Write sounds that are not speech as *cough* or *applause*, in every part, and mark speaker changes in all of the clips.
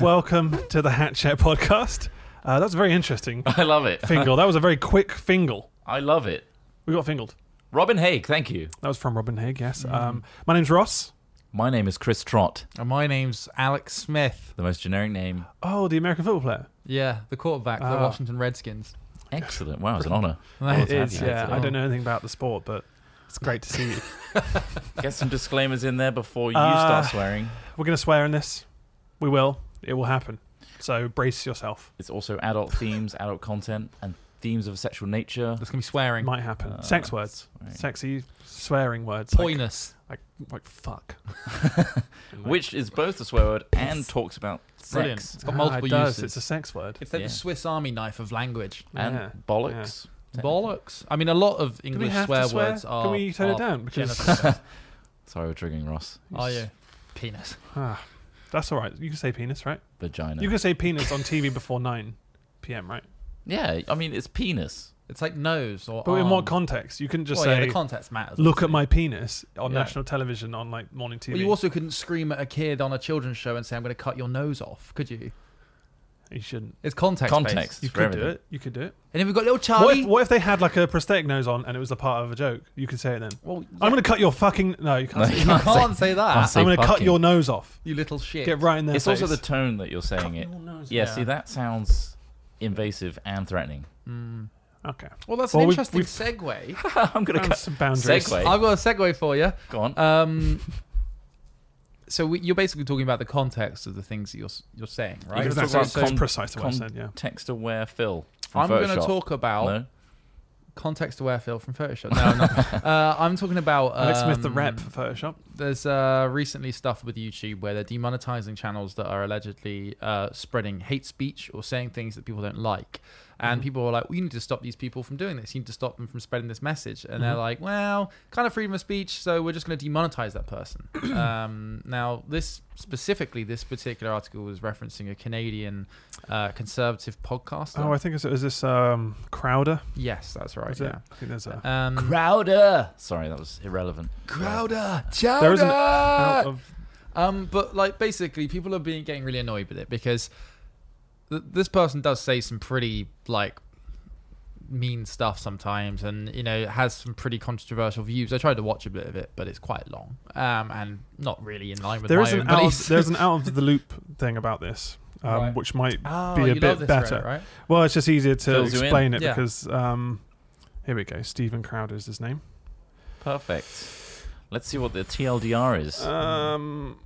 Speaker 1: Welcome to the Hatchet Podcast. Uh, that's very interesting.
Speaker 2: I love it.
Speaker 1: Fingal. That was a very quick fingal.
Speaker 2: I love it.
Speaker 1: We got fingled.
Speaker 2: Robin Haig, thank you.
Speaker 1: That was from Robin Haig, yes. Um, my name's Ross.
Speaker 2: My name is Chris Trott,
Speaker 3: And my name's Alex Smith.
Speaker 2: the most generic name.
Speaker 1: Oh, the American football player.
Speaker 3: Yeah, the quarterback for the Washington Redskins.
Speaker 2: Excellent. Wow, it's an honor.
Speaker 3: It
Speaker 1: It is,
Speaker 2: happy
Speaker 1: yeah.
Speaker 2: about it.
Speaker 1: I don't
Speaker 3: Oh.
Speaker 1: know anything about the sport, but it's great to see you.
Speaker 2: Get some disclaimers in there before you
Speaker 1: Uh,
Speaker 2: start swearing.
Speaker 1: We're going to swear in this. We will. It will happen. So brace yourself.
Speaker 2: It's also adult themes, adult content, and themes of a sexual nature.
Speaker 3: That's going to be swearing.
Speaker 1: It might happen. Sex words.
Speaker 2: right.
Speaker 1: Sexy swearing words. Like,
Speaker 3: Poinus.
Speaker 1: like, like fuck.
Speaker 2: Which is both a swear word and talks about
Speaker 3: Brilliant.
Speaker 2: sex.
Speaker 3: It's got
Speaker 1: Ah,
Speaker 3: multiple
Speaker 1: it does.
Speaker 3: uses.
Speaker 1: It's a sex word.
Speaker 3: It's like
Speaker 2: Yeah.
Speaker 3: the Swiss Army knife of language.
Speaker 2: And
Speaker 1: Yeah.
Speaker 2: bollocks.
Speaker 3: Bollocks. I mean, a lot of
Speaker 1: we
Speaker 3: English
Speaker 1: have to
Speaker 3: swear,
Speaker 1: swear?
Speaker 3: words
Speaker 1: Can
Speaker 3: are.
Speaker 1: we tone it
Speaker 3: are
Speaker 1: down? Because- *laughs*
Speaker 3: genital.
Speaker 2: Sorry, we're triggering Ross.
Speaker 3: are you? Penis.
Speaker 1: Ah, that's all right. You can say penis, right?
Speaker 2: Vagina.
Speaker 1: You can say penis on TV before 9 p.m., right?
Speaker 2: yeah, I mean, it's penis.
Speaker 3: It's like nose or.
Speaker 1: But in what
Speaker 3: arm.
Speaker 1: context? You couldn't just
Speaker 3: Um, Well,
Speaker 1: say,
Speaker 3: yeah, the context matters.
Speaker 1: look at my penis on
Speaker 3: Yeah.
Speaker 1: national television on like morning TV.
Speaker 3: But you also couldn't scream at a kid on a children's show and say, I'm going to cut your nose off, could you?
Speaker 1: You shouldn't.
Speaker 3: It's context.
Speaker 2: Context.
Speaker 1: You
Speaker 2: for
Speaker 1: could do
Speaker 2: everything.
Speaker 1: it. You could do it.
Speaker 3: And then we've got little
Speaker 1: What
Speaker 3: Charlie.
Speaker 1: if, what if they had like a prosthetic nose on and it was a part of a joke? You could say it then.
Speaker 3: Well,
Speaker 1: I'm going to cut your fucking. No, you can't.
Speaker 2: No,
Speaker 1: say that.
Speaker 2: you
Speaker 3: You can't say
Speaker 2: Can't
Speaker 3: that.
Speaker 2: say
Speaker 1: I'm going to cut
Speaker 2: fucking.
Speaker 1: your nose off.
Speaker 3: You little shit.
Speaker 1: Get right in there.
Speaker 2: It's also the tone that you're saying it. Yeah, see, that sounds invasive and threatening. *laughs*
Speaker 1: okay.
Speaker 3: Well, that's
Speaker 1: Well,
Speaker 3: an
Speaker 1: we've-
Speaker 3: interesting
Speaker 1: we've
Speaker 3: segue.
Speaker 2: I'm going to
Speaker 1: Found
Speaker 2: cut.
Speaker 1: some boundaries.
Speaker 2: Segue.
Speaker 3: I've got a segue for you.
Speaker 2: *laughs* Go on.
Speaker 3: *laughs* Um, so we, you're basically talking about the context of the things that you're s- you're saying, right?
Speaker 1: Because that's
Speaker 3: So-
Speaker 1: what I'm
Speaker 3: so
Speaker 1: saying. It's precise to what I'm saying, yeah.
Speaker 2: Text aware Phil. From
Speaker 3: I'm going to
Speaker 2: Photoshop.
Speaker 3: talk about
Speaker 2: No?
Speaker 3: context-aware Phil from Photoshop. No,
Speaker 1: *laughs*
Speaker 3: I'm not. uh, I'm talking about um,
Speaker 1: Alex Smith, the rep for Photoshop.
Speaker 3: There's uh, recently stuff with YouTube where they're demonetizing channels that are allegedly uh, spreading hate speech or saying things that people don't like. And
Speaker 1: Mm-hmm.
Speaker 3: people are like, we need to stop these people from doing this. You need to stop them from spreading this message. And
Speaker 1: Mm-hmm.
Speaker 3: they're like, well, kind of freedom of speech, so we're just going to demonetize
Speaker 1: *clears throat*
Speaker 3: that person. um, now, this specifically, this particular article was referencing a Canadian uh, conservative podcaster.
Speaker 1: Oh, I think it's, is this um, Crowder?
Speaker 3: yes, that's right.
Speaker 1: Is it?
Speaker 3: Yeah.
Speaker 1: I think there's a.
Speaker 3: Um,
Speaker 2: Crowder. Sorry, that was irrelevant.
Speaker 3: Crowder,
Speaker 1: there isn't. Out of,
Speaker 3: Um, but like basically, people are being getting really annoyed with it because th- this person does say some pretty like mean stuff sometimes, and you know has some pretty controversial views. I tried to watch a bit of it, but it's quite long, um, and not really in line with
Speaker 1: there
Speaker 3: my
Speaker 1: is
Speaker 3: own *laughs*
Speaker 1: an out of,
Speaker 3: beliefs.
Speaker 1: there's an out of the loop thing about this, um,
Speaker 3: Right.
Speaker 1: which might
Speaker 3: Oh,
Speaker 1: be
Speaker 3: you
Speaker 1: a
Speaker 3: love
Speaker 1: bit
Speaker 3: this
Speaker 1: better.
Speaker 3: Reddit, right?
Speaker 1: Well, it's just easier to
Speaker 2: Fills you in.
Speaker 1: explain it
Speaker 3: Yeah.
Speaker 1: because um, here we go. Stephen Crowder is his name.
Speaker 2: Perfect. Let's see what the TLDR is.
Speaker 1: Um,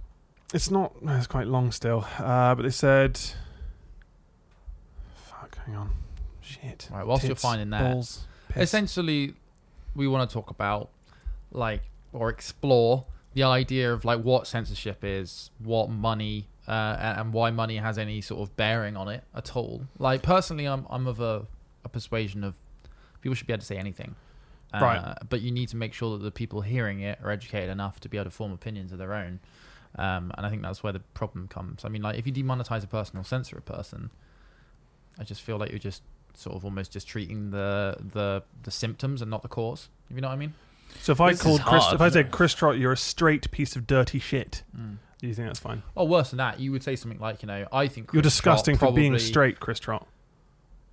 Speaker 1: it's not. No, it's quite long still. Uh, but they said, "Fuck, hang on, shit."
Speaker 3: Right, whilst you're
Speaker 1: Tits,
Speaker 3: finding that,
Speaker 1: balls, piss.
Speaker 3: essentially we want to talk about like or explore the idea of like what censorship is what money uh, and and why money has any sort of bearing on it at all like personally i'm, I'm of a, a persuasion of people should be able to say anything uh,
Speaker 1: Right.
Speaker 3: but you need to make sure that the people hearing it are educated enough to be able to form opinions of their own um, and i think that's where the problem comes i mean like if you demonetize a person or censor a person I just feel like you're just sort of almost just treating the the the symptoms and not the cause. If you know what I mean?
Speaker 1: So if I
Speaker 2: This is
Speaker 1: called Chris,
Speaker 2: hard.
Speaker 1: if I said Chris Trot, you're a straight piece of dirty shit.
Speaker 3: Hmm.
Speaker 1: Do you think that's fine?
Speaker 3: Or worse than that, you would say something like, you know, I think
Speaker 1: You're
Speaker 3: Chris Scott
Speaker 1: disgusting for being
Speaker 3: probably-
Speaker 1: straight, Chris Trot.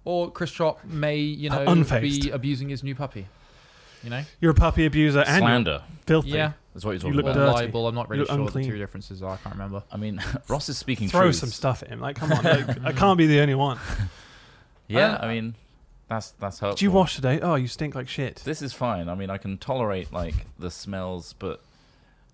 Speaker 3: Or Chris Trott may, you know,
Speaker 1: Unfazed.
Speaker 3: be abusing his new puppy. You know?
Speaker 1: You're a puppy abuser and you're
Speaker 2: Slander.
Speaker 1: filthy.
Speaker 3: Yeah.
Speaker 2: That's what you're
Speaker 1: You
Speaker 2: talking
Speaker 1: look
Speaker 3: Or
Speaker 2: about.
Speaker 1: dirty.
Speaker 3: libel. I'm not really
Speaker 1: You're
Speaker 3: sure
Speaker 1: unclean.
Speaker 3: the two differences are. I can't remember.
Speaker 2: I mean, *laughs* Ross is speaking
Speaker 1: Throw
Speaker 2: truth.
Speaker 1: some stuff at him. Like, come on, Luke. I can't be the only one.
Speaker 2: Yeah,
Speaker 3: Uh,
Speaker 2: I mean, that's that's helpful.
Speaker 1: Did you wash today? Oh, you stink like shit.
Speaker 2: This is fine. I mean, I can tolerate like the smells, but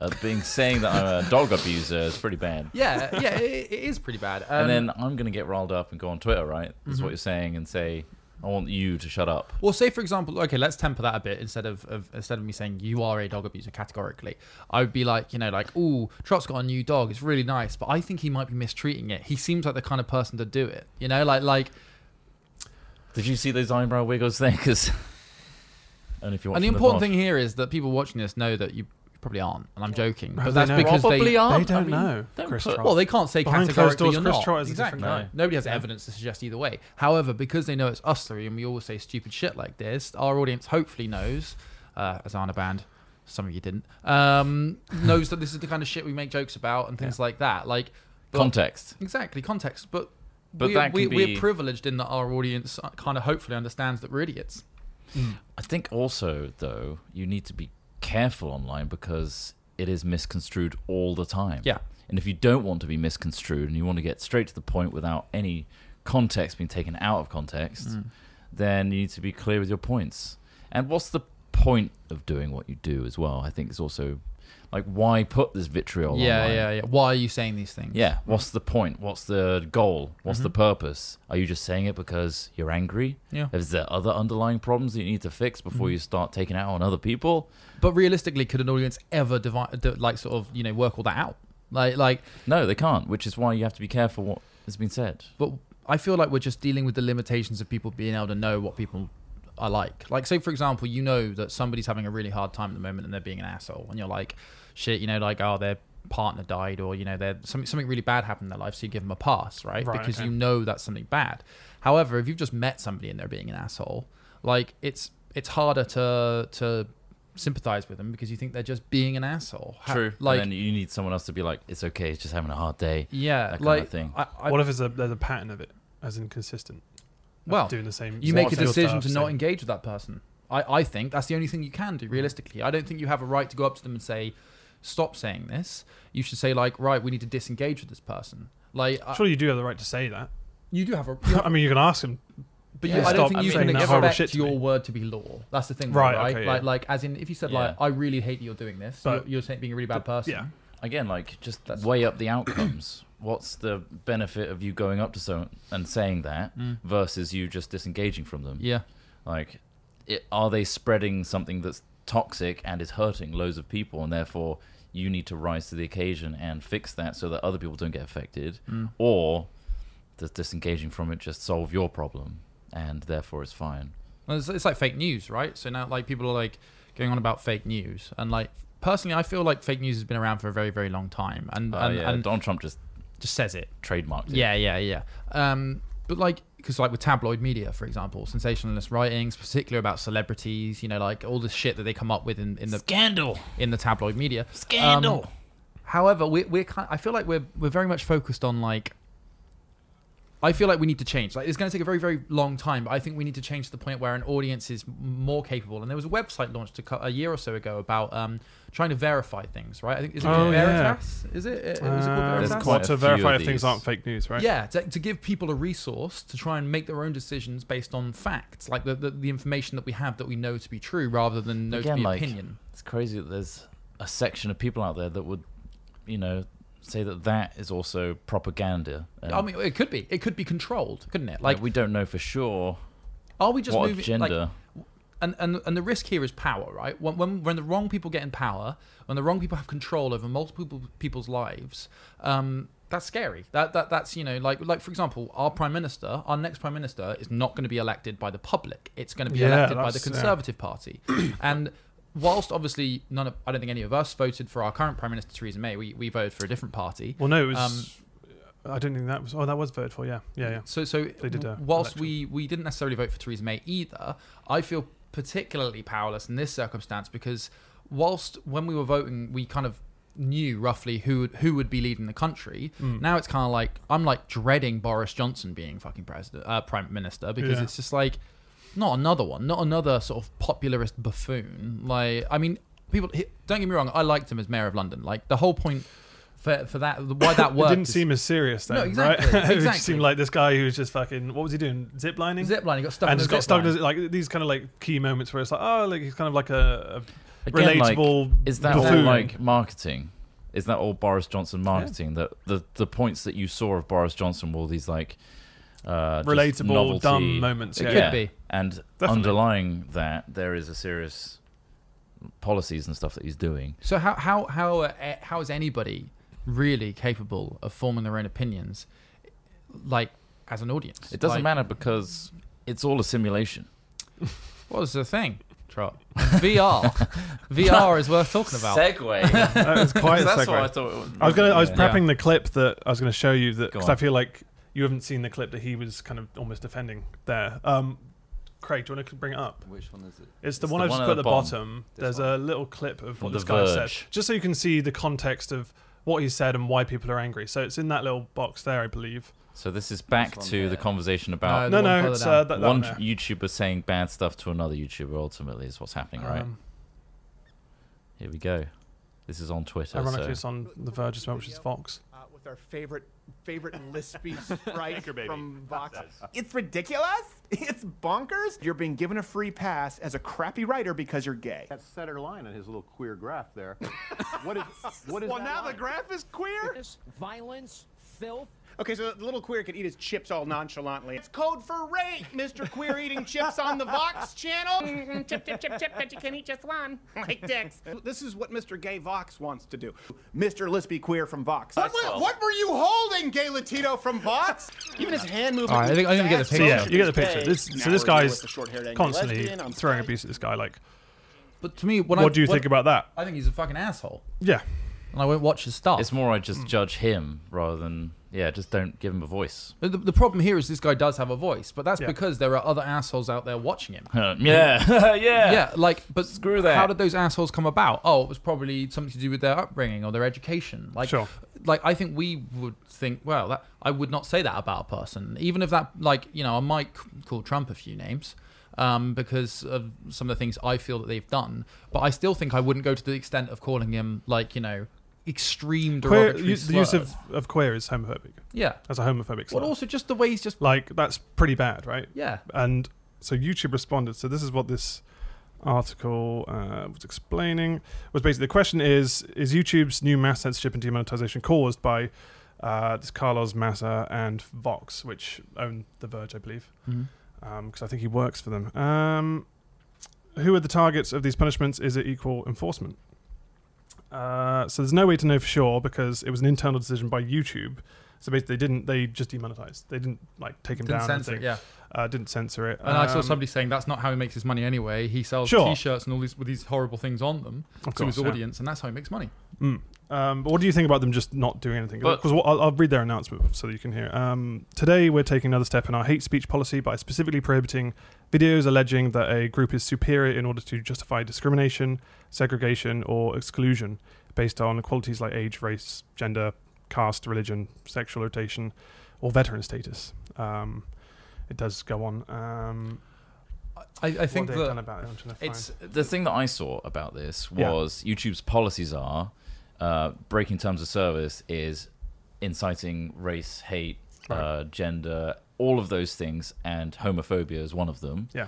Speaker 2: uh, being saying that
Speaker 1: *laughs*
Speaker 2: I'm a dog abuser is pretty bad.
Speaker 3: Yeah, yeah, it, it is pretty bad. Um,
Speaker 2: and then I'm gonna get riled up and go on Twitter, right? That's
Speaker 1: mm-hmm.
Speaker 2: what you're saying, and say, "I want you to shut up."
Speaker 3: Well, say for example, okay, let's temper that a bit. Instead of, of instead of me saying you are a dog abuser categorically, I would be like, you know, like, oh, Trot's got a new dog. It's really nice, but I think he might be mistreating it. He seems like the kind of person to do it. You know, like, like,
Speaker 2: Did you see those eyebrow wiggles there? *laughs* Because and if you want,
Speaker 3: and the important thing here is that people watching this know that you probably aren't, and I'm joking,
Speaker 1: Well,
Speaker 3: but
Speaker 1: they
Speaker 3: that's
Speaker 1: know.
Speaker 3: because
Speaker 2: probably
Speaker 3: they.
Speaker 2: are.
Speaker 1: they don't
Speaker 2: I mean,
Speaker 1: know.
Speaker 2: don't
Speaker 1: Chris
Speaker 2: put-
Speaker 1: Trott.
Speaker 3: Well, they can't say
Speaker 1: Behind closed
Speaker 3: categorically
Speaker 1: doors,
Speaker 3: you're
Speaker 1: Chris
Speaker 3: not.
Speaker 1: Trott is a
Speaker 3: exactly.
Speaker 1: different guy.
Speaker 3: Nobody has evidence to suggest either way. However, because they know it's us three and we always say stupid shit like this, our audience hopefully knows, uh, as Arna Band, some of you didn't, um, knows that this is the kind of shit we make jokes about and things like that. Like but-
Speaker 2: context.
Speaker 3: Exactly, context. But
Speaker 2: But
Speaker 3: we're,
Speaker 2: that can
Speaker 3: we,
Speaker 2: be-
Speaker 3: we're privileged in that our audience uh, kind of hopefully understands that we're idiots.
Speaker 2: I think also though you need to be careful online because it is misconstrued all the time.
Speaker 3: Yeah.
Speaker 2: And if you don't want to be misconstrued and you want to get straight to the point without any context being taken out of context,
Speaker 3: Mm.
Speaker 2: then you need to be clear with your points. And what's the point of doing what you do as well? I think it's also like why put this vitriol
Speaker 3: yeah,
Speaker 2: online?
Speaker 3: yeah, yeah. Why are you saying these things?
Speaker 2: Yeah. What's the point? What's the goal? What's the purpose? Are you just saying it because you're angry?
Speaker 3: Mhm. Yeah. Mhm.
Speaker 2: Is there other underlying problems that you need to fix before you start taking it out on other people?
Speaker 3: But realistically, could an audience ever divide, d- like sort of you know work all that out? Like like
Speaker 2: No, they can't. Which is why you have to be careful what has been said.
Speaker 3: but I feel like we're just dealing with the limitations of people being able to know what people are like. Like, say for example, you know that somebody's having a really hard time at the moment and they're being an asshole, and you're like, shit, you know, like oh their partner died or you know their something something really bad happened in their life, so you give them a pass, right?
Speaker 1: Right,
Speaker 3: because
Speaker 1: okay.
Speaker 3: you know that's something bad. However, if you've just met somebody and they're being an asshole, like it's it's harder to to sympathize with them because you think they're just being an asshole. Ha-
Speaker 2: Like,
Speaker 3: Like
Speaker 2: and then you need someone else to be like, it's okay, it's just having a hard day.
Speaker 3: yeah,
Speaker 2: that kind
Speaker 3: like
Speaker 2: of thing.
Speaker 3: I, I,
Speaker 1: what if there's a, there's a pattern of it, as inconsistent?
Speaker 3: well,
Speaker 1: doing the same.
Speaker 3: you make a
Speaker 1: same
Speaker 3: decision
Speaker 1: stuff,
Speaker 3: to not
Speaker 1: same- Mm.
Speaker 3: engage with that person. I, I think that's the only thing you can do realistically. I don't think you have a right to go up to them and say, "Stop saying this." You should say like, "Right, we need to disengage with this person." Like, I,
Speaker 1: Surely you do have the right to say
Speaker 2: *laughs*
Speaker 1: that.
Speaker 3: you do have
Speaker 1: *laughs*
Speaker 3: a,
Speaker 1: I mean, you can ask him.
Speaker 3: but
Speaker 2: Yeah.
Speaker 3: you, I don't
Speaker 2: Stop
Speaker 3: think you
Speaker 2: saying
Speaker 3: can
Speaker 2: that horrible
Speaker 3: expect
Speaker 1: shit to
Speaker 3: your
Speaker 1: me.
Speaker 3: word to be law. That's the thing,
Speaker 1: Right,
Speaker 3: Right? right?
Speaker 1: okay, yeah.
Speaker 3: Like, like as in, if you said like,
Speaker 2: Yeah.
Speaker 3: "I really hate that you're doing this,"
Speaker 1: But-
Speaker 3: you're, you're saying being a really bad person.
Speaker 1: Yeah.
Speaker 2: Again, like just weigh up the outcomes. *coughs* What's the benefit of you going up to someone and saying that versus you just disengaging from them?
Speaker 3: Mm. yeah.
Speaker 2: Like, it, are they spreading something that's toxic and is hurting loads of people, and therefore you need to rise to the occasion and fix that so that other people don't get affected?
Speaker 3: Mm.
Speaker 2: Or does disengaging from it just solve your problem and therefore it's fine?
Speaker 3: Well, it's, it's like fake news, right? So now, like, people are like going on about fake news, and like, personally, I feel like fake news has been around for a very, very long time, and
Speaker 2: Oh,
Speaker 3: and,
Speaker 2: yeah,
Speaker 3: and
Speaker 2: Donald Trump just
Speaker 3: just says it.
Speaker 2: trademarked it.
Speaker 3: Yeah, yeah, yeah. Um, but like, because like with tabloid media, for example, sensationalist writings, particularly about celebrities, you know, like all the shit that they come up with in, in the
Speaker 2: Scandal.
Speaker 3: in the tabloid media.
Speaker 2: Scandal.
Speaker 3: Um, however, we're, we're kind. I feel like we're we're very much focused on like. I feel like we need to change. Like it's going to take a very very long time, but I think we need to change to the point where an audience is more capable. And there was a website launched a, cou- a year or so ago about um, trying to verify things, right? I think is it
Speaker 1: Oh, yeah.
Speaker 3: Veritas? Is it? Is it called
Speaker 1: Uh,
Speaker 3: Veritas?
Speaker 2: There's
Speaker 1: what
Speaker 2: quite
Speaker 1: to
Speaker 2: a few
Speaker 1: verify
Speaker 2: of
Speaker 1: if things
Speaker 2: these.
Speaker 1: aren't fake news, right?
Speaker 3: Yeah, to, to give people a resource to try and make their own decisions based on facts, like the, the, the information that we have that we know to be true rather than know to
Speaker 2: Again,
Speaker 3: be
Speaker 2: like,
Speaker 3: opinion.
Speaker 2: it's crazy that there's a section of people out there that would, you know, say that that is also propaganda. And,
Speaker 3: I mean, it could be. It could be controlled, couldn't it?
Speaker 2: like,
Speaker 3: Oh, Like,
Speaker 2: we don't know for sure
Speaker 3: are we just
Speaker 2: what
Speaker 3: moving? like,
Speaker 2: agenda.
Speaker 3: and, and and the risk here is power, right? When, when when the wrong people get in power, when the wrong people have control over multiple people- people's lives, um, that's scary. That that that's you know like like for example, our prime minister, our next prime minister is not going to be elected by the public. It's going to be
Speaker 1: Yeah,
Speaker 3: elected by the
Speaker 1: that's- yeah.
Speaker 3: Conservative Party, *coughs* and. Whilst obviously none of I don't think any of us voted for our current Prime Minister Theresa May, we, we voted for a different party.
Speaker 1: Well, no, it was.
Speaker 2: Um,
Speaker 1: I don't think that was. Oh, that was voted for. Yeah, yeah, yeah.
Speaker 3: So, so
Speaker 1: did a
Speaker 3: whilst
Speaker 1: election.
Speaker 3: we, we didn't necessarily vote for Theresa May either, I feel particularly powerless in this circumstance because whilst when we were voting, we kind of knew roughly who who would be leading the country.
Speaker 1: Mm.
Speaker 3: Now it's kind of like I'm like dreading Boris Johnson being fucking president, uh, prime minister, because
Speaker 1: Yeah.
Speaker 3: it's just like not another one, not another sort of popularist buffoon. Like I mean, people he- don't get me wrong, I liked him as mayor of London. Like the whole point for for that why that
Speaker 1: *laughs* It
Speaker 3: worked
Speaker 1: didn't
Speaker 3: is-
Speaker 1: seem as serious then,
Speaker 3: No, exactly,
Speaker 1: right? *laughs* it
Speaker 3: exactly.
Speaker 1: just seemed like this guy who was just fucking. What was he doing? Zip lining.
Speaker 3: Zipline, he got stuck
Speaker 1: and
Speaker 3: in
Speaker 1: just
Speaker 3: the
Speaker 1: got stuck
Speaker 3: zipline.
Speaker 1: in a, like these kind of like key moments where it's like, oh, like he's kind of like a, a
Speaker 2: Again, like,
Speaker 1: relatable.
Speaker 2: is that all
Speaker 1: buffoon.
Speaker 2: like marketing? Is that all Boris Johnson marketing? That the the points that you saw of Boris Johnson were all these like uh, just
Speaker 1: Relatable,
Speaker 2: novelty-
Speaker 1: dumb moments, It yeah.
Speaker 3: could be.
Speaker 2: And underlying that, there is a serious policies and stuff that he's doing.
Speaker 3: So how how how uh, eh, how is anybody really capable of forming their own opinions, like as an audience?
Speaker 2: It doesn't
Speaker 3: Like,
Speaker 2: matter because it's all a simulation.
Speaker 3: What was the thing? Trot. VR,
Speaker 2: *laughs*
Speaker 3: VR is worth talking
Speaker 1: *laughs*
Speaker 3: about.
Speaker 2: Segway.
Speaker 1: That was quite a
Speaker 2: that's
Speaker 1: segue.
Speaker 2: what I thought. It was.
Speaker 1: I was gonna. I was
Speaker 2: Yeah.
Speaker 1: prepping the clip that I was gonna show you that
Speaker 2: Go
Speaker 1: because
Speaker 2: on.
Speaker 1: I feel like you haven't seen the clip that he was kind of almost defending there. Um, Craig, do you want to bring it up?
Speaker 4: Which one is it?
Speaker 1: It's the
Speaker 2: It's
Speaker 1: one
Speaker 2: the
Speaker 1: I just
Speaker 2: one
Speaker 1: put
Speaker 2: at
Speaker 1: at the
Speaker 2: the
Speaker 1: bottom.
Speaker 2: bottom.
Speaker 1: There's a little clip of what
Speaker 2: The
Speaker 1: this guy said,
Speaker 2: Verge.
Speaker 1: just so you can see the context of what he said and why people are angry. So it's in that little box there, I believe.
Speaker 2: So this is back
Speaker 4: This one
Speaker 2: to the
Speaker 4: there.
Speaker 2: conversation about
Speaker 3: The
Speaker 1: No,
Speaker 3: one
Speaker 1: no,
Speaker 3: further
Speaker 1: it's
Speaker 3: down.
Speaker 1: uh, that, that one
Speaker 2: one
Speaker 1: there.
Speaker 2: YouTuber saying bad stuff to another YouTuber. Ultimately, is what's happening, right?
Speaker 1: Um,
Speaker 2: Here we go. This is on Twitter.
Speaker 1: Ironically,
Speaker 2: So.
Speaker 1: it's on The Verge as well, which is Fox.
Speaker 5: uh, with our favorite *laughs* favorite lispy sprite from Vox. It's ridiculous. *laughs* It's bonkers. You're being given a free pass as a crappy writer because you're gay.
Speaker 6: that center line in his little queer graph
Speaker 4: *laughs*
Speaker 6: there. what is what is
Speaker 5: well,
Speaker 6: that
Speaker 5: now
Speaker 6: line?
Speaker 5: the graph is queer.
Speaker 7: violence, filth.
Speaker 5: Okay, so the little queer could eat his chips all nonchalantly. It's code for rape, Mr. Queer eating chips on the Vox channel.
Speaker 7: Chip, chip, chip, chip, but you can eat just one. *laughs* Like dicks.
Speaker 5: this is what Mr. Gay Vox wants to do. Mr. Lispy Queer from Vox. What,
Speaker 2: saw-
Speaker 5: what were you holding, Gay Latino from Vox? Even his hand movement.
Speaker 3: All right, I think I'm gonna get
Speaker 2: Oh,
Speaker 3: the picture.
Speaker 5: That's
Speaker 1: So
Speaker 3: Yeah.
Speaker 1: yeah, you get the picture.
Speaker 5: Hey,
Speaker 1: This,
Speaker 5: now
Speaker 1: so this
Speaker 5: we're here
Speaker 1: guy's
Speaker 5: with the short-haired angry
Speaker 1: constantly
Speaker 5: lesbian, I'm
Speaker 1: throwing
Speaker 5: fine.
Speaker 1: abuse at this guy. Like,
Speaker 3: But to me, when I,
Speaker 1: what do you
Speaker 3: when-
Speaker 1: think about that?
Speaker 3: I think he's a fucking asshole,
Speaker 1: Yeah,
Speaker 3: and I won't watch his stuff.
Speaker 2: It's more I
Speaker 1: Hmm.
Speaker 2: just judge him rather than yeah, just don't give him a voice. *laughs*
Speaker 3: the, the problem here is this guy does have a voice, but that's
Speaker 1: Yeah.
Speaker 3: because there are other assholes out there watching him.
Speaker 2: Uh, *laughs* yeah, yeah,
Speaker 3: yeah, like, but
Speaker 2: Screw that.
Speaker 3: How did those assholes come about? Oh, it was probably something to do with their upbringing or their education. Like,
Speaker 1: Sure.
Speaker 3: like I think we would think, well, that I would not say that about a person, even if that, like, you know, I might c- call Trump a few names. Um, because of some of the things I feel that they've done, but I still think I wouldn't go to the extent of calling him like you know extreme
Speaker 1: queer.
Speaker 3: derogatory
Speaker 1: u- the use
Speaker 3: slurs.
Speaker 1: of, of queer is homophobic.
Speaker 3: yeah.
Speaker 1: That's a homophobic.
Speaker 3: Well,
Speaker 1: slur.
Speaker 3: also just the way he's just
Speaker 1: like that's pretty bad, right?
Speaker 3: yeah.
Speaker 1: And so YouTube responded. So this is what this article uh, was explaining. Was basically the question is: Is YouTube's new mass censorship and demonetization caused by uh, this Carlos Massa and Vox, which own The Verge, I believe,
Speaker 3: Mm-hmm.
Speaker 1: because I think he works for them. Um, who are the targets of these punishments? Is it equal enforcement? Uh, so there's no way to know for sure because it was an internal decision by YouTube. So basically, they didn't. They just demonetized. They didn't like take him
Speaker 3: Didn't
Speaker 1: down. and
Speaker 3: censor it,
Speaker 1: think-
Speaker 3: yeah.
Speaker 1: uh, didn't censor it.
Speaker 3: And I saw
Speaker 1: Um,
Speaker 3: somebody saying that's not how he makes his money anyway. He sells
Speaker 1: Sure.
Speaker 3: T-shirts and all these with these horrible things on them
Speaker 1: Of
Speaker 3: to his
Speaker 1: course, yeah.
Speaker 3: audience, and that's how he makes money.
Speaker 1: Um, but what do you think about them just not doing anything?
Speaker 2: But-
Speaker 1: Because I'll, I'll read their announcement so that you can hear. Um, Today, we're taking another step in our hate speech policy by specifically prohibiting videos alleging that a group is superior in order to justify discrimination, segregation, or exclusion based on qualities like age, race, gender, caste, religion, sexual orientation, or veteran status. Um, it does go on. Um,
Speaker 3: I, I think
Speaker 1: what they've done
Speaker 3: that
Speaker 1: about it, I'm trying to find.
Speaker 3: it's
Speaker 2: The thing that I saw about this
Speaker 1: Yeah.
Speaker 2: was YouTube's policies are uh, breaking terms of service is inciting race, hate, uh, gender, all of those things, and homophobia is one of them.
Speaker 1: yeah.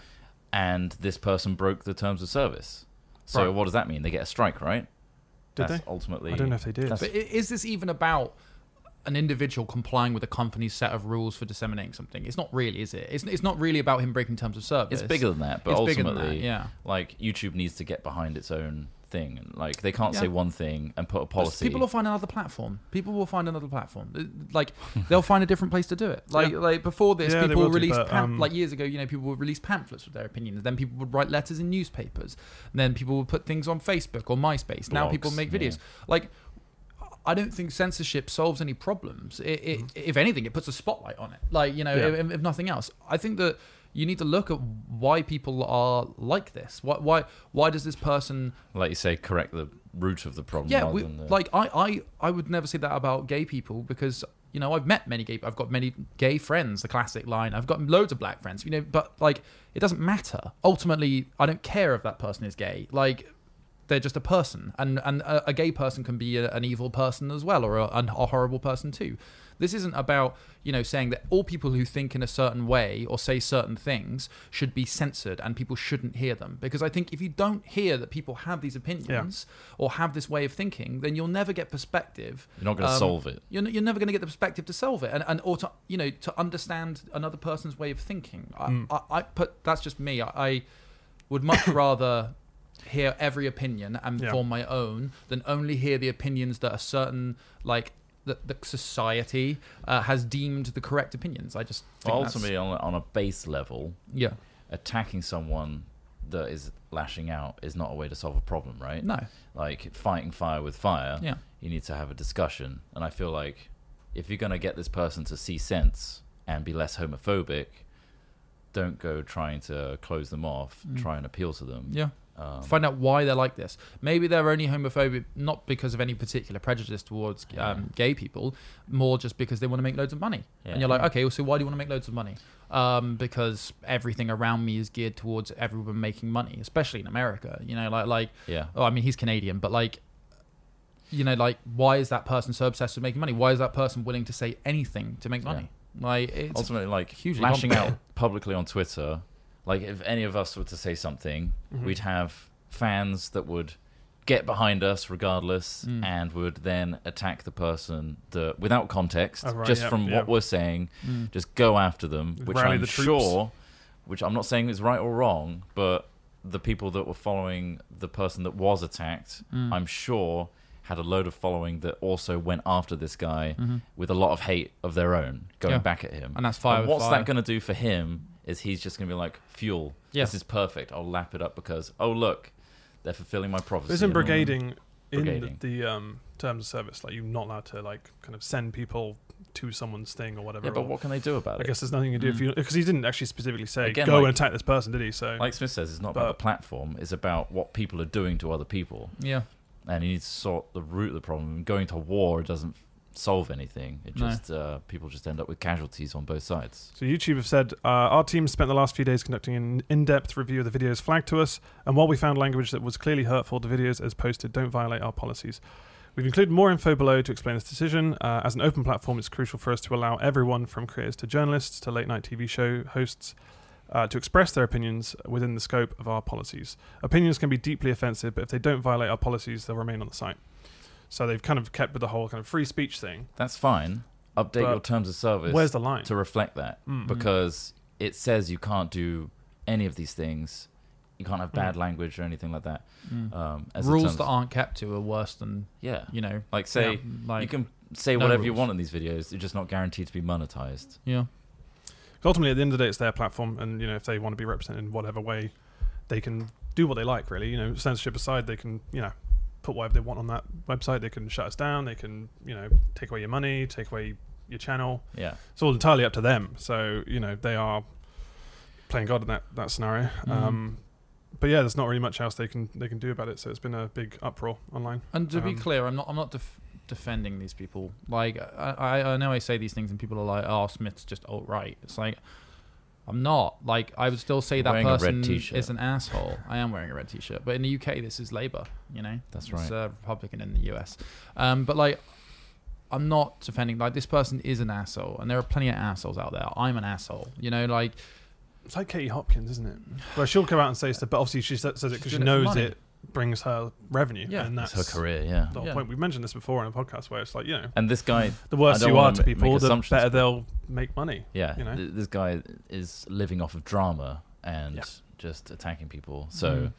Speaker 2: And this person broke the terms of service. So
Speaker 1: Right.
Speaker 2: what does that mean? They get a strike, right?
Speaker 1: Did
Speaker 2: That's
Speaker 1: they?
Speaker 2: ultimately.
Speaker 1: I don't know if they did.
Speaker 2: That's-
Speaker 3: But i- is this even about an individual complying with a company's set of rules for disseminating something? It's not really, is it? It's, it's not really about him breaking terms of service.
Speaker 2: It's bigger than that, but
Speaker 3: It's bigger
Speaker 2: ultimately,
Speaker 3: than that, yeah.
Speaker 2: like YouTube needs to get behind its own thing. and, Like they can't say
Speaker 3: Yeah.
Speaker 2: one thing and put a policy.
Speaker 3: People will find another platform. People will find another platform. Uh, Like they'll find a different place to do it. Like
Speaker 1: Yeah.
Speaker 3: like before this,
Speaker 1: Yeah, they
Speaker 3: people
Speaker 1: will do,
Speaker 3: released
Speaker 1: but,
Speaker 3: pam-
Speaker 1: um,
Speaker 3: like years ago. You know, people would release pamphlets with their opinions. Then people would write letters in newspapers. And then people would put things on Facebook or MySpace. now people
Speaker 2: Blogs,
Speaker 3: make videos.
Speaker 2: yeah.
Speaker 3: Like I don't think censorship solves any
Speaker 2: Mm-hmm.
Speaker 3: problems. It, it, If anything, it puts a spotlight on it. Like you know,
Speaker 1: Yeah.
Speaker 3: if, if nothing else, I think that you need to look at why people are like this. Why why why does this person
Speaker 2: like you say, correct the root of the problem.
Speaker 3: yeah,
Speaker 2: rather
Speaker 3: we,
Speaker 2: than the-
Speaker 3: like I, I, I would never say that about gay people because you know I've met many gay. I've got many gay friends. The classic line. I've got loads of black friends. You know, but like it doesn't matter. Ultimately, I don't care if that person is gay. Like they're just a person, and and a, a gay person can be a, an evil person as well, or a, an- a horrible person too. This isn't about you know saying that all people who think in a certain way or say certain things should be censored and people shouldn't hear them because I think if you don't hear that people have these opinions, or have this way of thinking, then you'll never get perspective.
Speaker 2: You're not gonna
Speaker 1: um,
Speaker 2: solve it.
Speaker 3: You're, n- you're never going to get the perspective to solve it, and, and or to you know to understand another person's way of thinking. I, I, I put that's just me. I, I would much rather hear every opinion and
Speaker 1: Yeah.
Speaker 3: form my own than only hear the opinions that a certain like that the society uh, has deemed the correct opinions. I just think that's-
Speaker 2: ultimately on a, on a base level,
Speaker 3: yeah,
Speaker 2: attacking someone that is lashing out is not a way to solve a problem, right?
Speaker 3: No.
Speaker 2: Like fighting fire with fire.
Speaker 3: Yeah.
Speaker 2: You need to have a discussion, and I feel like if you're gonna get this person to see sense and be less homophobic, don't go trying to close them off. Try and appeal to them.
Speaker 3: Mm. Yeah.
Speaker 2: Um,
Speaker 3: Find out why they're like this. Maybe they're only homophobic not because of any particular prejudice towards um, gay people, more just because they want to make loads of money.
Speaker 2: Yeah.
Speaker 3: And you're like, okay, well, so why do you want to make loads of money? Um, because everything around me is geared towards everyone making money, especially in America. You know, like like
Speaker 2: Yeah.
Speaker 3: Oh, I mean, he's Canadian, but like you know, like why is that person so obsessed with making money? Why is that person willing to say anything to make money? Like it's
Speaker 2: ultimately like
Speaker 3: hugely
Speaker 2: lashing
Speaker 1: *laughs*
Speaker 3: complicated.
Speaker 2: out publicly on Twitter. Like if any of us were to say something,
Speaker 1: Mm-hmm.
Speaker 2: we'd have fans that would get behind us regardless
Speaker 1: Mm.
Speaker 2: and would then attack the person that without context,
Speaker 1: Oh, right,
Speaker 2: just
Speaker 1: yep,
Speaker 2: from
Speaker 1: yep.
Speaker 2: what we're saying, just go after them, which
Speaker 1: Rally
Speaker 2: I'm
Speaker 1: the troops.
Speaker 2: sure which I'm not saying is right or wrong, but the people that were following the person that was attacked,
Speaker 1: Mm.
Speaker 2: I'm sure had a load of following that also went after this guy
Speaker 1: Mm-hmm.
Speaker 2: with a lot of hate of their own going
Speaker 3: Yeah.
Speaker 2: back at him.
Speaker 3: And that's oh fire with
Speaker 2: what's
Speaker 3: fire.
Speaker 2: that going to do for him is he's just going to be like fuel.
Speaker 3: Yeah.
Speaker 2: This is perfect. I'll lap it up because oh look, they're fulfilling my prophecy.
Speaker 1: Isn't
Speaker 2: and all that.
Speaker 1: brigading in the,
Speaker 2: Brigading.
Speaker 1: the um, terms of service like you're not allowed to like kind of send people to someone's thing or whatever?
Speaker 2: Yeah, but
Speaker 1: or-
Speaker 2: what can they do about
Speaker 1: I
Speaker 2: it?
Speaker 1: guess there's nothing you do if you because he didn't actually specifically say
Speaker 2: Again,
Speaker 1: go
Speaker 2: like-
Speaker 1: and attack this person, did he? So
Speaker 2: Like Smith says, it's not
Speaker 1: But-
Speaker 2: about the platform. It's about what people are doing to other people.
Speaker 3: yeah.
Speaker 2: and you need to sort the root of the problem. Going to war doesn't solve anything. It
Speaker 3: No.
Speaker 2: just uh, people just end up with casualties on both sides.
Speaker 1: So YouTube have said uh, our team spent the last few days conducting an in-depth review of the videos flagged to us, and while we found language that was clearly hurtful, the videos as posted don't violate our policies. We've included more info below to explain this decision. Uh, as an open platform, it's crucial for us to allow everyone, from creators to journalists to late-night TV show hosts, uh, to express their opinions within the scope of our policies. Opinions can be deeply offensive, but if they don't violate our policies, they'll remain on the site. So they've kind of kept with the whole kind of free speech thing.
Speaker 2: That's fine. Update
Speaker 1: But
Speaker 2: your terms of service.
Speaker 1: where's the line? Mm.
Speaker 2: to reflect that? Because it says you can't do any of these things. You can't have
Speaker 1: Mm.
Speaker 2: bad language or anything like that. Um, as the
Speaker 3: Rules
Speaker 2: terms-
Speaker 3: that aren't kept to are worse than
Speaker 2: yeah,
Speaker 3: you know,
Speaker 2: like say
Speaker 3: yeah, like-
Speaker 2: you can say
Speaker 3: no
Speaker 2: whatever you
Speaker 3: rules.
Speaker 2: want in these videos. You're just not guaranteed to be monetized.
Speaker 3: yeah.
Speaker 1: 'Cause ultimately, at the end of the day, it's their platform, and you know if they want to be represented in whatever way, they can do what they like. Really, you know, censorship aside, they can you know put whatever they want on that website. They can shut us down. They can you know take away your money, take away your channel.
Speaker 2: Yeah.
Speaker 1: It's all entirely up to them. So you know they are playing God in that that scenario. Um, but yeah, there's not really much else they can they can do about it. So it's been a big uproar online.
Speaker 3: And to be
Speaker 1: Um,
Speaker 3: clear, I'm not I'm not def- defending these people. Like I, I I know I say these things and people are like, "Oh, Smith's just alt right." It's like I'm not. Like I would still say that
Speaker 2: Wearing a red
Speaker 3: person
Speaker 2: t-shirt.
Speaker 3: is an asshole. I am wearing a red t-shirt, but in the UK, this is Labour. You know,
Speaker 2: That's
Speaker 3: It's
Speaker 2: right.
Speaker 3: uh, Republican in the US. Um, but like. I'm not defending like this person is an asshole, and there are plenty of assholes out there. I'm an asshole, you know. Like
Speaker 1: It's like Katie Hopkins, isn't it? Well, she'll come out and say stuff, but obviously she sa- says it because she
Speaker 3: doing it for
Speaker 1: knows
Speaker 3: money.
Speaker 1: it brings her revenue.
Speaker 3: Yeah.
Speaker 1: and that's
Speaker 2: It's her career. Yeah.
Speaker 1: the whole
Speaker 3: Yeah.
Speaker 1: point. We've mentioned this before on a podcast where it's like, you know,
Speaker 2: And this guy,
Speaker 1: *laughs* the
Speaker 2: I
Speaker 1: worse
Speaker 2: don't
Speaker 1: you
Speaker 2: wanna
Speaker 1: are to
Speaker 2: ma- make
Speaker 1: people, the
Speaker 2: assumptions,
Speaker 1: better
Speaker 2: but-
Speaker 1: they'll make money.
Speaker 2: Yeah,
Speaker 1: You know?
Speaker 2: th- this guy is living off of drama and
Speaker 1: Yeah.
Speaker 2: just attacking people. So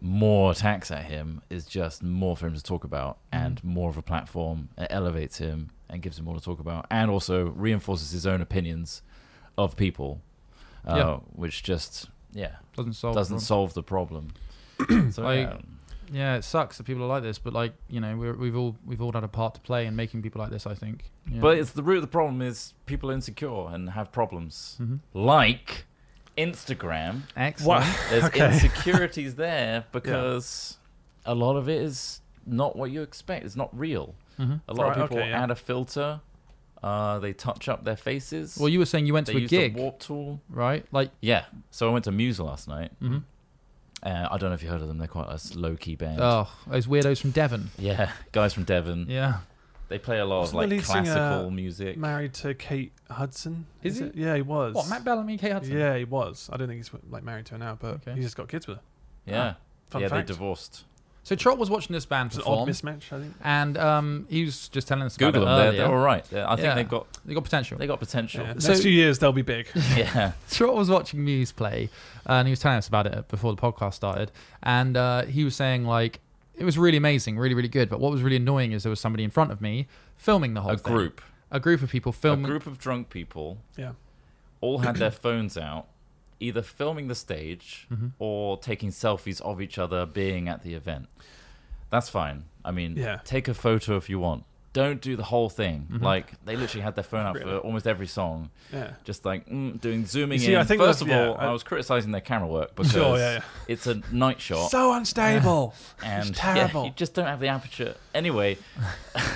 Speaker 2: more attacks at him is just more for him to talk about and more of a platform. It elevates him and gives him more to talk about, and also reinforces his own opinions of people, uh,
Speaker 3: Yeah.
Speaker 2: which just yeah
Speaker 3: doesn't solve
Speaker 2: doesn't
Speaker 3: them.
Speaker 2: solve the problem. so
Speaker 3: Like-
Speaker 2: yeah,
Speaker 3: Yeah, it sucks that people are like this, but like you know, we're, we've all we've all had a part to play in making people like this. I think. Yeah.
Speaker 2: but it's the root of the problem is people are insecure and have problems like Instagram.
Speaker 3: Excellent.
Speaker 2: There's
Speaker 1: Okay.
Speaker 2: insecurities there because a lot of it is not what you expect. It's not real. A lot
Speaker 1: Right,
Speaker 2: of people
Speaker 1: okay, yeah.
Speaker 2: add a filter. Uh, they touch up their faces.
Speaker 3: *laughs* Well, you were saying you went
Speaker 2: they
Speaker 3: to a
Speaker 2: use
Speaker 3: gig,
Speaker 2: the warp tool.
Speaker 3: right? Like,
Speaker 2: Yeah. So I went to Muse last night. Mm-hmm. Uh, I don't know if you heard of them. They're quite a low key band.
Speaker 3: oh, those weirdos from Devon.
Speaker 2: *laughs* Yeah, guys from Devon.
Speaker 3: Yeah.
Speaker 2: They play a lot
Speaker 1: Wasn't the
Speaker 2: of like
Speaker 1: lead singer
Speaker 2: classical music.
Speaker 1: Married to Kate Hudson.
Speaker 3: Is
Speaker 1: it?
Speaker 3: he?
Speaker 1: Yeah, he was.
Speaker 3: What, Matt Bellamy, Kate Hudson?
Speaker 1: Yeah, he was. I don't think he's like married to her now, but
Speaker 3: Okay.
Speaker 1: he just got kids with her.
Speaker 2: yeah.
Speaker 1: Fun
Speaker 2: yeah,
Speaker 1: fact.
Speaker 2: they divorced.
Speaker 3: So Trot was watching this band
Speaker 1: It's an odd
Speaker 3: perform,
Speaker 1: mismatch, I think.
Speaker 3: and um, he was just telling us
Speaker 2: Google them.
Speaker 3: about it
Speaker 2: They're,
Speaker 3: earlier.
Speaker 2: they're all right. They're- I think
Speaker 3: Yeah.
Speaker 2: they've got
Speaker 3: They got potential.
Speaker 2: they got potential.
Speaker 1: Yeah.
Speaker 3: So-
Speaker 1: Next few years they'll be *laughs* big.
Speaker 2: *laughs* yeah.
Speaker 3: Short was watching Muse play, uh, and he was telling us about it before the podcast started. And uh, he was saying like it was really amazing, really really good. But what was really annoying is there was somebody in front of me filming the whole
Speaker 2: A
Speaker 3: thing.
Speaker 2: group.
Speaker 3: a group Um, of people
Speaker 2: A
Speaker 3: filming.
Speaker 2: group of drunk people
Speaker 1: yeah.
Speaker 2: all had
Speaker 1: *clears throat*
Speaker 2: their phones out, either filming the stage
Speaker 1: Mm-hmm.
Speaker 2: or taking selfies of each other being at the event. That's fine. I mean,
Speaker 1: Yeah. Mm-hmm.
Speaker 2: take a photo if you want. Don't do the whole thing. Like they literally had their phone out for almost every song.
Speaker 1: Yeah.
Speaker 2: Just like mm, doing zooming
Speaker 1: see,
Speaker 2: in.
Speaker 1: I think
Speaker 2: First of
Speaker 1: that's- yeah,
Speaker 2: all, I,
Speaker 1: I-
Speaker 2: was criticizing their camera work because
Speaker 1: yeah, yeah.
Speaker 2: it's a
Speaker 1: *laughs*
Speaker 2: night shot
Speaker 1: So unstable.
Speaker 2: *laughs* and
Speaker 1: it's
Speaker 2: yeah,
Speaker 1: terrible.
Speaker 2: you just don't have the aperture.
Speaker 1: *laughs*
Speaker 2: Anyway,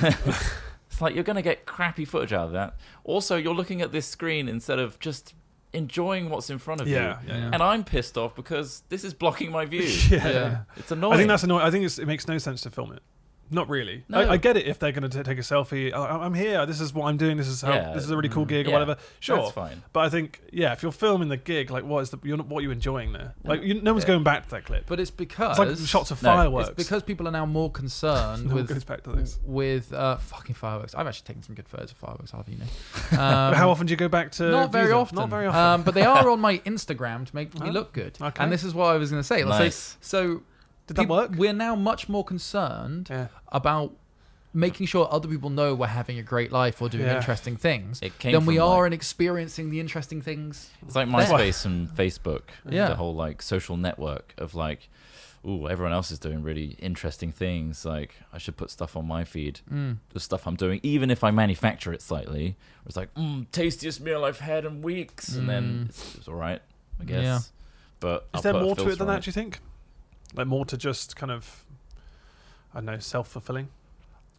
Speaker 2: it's like you're going to get crappy footage out of that. Also, you're looking at this screen instead of just enjoying what's in front of
Speaker 1: Yeah,
Speaker 2: you.
Speaker 1: yeah, yeah.
Speaker 2: And I'm pissed off because this is blocking my
Speaker 1: *laughs*
Speaker 2: view.
Speaker 1: yeah.
Speaker 3: Yeah.
Speaker 2: It's annoying.
Speaker 1: I think that's annoying. I think it's, it makes no sense to film it. Not really.
Speaker 2: No.
Speaker 1: I, I get it if they're going to take a selfie. Oh, I'm here. This is what I'm doing. This is how.
Speaker 2: Yeah.
Speaker 1: This is a really cool gig
Speaker 2: Yeah.
Speaker 1: or whatever. Sure,
Speaker 2: That's fine.
Speaker 1: But I think yeah, if you're filming the gig, like what is the you're not, what are you enjoying there? Like you, no one's going back to that clip.
Speaker 3: but it's because
Speaker 1: it's like shots of
Speaker 2: No, it's
Speaker 1: fireworks.
Speaker 3: it's because people are now more
Speaker 2: *laughs*
Speaker 3: concerned
Speaker 1: No one
Speaker 3: with
Speaker 1: goes back to this.
Speaker 3: with uh, fucking fireworks. I've actually taken some good photos of fireworks. I'll have you *laughs* know. Um,
Speaker 1: But how often do you go back to?
Speaker 3: not very
Speaker 1: view them?
Speaker 3: often.
Speaker 1: Not very often. Oh,
Speaker 3: Um, but they are on
Speaker 1: *laughs*
Speaker 3: my Instagram to make me look good.
Speaker 1: okay.
Speaker 3: And this is what I was going to say. Like, so-
Speaker 2: Nice.
Speaker 3: So,
Speaker 1: Did that
Speaker 3: peop-
Speaker 1: work?
Speaker 3: We're now much more concerned
Speaker 1: Yeah.
Speaker 3: about making sure other people know we're having a great life or doing
Speaker 1: Yeah.
Speaker 3: interesting things
Speaker 2: It came
Speaker 3: than we
Speaker 2: from,
Speaker 3: are
Speaker 2: like-
Speaker 3: in experiencing the interesting things.
Speaker 2: It's like MySpace and Facebook.
Speaker 3: Yeah.
Speaker 2: The whole like social network of like, ooh, everyone else is doing really interesting things. Like I should put stuff on my feed. Mm. The stuff I'm doing, even if I manufacture it slightly. It's like, mm, tastiest meal I've had in weeks. And then it's, it's all right, I guess.
Speaker 3: Mm. Yeah.
Speaker 2: But
Speaker 1: is there more to it than that? Do you think? Like more to just kind of, I don't know, self fulfilling.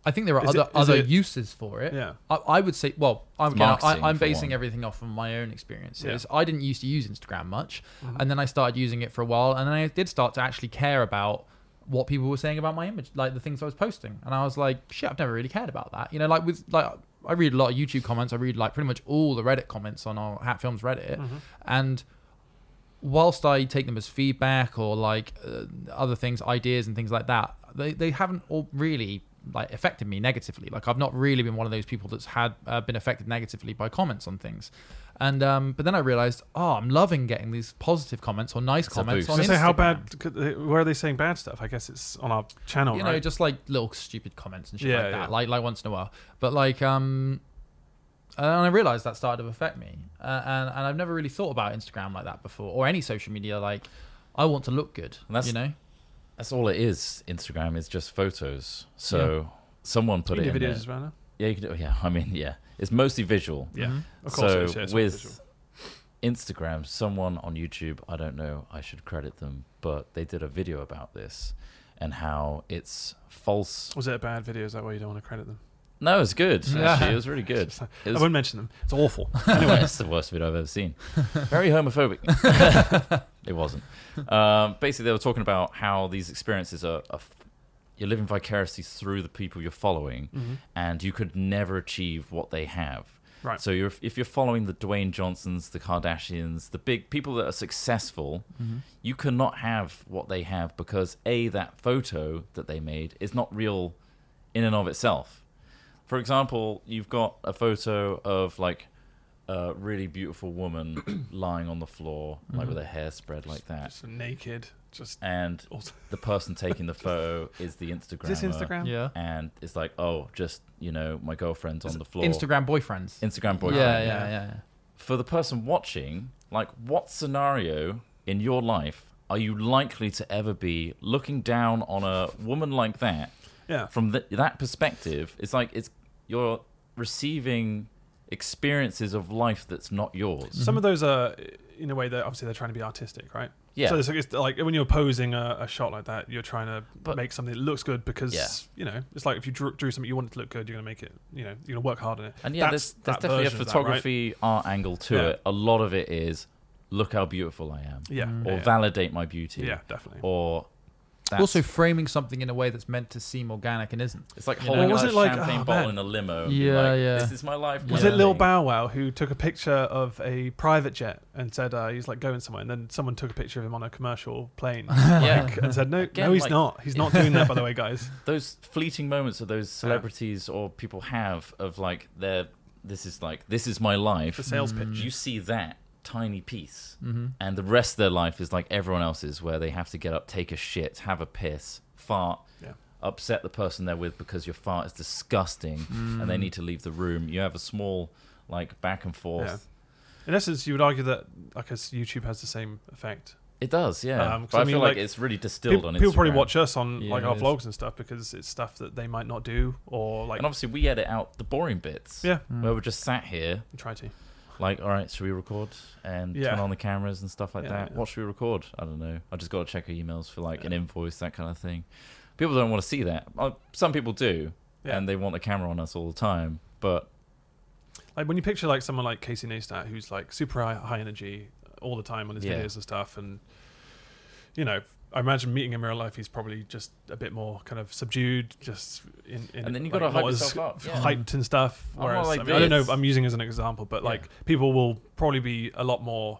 Speaker 3: I think there are
Speaker 1: Is
Speaker 3: other
Speaker 1: it- is
Speaker 3: other
Speaker 1: it-
Speaker 3: uses for it.
Speaker 1: Yeah.
Speaker 3: I, I would say, well, I'm, again, I,
Speaker 2: marketing
Speaker 3: I'm
Speaker 2: for
Speaker 3: basing
Speaker 2: one.
Speaker 3: everything off of my own experiences. I didn't used to use Instagram much,
Speaker 1: Mm-hmm.
Speaker 3: and then I started using it for a while, and then I did start to actually care about what people were saying about my image, like the things I was posting, and I was like, shit, I've never really cared about that. You know, like with like. I read a lot of YouTube comments. I read like pretty much all the Reddit comments on our Hat Films Reddit,
Speaker 1: Mm-hmm.
Speaker 3: and whilst I take them as feedback or like uh, other things, ideas and things like that, they, they haven't all really like affected me negatively. Like I've not really been one of those people that's had uh, been affected negatively by comments on things. And um, but then I realized, oh, I'm loving getting these positive comments or nice
Speaker 2: a
Speaker 3: comments
Speaker 2: boost.
Speaker 3: on
Speaker 1: I
Speaker 2: Just
Speaker 1: say
Speaker 3: Instagram.
Speaker 1: how bad? could they- Where are they saying bad stuff? I guess it's on our channel,
Speaker 3: you know,
Speaker 1: right?
Speaker 3: just like little stupid comments and shit
Speaker 1: Yeah,
Speaker 3: like that,
Speaker 1: yeah.
Speaker 3: like like once in a while. But like, um, and I realized that started to affect me, uh, and and I've never really thought about Instagram like that before or any social media. Like, I want to look good,
Speaker 2: And that's-
Speaker 3: you know.
Speaker 2: That's all it is. Instagram is just photos. So someone put
Speaker 1: You
Speaker 2: it
Speaker 1: do
Speaker 2: in
Speaker 1: videos
Speaker 2: there.
Speaker 1: as well. no?
Speaker 2: Yeah, you can do. Yeah, I mean, yeah, it's mostly visual.
Speaker 1: Yeah, Mm-hmm. of course. it
Speaker 2: so
Speaker 1: is, yeah, it's all visual.
Speaker 2: with Instagram, someone on YouTube, I don't know, I should credit them, but they did a video about this and how it's false.
Speaker 1: Was it a bad video? Is that why you don't want to credit them?
Speaker 2: No, it
Speaker 1: *laughs*
Speaker 2: was good. Actually, it was really good. It
Speaker 1: I
Speaker 2: was,
Speaker 1: won't mention them. It's awful.
Speaker 2: *laughs* it's the worst video I've
Speaker 1: *laughs*
Speaker 2: ever seen. Very homophobic. *laughs* it wasn't. Um, basically, they were talking about how these experiences are. are f- you're living vicariously through the people you're following,
Speaker 1: Mm-hmm.
Speaker 2: and you could never achieve what they have.
Speaker 1: Right.
Speaker 2: So you're, if you're following the Dwayne Johnsons, the Kardashians, the big people that are successful,
Speaker 1: Mm-hmm.
Speaker 2: you cannot have what they have because a that photo that they made is not real in and of itself. For example, you've got a photo of like a really beautiful
Speaker 1: *clears throat*
Speaker 2: woman lying on the floor, like with her hair spread like that,
Speaker 1: Mm-hmm. just naked. Just
Speaker 2: and
Speaker 1: Also-
Speaker 2: the person taking the photo is the
Speaker 1: *laughs*
Speaker 2: Instagram.
Speaker 1: is this Instagram?
Speaker 3: Yeah.
Speaker 2: And it's like, oh, just you know, my girlfriend's on the floor.
Speaker 3: Instagram boyfriends.
Speaker 2: Instagram
Speaker 3: yeah,
Speaker 2: boyfriend.
Speaker 3: yeah, yeah, yeah.
Speaker 2: For the person watching, like, what scenario in your life are you likely to ever be looking down on a woman like that?
Speaker 1: Yeah.
Speaker 2: From th- that perspective, it's like it's you're receiving. experiences of life that's not yours.
Speaker 1: Some of those are, eh, in a way, that obviously they're trying to be artistic, right?
Speaker 2: Yeah.
Speaker 1: So it's like, it's like when you're posing a, a shot like that, you're trying to
Speaker 2: But-
Speaker 1: make something that looks good because
Speaker 2: Yeah.
Speaker 1: you know it's like if you drew, drew something you want it to look good, you're gonna make it. You know, you're gonna work hard on it.
Speaker 2: And yeah,
Speaker 1: That's
Speaker 2: there's, there's
Speaker 1: that
Speaker 2: definitely a
Speaker 1: version of that, right?
Speaker 2: photography art angle to
Speaker 1: Yeah.
Speaker 2: it. A lot of it is look how beautiful I am,
Speaker 1: Yeah.
Speaker 3: Mm.
Speaker 2: or
Speaker 1: yeah.
Speaker 2: validate my beauty,
Speaker 1: Yeah, definitely.
Speaker 2: or that's,
Speaker 3: also framing something in a way that's meant to seem organic and isn't.
Speaker 2: it's like
Speaker 3: you
Speaker 2: holding
Speaker 1: know? Was
Speaker 2: a
Speaker 1: it like-
Speaker 2: champagne
Speaker 1: oh,
Speaker 2: bottle
Speaker 1: man.
Speaker 2: in a limo. and be
Speaker 3: Yeah,
Speaker 2: like,
Speaker 3: yeah.
Speaker 2: This is my life.
Speaker 1: Was
Speaker 2: kind
Speaker 1: it
Speaker 2: of
Speaker 1: Lil
Speaker 2: thing.
Speaker 1: Bow Wow who took a picture of a private jet and said uh, he's like going somewhere, and then someone took a picture of him on a commercial plane
Speaker 2: *laughs* Yeah.
Speaker 1: like, and said, "No,
Speaker 2: Again,
Speaker 1: no, he's
Speaker 2: like-
Speaker 1: not. He's not doing that." By the way, guys.
Speaker 2: *laughs* those fleeting moments that those celebrities or people have of like their this is like this is my life
Speaker 1: The sales pitch. Mm-hmm.
Speaker 2: you see that tiny piece and the rest of their life is like everyone else's where they have to get up take a shit have a piss fart
Speaker 1: Yeah.
Speaker 2: upset the person they're with because your fart is disgusting and
Speaker 1: Mm.
Speaker 2: they need to leave the room you have a small like back and forth
Speaker 1: Yeah. In essence, you would argue that I guess YouTube has the same effect.
Speaker 2: it does yeah
Speaker 1: Um, 'cause
Speaker 2: but
Speaker 1: I
Speaker 2: i,
Speaker 1: mean,
Speaker 2: feel like,
Speaker 1: like,
Speaker 2: it's really distilled
Speaker 1: People,
Speaker 2: on
Speaker 1: people probably
Speaker 2: Instagram.
Speaker 1: watch us on like
Speaker 3: Yeah,
Speaker 1: our
Speaker 3: it is.
Speaker 1: vlogs and stuff because it's stuff that they might not do or like
Speaker 2: and obviously we edit out the boring bits
Speaker 1: Yeah. Mm.
Speaker 2: where we're just sat here
Speaker 1: try to.
Speaker 2: like, all right, should we record and
Speaker 1: Yeah.
Speaker 2: turn on the cameras and stuff like
Speaker 1: Yeah,
Speaker 2: that?
Speaker 1: yeah.
Speaker 2: What should we record? I don't know. I just got to check our emails for like an invoice, that kind of thing. People don't want to see that. Uh, Some people do,
Speaker 1: Yeah.
Speaker 2: and they want a camera on us all the time. But
Speaker 1: Like when you picture like someone like Casey Neistat who's like super high, high energy all the time on his
Speaker 2: Yeah.
Speaker 1: videos and stuff, and you know, I imagine meeting him in real life, he's probably just a bit more kind of subdued, just in. in
Speaker 2: And then you
Speaker 1: like,
Speaker 2: gotta hype
Speaker 1: not as
Speaker 2: yourself up, yeah.
Speaker 1: *laughs* hyped and stuff.
Speaker 2: I'm not
Speaker 1: Whereas
Speaker 2: like
Speaker 1: I, mean, I don't know,
Speaker 2: this.
Speaker 1: I'm using it as an example, but like people will probably be a lot more.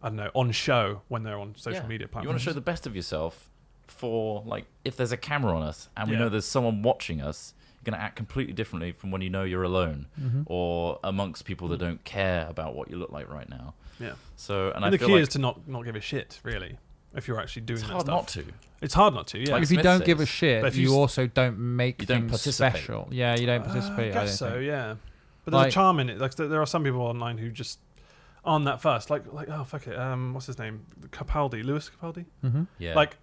Speaker 1: I don't know on show when they're on social
Speaker 2: yeah,
Speaker 1: media platforms.
Speaker 2: you want to show the best of yourself for like if there's a camera on us and we
Speaker 1: Yeah.
Speaker 2: know there's someone watching us. You're gonna act completely differently from when you know you're alone or amongst people that don't care about what you look like right now.
Speaker 1: yeah.
Speaker 2: So, and, I
Speaker 1: And the
Speaker 2: feel
Speaker 1: key
Speaker 2: like
Speaker 1: is to not not give a shit, really. If you're actually doing
Speaker 2: it's
Speaker 1: that
Speaker 2: hard
Speaker 1: stuff,
Speaker 2: not to.
Speaker 1: It's hard not to. Yeah,
Speaker 2: Like
Speaker 3: if you
Speaker 2: Smith
Speaker 3: don't give a
Speaker 2: says.
Speaker 3: shit,
Speaker 1: But if you
Speaker 3: you,
Speaker 1: s-
Speaker 3: also don't make
Speaker 2: You don't
Speaker 3: things
Speaker 2: participate.
Speaker 3: special. Yeah, you don't participate.
Speaker 1: I
Speaker 3: I
Speaker 1: guess
Speaker 3: don't
Speaker 1: so.
Speaker 3: think.
Speaker 1: Yeah, but there's
Speaker 3: Like-
Speaker 1: a charm in it. Like there there are some people online who just aren't that first. Like like oh fuck it. Um, what's his name? Capaldi, Lewis Capaldi.
Speaker 2: Yeah.
Speaker 1: Like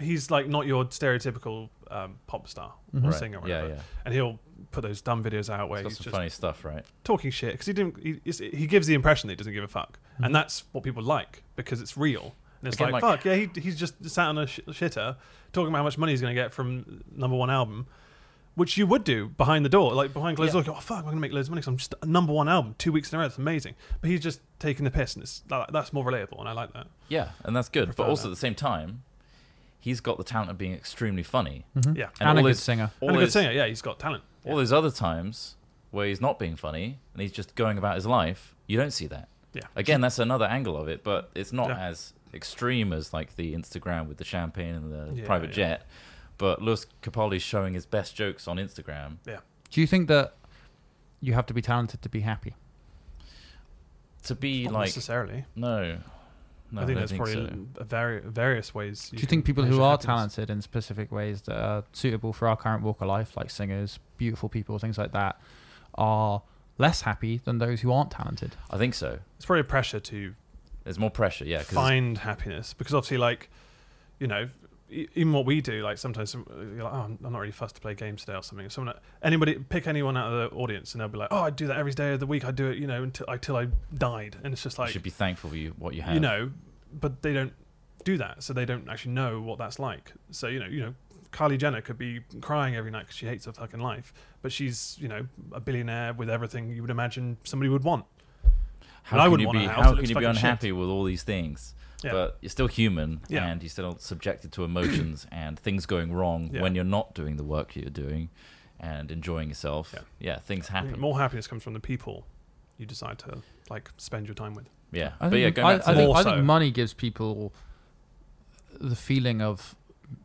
Speaker 1: he's like not your stereotypical um, pop star or
Speaker 2: Right.
Speaker 1: singer, or
Speaker 2: Yeah,
Speaker 1: whatever.
Speaker 2: yeah.
Speaker 1: And he'll put those dumb videos out where
Speaker 2: it's got
Speaker 1: he's
Speaker 2: some
Speaker 1: just
Speaker 2: funny stuff, right?
Speaker 1: talking shit because he didn't. He, it's- he gives the impression that he doesn't give a fuck,
Speaker 3: Mm-hmm.
Speaker 1: and that's what people like because it's real. And it's
Speaker 2: Again,
Speaker 1: like,
Speaker 2: like-
Speaker 1: fuck yeah, he, he's just sat on a sh- shitter talking about how much money he's going to get from number one album, which you would do behind the door, like behind closed doors. go, Oh fuck, I'm going to make loads of money because I'm just a number one album two weeks in a row. It's amazing. But he's just taking the piss, and it's that, that's more relatable, and I like that.
Speaker 3: Mm-hmm.
Speaker 2: Yeah, and that's good. But
Speaker 1: prefer
Speaker 2: also
Speaker 1: that.
Speaker 2: at the same time, he's got the talent of being extremely funny.
Speaker 1: Yeah,
Speaker 2: And,
Speaker 3: And a
Speaker 2: all
Speaker 3: good
Speaker 2: those-
Speaker 3: singer.
Speaker 2: All
Speaker 1: and a
Speaker 2: those,
Speaker 1: good singer. Yeah, he's got talent.
Speaker 2: All those other times where he's not being funny and he's just going about his life, you don't see that.
Speaker 1: Yeah.
Speaker 2: Again, that's another angle of it, but it's not
Speaker 1: Yeah.
Speaker 2: as extreme as like the Instagram with the champagne and the
Speaker 1: Yeah,
Speaker 2: private
Speaker 1: yeah.
Speaker 2: jet. But Lewis Capaldi's showing his best jokes on Instagram.
Speaker 1: Yeah,
Speaker 3: Do you think that you have to be talented to be happy?
Speaker 2: To be
Speaker 1: not
Speaker 2: like
Speaker 1: necessarily.
Speaker 2: no, no,
Speaker 1: I think
Speaker 2: don't
Speaker 1: there's
Speaker 2: think
Speaker 1: probably
Speaker 2: so.
Speaker 1: a vari- various ways.
Speaker 3: Do you think people who are
Speaker 1: talented?
Speaker 3: talented in specific ways that are suitable for our current walk of life, like singers, beautiful people, things like that, are less happy than those who aren't talented?
Speaker 2: I think so.
Speaker 1: It's probably a pressure to
Speaker 2: There's more pressure, yeah. 'cause it's-
Speaker 1: find happiness because obviously like you know e- even what we do like sometimes some- you're like oh I'm I'm not really fussed to play games today or something someone anybody pick anyone out of the audience and they'll be like oh I do that every day of the week I do it you know until until I died and it's just
Speaker 2: you
Speaker 1: like
Speaker 2: should be thankful for you what you have.
Speaker 1: you know but they don't do that so they don't actually know what that's like so you know you know Kylie Jenner could be crying every night because she hates her fucking life but she's you know a billionaire with everything you would imagine somebody would want
Speaker 2: How
Speaker 1: And I
Speaker 2: can
Speaker 1: wouldn't
Speaker 2: you
Speaker 1: want
Speaker 2: be,
Speaker 1: a house
Speaker 2: how
Speaker 1: that
Speaker 2: can
Speaker 1: looks
Speaker 2: you be
Speaker 1: fucking shit.
Speaker 2: unhappy with all these things?
Speaker 1: Yeah.
Speaker 2: But you're still human,
Speaker 1: Yeah.
Speaker 2: and you're still subjected to
Speaker 1: *clears throat*
Speaker 2: emotions and things going wrong
Speaker 1: Yeah.
Speaker 2: when you're not doing the work you're doing and enjoying yourself.
Speaker 1: Yeah.
Speaker 2: Yeah, things
Speaker 1: I think
Speaker 2: happen.
Speaker 1: more happiness comes from the people you decide to like spend your time with
Speaker 2: yeah,
Speaker 3: I
Speaker 2: but yeah,
Speaker 3: think,
Speaker 2: going
Speaker 3: I,
Speaker 2: back
Speaker 3: I
Speaker 2: to
Speaker 3: think, I
Speaker 1: More so.
Speaker 3: think money gives people the feeling of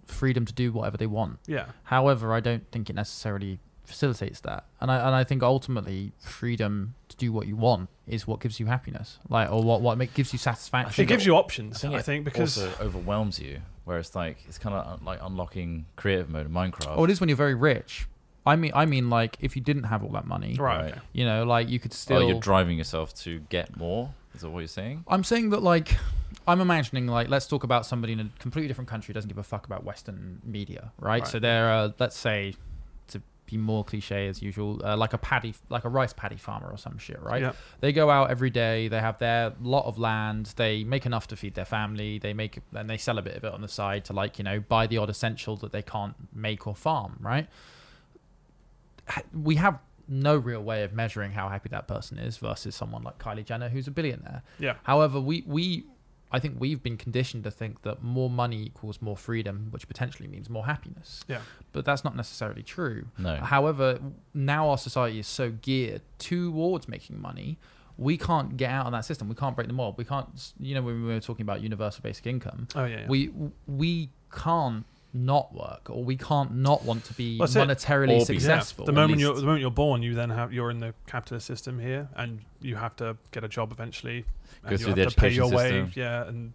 Speaker 3: freedom to do whatever they want.
Speaker 1: yeah
Speaker 3: However, I don't think it necessarily facilitates that. And I and I think ultimately freedom to do what you want is what gives you happiness. Like or what what make, gives you satisfaction.
Speaker 1: it gives you options, I think,
Speaker 2: it
Speaker 1: because
Speaker 2: also overwhelms you, where it's like it's kind of like unlocking creative mode in Minecraft.
Speaker 3: Oh, it is when you're very rich. I mean I mean like if you didn't have all that money,
Speaker 1: right,
Speaker 2: Right.
Speaker 1: okay.
Speaker 3: you know, like you could still
Speaker 2: Oh, you're driving yourself to get more. Is that what you're saying?
Speaker 3: I'm saying that like I'm imagining like let's talk about somebody in a completely different country who doesn't give a fuck about Western media, right?
Speaker 1: Right.
Speaker 3: So they're uh, let's say to be more cliche as usual, uh, like a paddy, like a rice paddy farmer or some shit, right?
Speaker 1: Yeah.
Speaker 3: They go out every day. They have their lot of land. They make enough to feed their family. They make and they sell a bit of it on the side to like you know buy the odd essential that they can't make or farm, right? we have no real way of measuring how happy that person is versus someone like Kylie Jenner who's a billionaire.
Speaker 1: Yeah.
Speaker 3: However, we we I think we've been conditioned to think that more money equals more freedom, which potentially means more happiness.
Speaker 1: Yeah.
Speaker 3: But that's not necessarily true.
Speaker 2: No.
Speaker 3: However, now our society is so geared towards making money, we can't get out of that system. We can't break the mold. We can't, you know, when we were talking about universal basic income,
Speaker 1: Oh, yeah, yeah.
Speaker 3: we we can't not work or we can't not want to be
Speaker 1: That's it.
Speaker 3: monetarily
Speaker 2: Or be-
Speaker 1: Yeah,
Speaker 3: successful.
Speaker 1: The
Speaker 3: at
Speaker 1: moment you're
Speaker 3: least.
Speaker 1: the moment you're born, you then have you're in the capitalist system here, and you have to get a job eventually. and
Speaker 2: Go
Speaker 1: you
Speaker 2: through
Speaker 1: have
Speaker 2: the
Speaker 1: to pay your
Speaker 2: education
Speaker 1: way.
Speaker 2: system.
Speaker 1: Yeah, and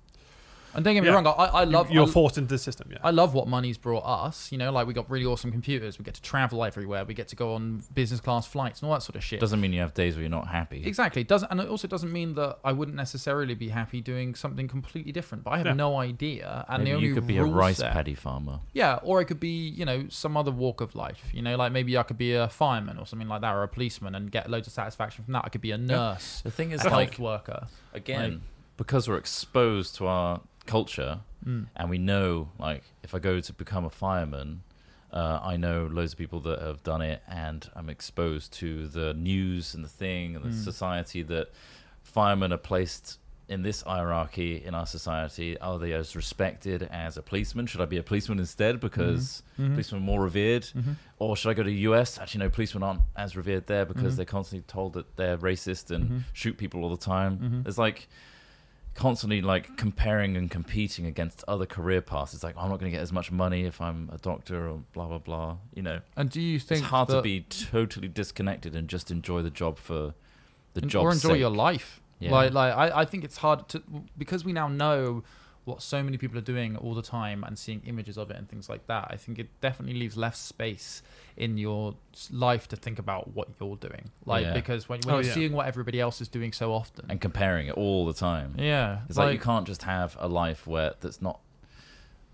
Speaker 3: and don't get me
Speaker 1: yeah.
Speaker 3: wrong, I, I
Speaker 1: you-
Speaker 3: love
Speaker 1: you're
Speaker 3: I,
Speaker 1: forced into the system. Yeah,
Speaker 3: I love what money's brought us. You know, like we got really awesome computers, we get to travel everywhere, we get to go on business class flights and all that sort of shit.
Speaker 2: Doesn't mean you have days where you're not happy.
Speaker 3: Exactly. It Doesn't and it also doesn't mean that I wouldn't necessarily be happy doing something completely different. But I have
Speaker 1: Yeah.
Speaker 3: no idea. And the
Speaker 2: Maybe
Speaker 3: only
Speaker 2: you could be a
Speaker 3: rules
Speaker 2: rice
Speaker 3: there-
Speaker 2: paddy farmer.
Speaker 3: Yeah, or it could be you know some other walk of life. You know, like maybe I could be a fireman or something like that, or a policeman, and get loads of satisfaction from that. I could be a nurse.
Speaker 2: The thing is,
Speaker 3: a health
Speaker 2: like,
Speaker 3: worker.
Speaker 2: again
Speaker 3: Like-
Speaker 2: because we're exposed to our culture and we know like if i go to become a fireman uh, i know loads of people that have done it and i'm exposed to the news and the thing and the society that firemen are placed in this hierarchy in our society are they as respected as a policeman should i be a policeman instead because
Speaker 3: Mm-hmm.
Speaker 2: policemen are more revered or should i go to the us actually no policemen aren't as revered there because
Speaker 3: Mm-hmm.
Speaker 2: they're constantly told that they're racist and shoot people all the time
Speaker 3: Mm-hmm.
Speaker 2: it's like constantly like comparing and competing against other career paths it's like "Oh, i'm not going to get as much money if i'm a doctor or blah blah blah you know
Speaker 3: And do you think
Speaker 2: it's hard to
Speaker 3: that-
Speaker 2: be totally disconnected and just enjoy the job for the
Speaker 3: and-
Speaker 2: job
Speaker 3: or enjoy
Speaker 2: sake.
Speaker 3: your life.
Speaker 2: Yeah.
Speaker 3: Like, like I, I think it's hard to because we now know what so many people are doing all the time and seeing images of it and things like that. I think it definitely leaves less space in your s- life to think about what you're doing. Like
Speaker 2: Yeah.
Speaker 3: because when, when
Speaker 1: Oh,
Speaker 3: you're
Speaker 1: yeah.
Speaker 3: seeing what everybody else is doing so often,
Speaker 2: and comparing it all the time
Speaker 3: yeah,
Speaker 2: It's like, you can't just have a life where that's not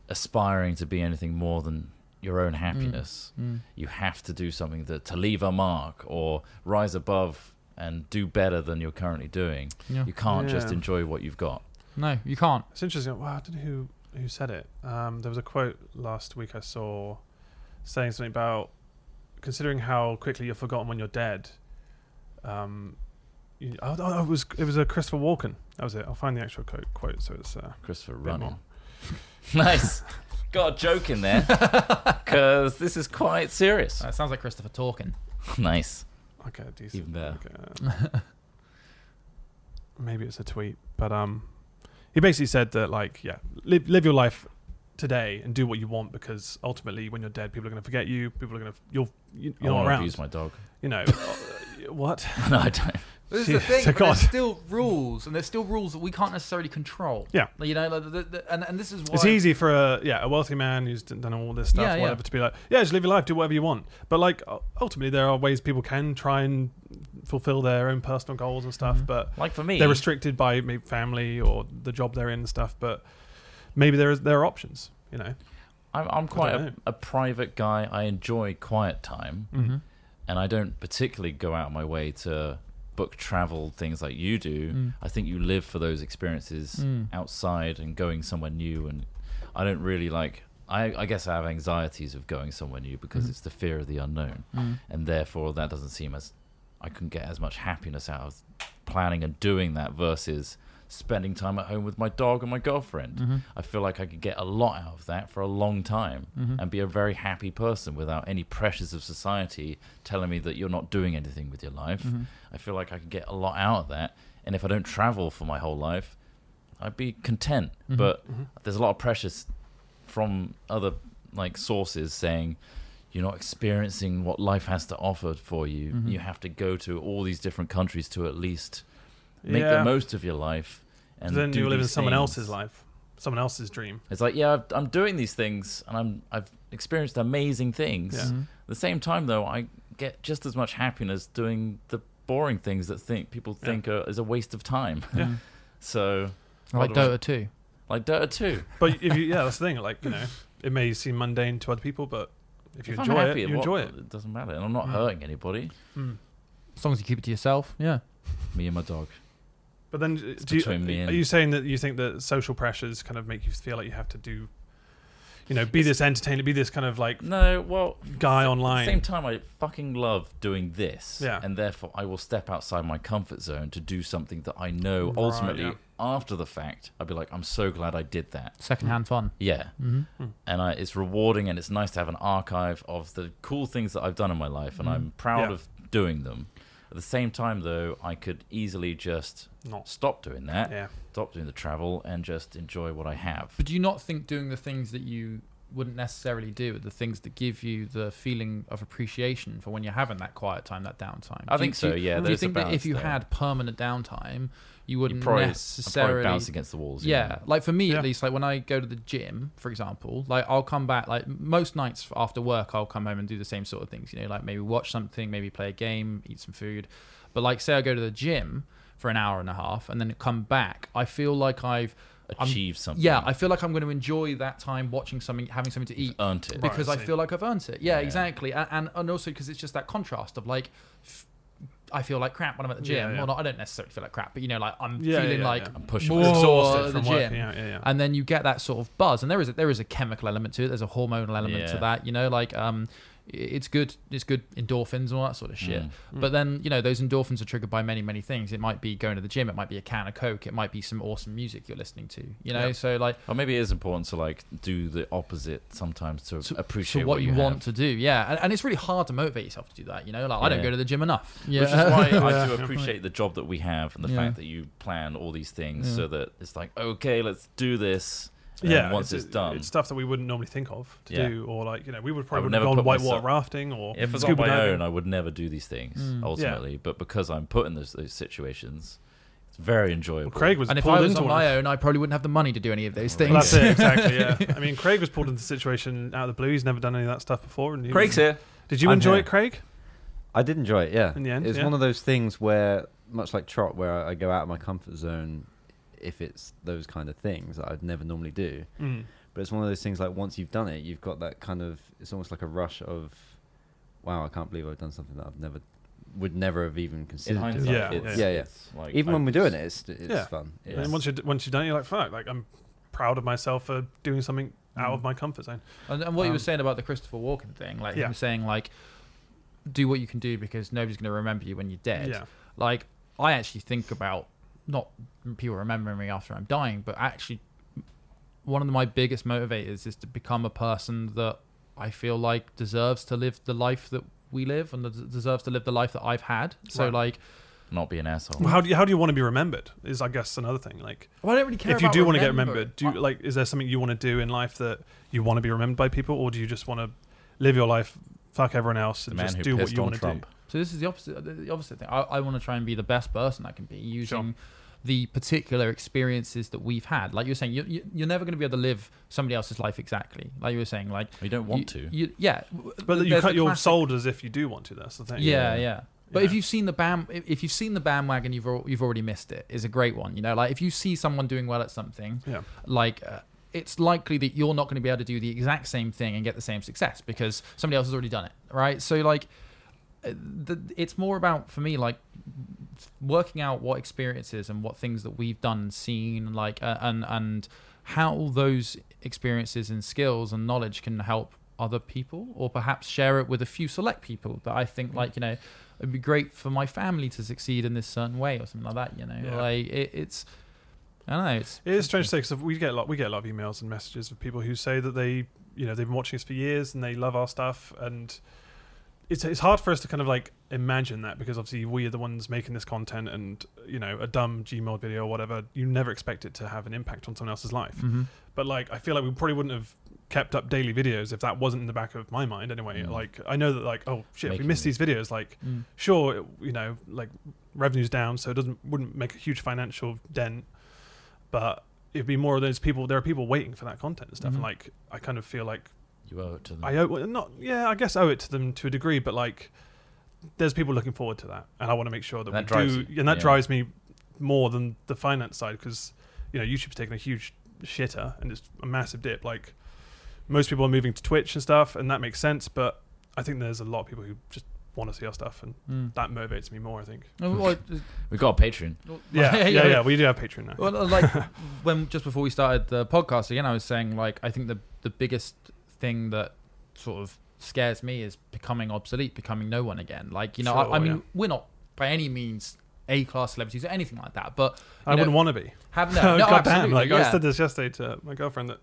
Speaker 2: aspiring to be anything more than your own happiness. You have to do something that to leave a mark or rise above and do better than you're currently doing.
Speaker 3: Yeah.
Speaker 2: You can't just
Speaker 1: Yeah.
Speaker 2: enjoy what you've got.
Speaker 3: no, you can't.
Speaker 1: it's interesting. Wow, I don't know who who said it. Um, there was a quote last week I saw saying something about considering how quickly you're forgotten when you're dead. Um, you, oh, oh, it was it was a Christopher Walken. That was it. I'll find the actual quote. quote so it's uh,
Speaker 2: Christopher
Speaker 1: Bit
Speaker 2: running.
Speaker 1: more.
Speaker 2: *laughs* nice. Got a joke
Speaker 1: *laughs*
Speaker 2: in there because this is quite serious.
Speaker 3: It sounds like Christopher talking.
Speaker 2: nice.
Speaker 1: Okay, decent.
Speaker 2: Even better.
Speaker 1: Okay, *laughs* uh, maybe it's a tweet, but um, he basically said that like, yeah, live, live your life today and do what you want because ultimately, when you're dead, people are going to forget you. People are going to you'll you-
Speaker 2: I
Speaker 1: you're
Speaker 2: want
Speaker 1: not
Speaker 2: to
Speaker 1: around.
Speaker 2: abuse my dog. *laughs*
Speaker 1: you know uh, what?
Speaker 2: no, I don't.
Speaker 1: *laughs*
Speaker 2: *laughs*
Speaker 3: This is the
Speaker 1: Jeez,
Speaker 3: thing.
Speaker 1: I
Speaker 3: but there's
Speaker 1: can't.
Speaker 3: still rules, and there's still rules that we can't necessarily control.
Speaker 1: Yeah.
Speaker 3: Like, you know, like, the, the, the- and and this is why
Speaker 1: It's easy for a yeah a wealthy man who's d- done all this stuff
Speaker 3: Yeah, yeah.
Speaker 1: whatever to be like yeah just live your life do whatever you want but like u- ultimately there are ways people can try and fulfill their own personal goals and stuff but
Speaker 2: Mm-hmm. Like for me,
Speaker 1: they're restricted by maybe family or the job they're in and stuff but maybe there is there are options you know
Speaker 2: I'm, I'm quite
Speaker 1: don't know.
Speaker 2: a, a private guy. I enjoy quiet time, and I don't particularly go out of my way to book travel things like you do. I think you live for those experiences outside and going somewhere new. And I don't really like. I, I guess I have anxieties of going somewhere new because it's the fear of the unknown, and therefore that doesn't seem as I can get as much happiness out of planning and doing that versus spending time at home with my dog and my girlfriend. I feel like I could get a lot out of that for a long time and be a very happy person without any pressures of society telling me that you're not doing anything with your life. I feel like I could get a lot out of that. And if I don't travel for my whole life, I'd be content. But there's a lot of pressures from other like sources saying you're not experiencing what life has to offer for you.
Speaker 1: Mm-hmm.
Speaker 2: You have to go to all these different countries to at least make
Speaker 1: Yeah.
Speaker 2: the most of your life. And
Speaker 1: then
Speaker 2: do
Speaker 1: you live in
Speaker 2: these
Speaker 1: someone
Speaker 2: things.
Speaker 1: else's life someone else's dream
Speaker 2: It's like, yeah, I've, I'm doing these things and I'm I've experienced amazing things.
Speaker 1: Yeah. Mhm.
Speaker 2: At the same time, though, I get just as much happiness doing the boring things that think people think are, is a waste of time.
Speaker 1: Yeah.
Speaker 2: *laughs* so,
Speaker 3: like
Speaker 2: what do I-
Speaker 3: Dota 2.
Speaker 2: like Dota too.
Speaker 1: but if you yeah that's the thing like you know it may seem mundane to other people but If you
Speaker 2: If I'm
Speaker 1: enjoy it,
Speaker 2: happy,
Speaker 1: you
Speaker 2: what-
Speaker 1: enjoy it. Mm.
Speaker 2: It doesn't matter, and I'm not hurting anybody.
Speaker 3: As long as you keep it to yourself, yeah.
Speaker 2: Me and my dog.
Speaker 1: But then, uh, do you,
Speaker 2: between me
Speaker 1: are
Speaker 2: and-
Speaker 1: you saying that you think that social pressures kind of make you feel like you have to do, you know, be this entertainer, be this kind of like
Speaker 2: No, well,
Speaker 1: guy
Speaker 2: At
Speaker 1: online?
Speaker 2: the same time, I fucking love doing this,
Speaker 1: Yeah.
Speaker 2: and therefore I will step outside my comfort zone to do something that I know ultimately after the fact I'd be like, I'm so glad I did that.
Speaker 3: Secondhand fun.
Speaker 2: Yeah,
Speaker 1: Hmm.
Speaker 2: and I, it's rewarding, and it's nice to have an archive of the cool things that I've done in my life, and I'm proud
Speaker 1: Yeah.
Speaker 2: of doing them. At the same time, though, I could easily just
Speaker 1: Not.
Speaker 2: stop doing that,
Speaker 1: Yeah.
Speaker 2: stop doing the travel, and just enjoy what I have.
Speaker 3: But do you not think doing the things that you wouldn't necessarily do are the things that give you the feeling of appreciation for when you're having that quiet time, that downtime?
Speaker 2: I
Speaker 3: Do you-
Speaker 2: think
Speaker 3: do you-
Speaker 2: so, yeah,
Speaker 3: Do you
Speaker 2: there's a
Speaker 3: think that if
Speaker 2: balance
Speaker 3: you
Speaker 2: there.
Speaker 3: had permanent downtime, you
Speaker 2: You
Speaker 3: wouldn't
Speaker 2: probably, I'd probably
Speaker 3: necessarily
Speaker 2: bounce against the walls. you
Speaker 3: Yeah,
Speaker 2: know.
Speaker 3: like for me
Speaker 1: Yeah.
Speaker 3: at least, like when I go to the gym, for example, like I'll come back like most nights after work, I'll come home and do the same sort of things. You know, like maybe watch something, maybe play a game, eat some food. But like, say I go to the gym for an hour and a half, and then come back, I feel like I've I'm-
Speaker 2: Achieved something.
Speaker 3: Yeah, I feel like I'm going to enjoy that time watching something, having something to eat,
Speaker 2: earned it.
Speaker 3: because
Speaker 1: Right, I
Speaker 3: I
Speaker 1: see.
Speaker 3: feel like I've earned it. Yeah, exactly, and, and and also because it's just that contrast of like. f- I feel like crap when I'm at the gym.
Speaker 1: Yeah, yeah.
Speaker 3: Well, not, I don't necessarily feel like crap, but you know, like I'm
Speaker 1: Yeah,
Speaker 3: feeling
Speaker 1: yeah,
Speaker 3: like
Speaker 1: yeah. I'm
Speaker 2: pushed.
Speaker 3: more
Speaker 1: Exhausted
Speaker 3: at the
Speaker 1: from working
Speaker 3: gym
Speaker 1: out, yeah, yeah.
Speaker 3: and then you get that sort of buzz and there is a, there is a chemical element to it there's a hormonal element to
Speaker 2: Yeah.
Speaker 3: that you know like um i- it's good it's good endorphins and all that sort of
Speaker 2: Mm.
Speaker 3: shit but then you know those endorphins are triggered by many many things it might be going to the gym it might be a can of coke it might be some awesome music you're listening to you know so like
Speaker 2: Or maybe it is important to like do the opposite sometimes to, appreciate
Speaker 3: to what, you, want
Speaker 2: have.
Speaker 3: to do yeah and, and it's really hard to motivate yourself to do that you know like i don't
Speaker 2: Yeah.
Speaker 3: go to the gym enough yeah
Speaker 2: Which *laughs* is why I do appreciate the job that we have and the
Speaker 3: Yeah.
Speaker 2: fact that you plan all these things so that it's like okay, let's do this. And
Speaker 1: yeah,
Speaker 2: once it's, done,
Speaker 1: it's stuff that we wouldn't normally think of to
Speaker 2: Yeah.
Speaker 1: do, or like you know, we would probably wouldn't
Speaker 2: would never
Speaker 1: go on
Speaker 2: put
Speaker 1: whitewater
Speaker 2: myself-
Speaker 1: rafting or
Speaker 2: if it's on
Speaker 1: scuba
Speaker 2: my
Speaker 1: diving.
Speaker 2: own, I would never do these things ultimately. But because I'm put in those, those situations, it's very enjoyable.
Speaker 1: Craig was
Speaker 3: and if
Speaker 1: pulled
Speaker 3: i was
Speaker 1: into
Speaker 3: on
Speaker 1: one of-
Speaker 3: my own i probably wouldn't have the money to do any of those
Speaker 1: Well,
Speaker 3: things
Speaker 1: that's it exactly.
Speaker 2: *laughs*
Speaker 1: Yeah, I mean, Craig was pulled into the situation out of the blue. He's never done any of that stuff before. And he
Speaker 4: Craig's
Speaker 1: was-
Speaker 4: here.
Speaker 1: Did you
Speaker 4: I'm
Speaker 1: enjoy
Speaker 4: here.
Speaker 1: it, Craig?
Speaker 4: I did enjoy it. Yeah,
Speaker 1: In the end,
Speaker 4: it's
Speaker 1: yeah.
Speaker 4: one of those things where, much like trot, where I I go out of my comfort zone if it's those kind of things that I'd never normally do.
Speaker 1: Mm.
Speaker 4: But it's one of those things like once you've done it, you've got that kind of it's almost like a rush of, wow, I can't believe I've done something that I've never would never have even
Speaker 2: In
Speaker 4: considered. doing.
Speaker 2: hindsight,
Speaker 1: Yeah,
Speaker 2: it's,
Speaker 4: yeah, yeah.
Speaker 2: it's like,
Speaker 4: even
Speaker 2: I-
Speaker 4: when we're doing it, it's it's
Speaker 1: Yeah.
Speaker 4: fun.
Speaker 2: Yeah.
Speaker 1: And then
Speaker 4: It's-
Speaker 1: once you once you've done it, you're like, fuck, like I'm proud of myself for doing something
Speaker 2: Mm.
Speaker 1: out of my comfort zone.
Speaker 3: And, and what you were saying about the Christopher Walken thing, like
Speaker 1: Um, Yeah.
Speaker 3: him saying like, do what you can do because nobody's going to remember you when you're dead.
Speaker 1: Yeah.
Speaker 3: Like I actually think about not people remembering me after I'm dying, but actually one of my biggest motivators is to become a person that I feel like deserves to live the life that we live and that deserves to live the life that I've had. So
Speaker 1: Right.
Speaker 3: like,
Speaker 2: not be an asshole.
Speaker 1: Well, how do you, how do you want to be remembered? Is I guess another thing. Like,
Speaker 3: well, I don't really care
Speaker 1: if you
Speaker 3: about
Speaker 1: do want to get
Speaker 3: remember-
Speaker 1: remembered, do you, like is there something you want to do in life that you want to be remembered by people, or do you just want to live your life, fuck everyone else,
Speaker 2: The
Speaker 1: and
Speaker 2: man
Speaker 1: just
Speaker 2: who
Speaker 1: do what
Speaker 2: pissed
Speaker 1: you
Speaker 2: on
Speaker 1: want to do?
Speaker 2: Trump.
Speaker 3: So this is the opposite. The the opposite thing. I, I want to try and be the best person I can be using the particular experiences that we've had. Like you're saying, you, you, you're never going to be able to live somebody else's life exactly. Like you were saying, like
Speaker 2: You don't want to.
Speaker 3: You, yeah,
Speaker 1: But you
Speaker 3: there's
Speaker 1: cut
Speaker 3: the
Speaker 1: your
Speaker 3: classic-
Speaker 1: sold as if you do want to. That's the thing.
Speaker 3: Yeah, yeah. But if
Speaker 1: Yeah.
Speaker 3: you've seen the bam, if if you've seen the bandwagon, you've al- you've already missed it. Is a great one. You know, like if you see someone doing well at something,
Speaker 1: Yeah.
Speaker 3: like. Uh, it's likely that you're not going to be able to do the exact same thing and get the same success because somebody else has already done it, right? So like, uh, the, it's more about for me like working out what experiences and what things that we've done and seen like uh, and and how those experiences and skills and knowledge can help other people or perhaps share it with a few select people that i
Speaker 1: Mm.
Speaker 3: think like you know it'd be great for my family to succeed in this certain way or something like that you know
Speaker 1: Yeah.
Speaker 3: like it, it's i don't know
Speaker 1: *laughs*
Speaker 3: it's
Speaker 1: It is strange to say because we get a lot we get a lot of emails and messages of people who say that they you know they've been watching us for years and they love our stuff and it's it's hard for us to kind of like imagine that because obviously we are the ones making this content and you know a dumb Gmail video or whatever you never expect it to have an impact on someone else's life but like I feel like we probably wouldn't have kept up daily videos if that wasn't in the back of my mind anyway like I know that like oh shit if we
Speaker 2: Making
Speaker 1: miss these videos like sure it, you know like revenue's down so it doesn't wouldn't make a huge financial dent but it'd be more of those people. There are people waiting for that content and stuff. And like, I kind of feel like
Speaker 2: You owe it to them.
Speaker 1: I owe well, not. Yeah, I guess I owe it to them to a degree, but like, there's people looking forward to that, and I want to make sure that,
Speaker 2: That
Speaker 1: we
Speaker 2: drives
Speaker 1: do.
Speaker 2: you,
Speaker 1: And that
Speaker 2: yeah.
Speaker 1: drives me more than the finance side because you know YouTube's taken a huge shitter and it's a massive dip. Like, most people are moving to Twitch and stuff, and that makes sense. But I think there's a lot of people who just want to see our stuff, and that motivates me more. I think.
Speaker 3: Oh, well, uh,
Speaker 2: We've got a Patreon.
Speaker 1: Yeah,
Speaker 3: *laughs*
Speaker 1: yeah, yeah. We do have Patreon now.
Speaker 3: Well, uh, like
Speaker 1: *laughs*
Speaker 3: when just before we started the podcast again, I was saying like I think the the biggest thing that sort of scares me is becoming obsolete, becoming no one again. Like you know,
Speaker 1: Sure,
Speaker 3: I, I mean,
Speaker 1: yeah.
Speaker 3: we're not by any means a class celebrities or anything like that, but
Speaker 1: I
Speaker 3: you know,
Speaker 1: wouldn't want to be. *laughs*
Speaker 3: have no, no
Speaker 1: God
Speaker 3: absolutely,
Speaker 1: damn! Like I
Speaker 3: yeah.
Speaker 1: said this yesterday to my girlfriend that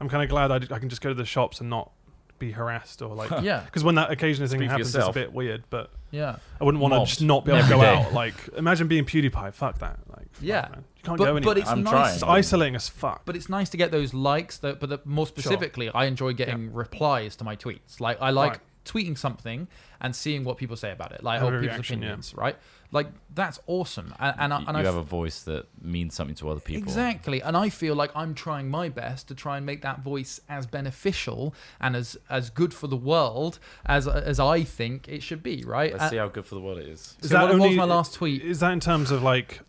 Speaker 1: I'm kind of glad I, d- I can just go to the shops and not be harassed or like
Speaker 3: *laughs* Yeah.
Speaker 1: Because when that occasionally thing
Speaker 2: Speak for
Speaker 1: happens, it's a
Speaker 2: yourself.
Speaker 1: bit weird. But
Speaker 3: yeah.
Speaker 1: I wouldn't want to
Speaker 2: Mobbed
Speaker 1: just not be able to
Speaker 2: every
Speaker 1: go
Speaker 2: day.
Speaker 1: out. Like imagine being PewDiePie. Fuck that. Like fuck,
Speaker 3: Yeah.
Speaker 1: man. you can't
Speaker 3: but,
Speaker 1: go anywhere.
Speaker 3: But it's
Speaker 2: I'm
Speaker 3: nice.
Speaker 1: it's
Speaker 2: trying.
Speaker 1: isolating as fuck.
Speaker 3: But it's nice to get those likes. Though, but the, more specifically, I enjoy getting replies to my tweets. Like I like
Speaker 1: Right.
Speaker 3: tweeting something and seeing what people say about it, like
Speaker 1: Have
Speaker 3: or
Speaker 1: a
Speaker 3: people's
Speaker 1: reaction, yeah.
Speaker 3: opinions, right? Like that's awesome. And, and, I, and
Speaker 2: you
Speaker 3: I
Speaker 2: have a voice that means something to other people.
Speaker 3: Exactly. And I feel like I'm trying my best to try and make that voice as beneficial and as as good for the world as as I think it should be, right?
Speaker 2: Let's
Speaker 3: Uh,
Speaker 2: see how good for the world it is.
Speaker 3: so what what was my last tweet?
Speaker 1: Is that in terms of like?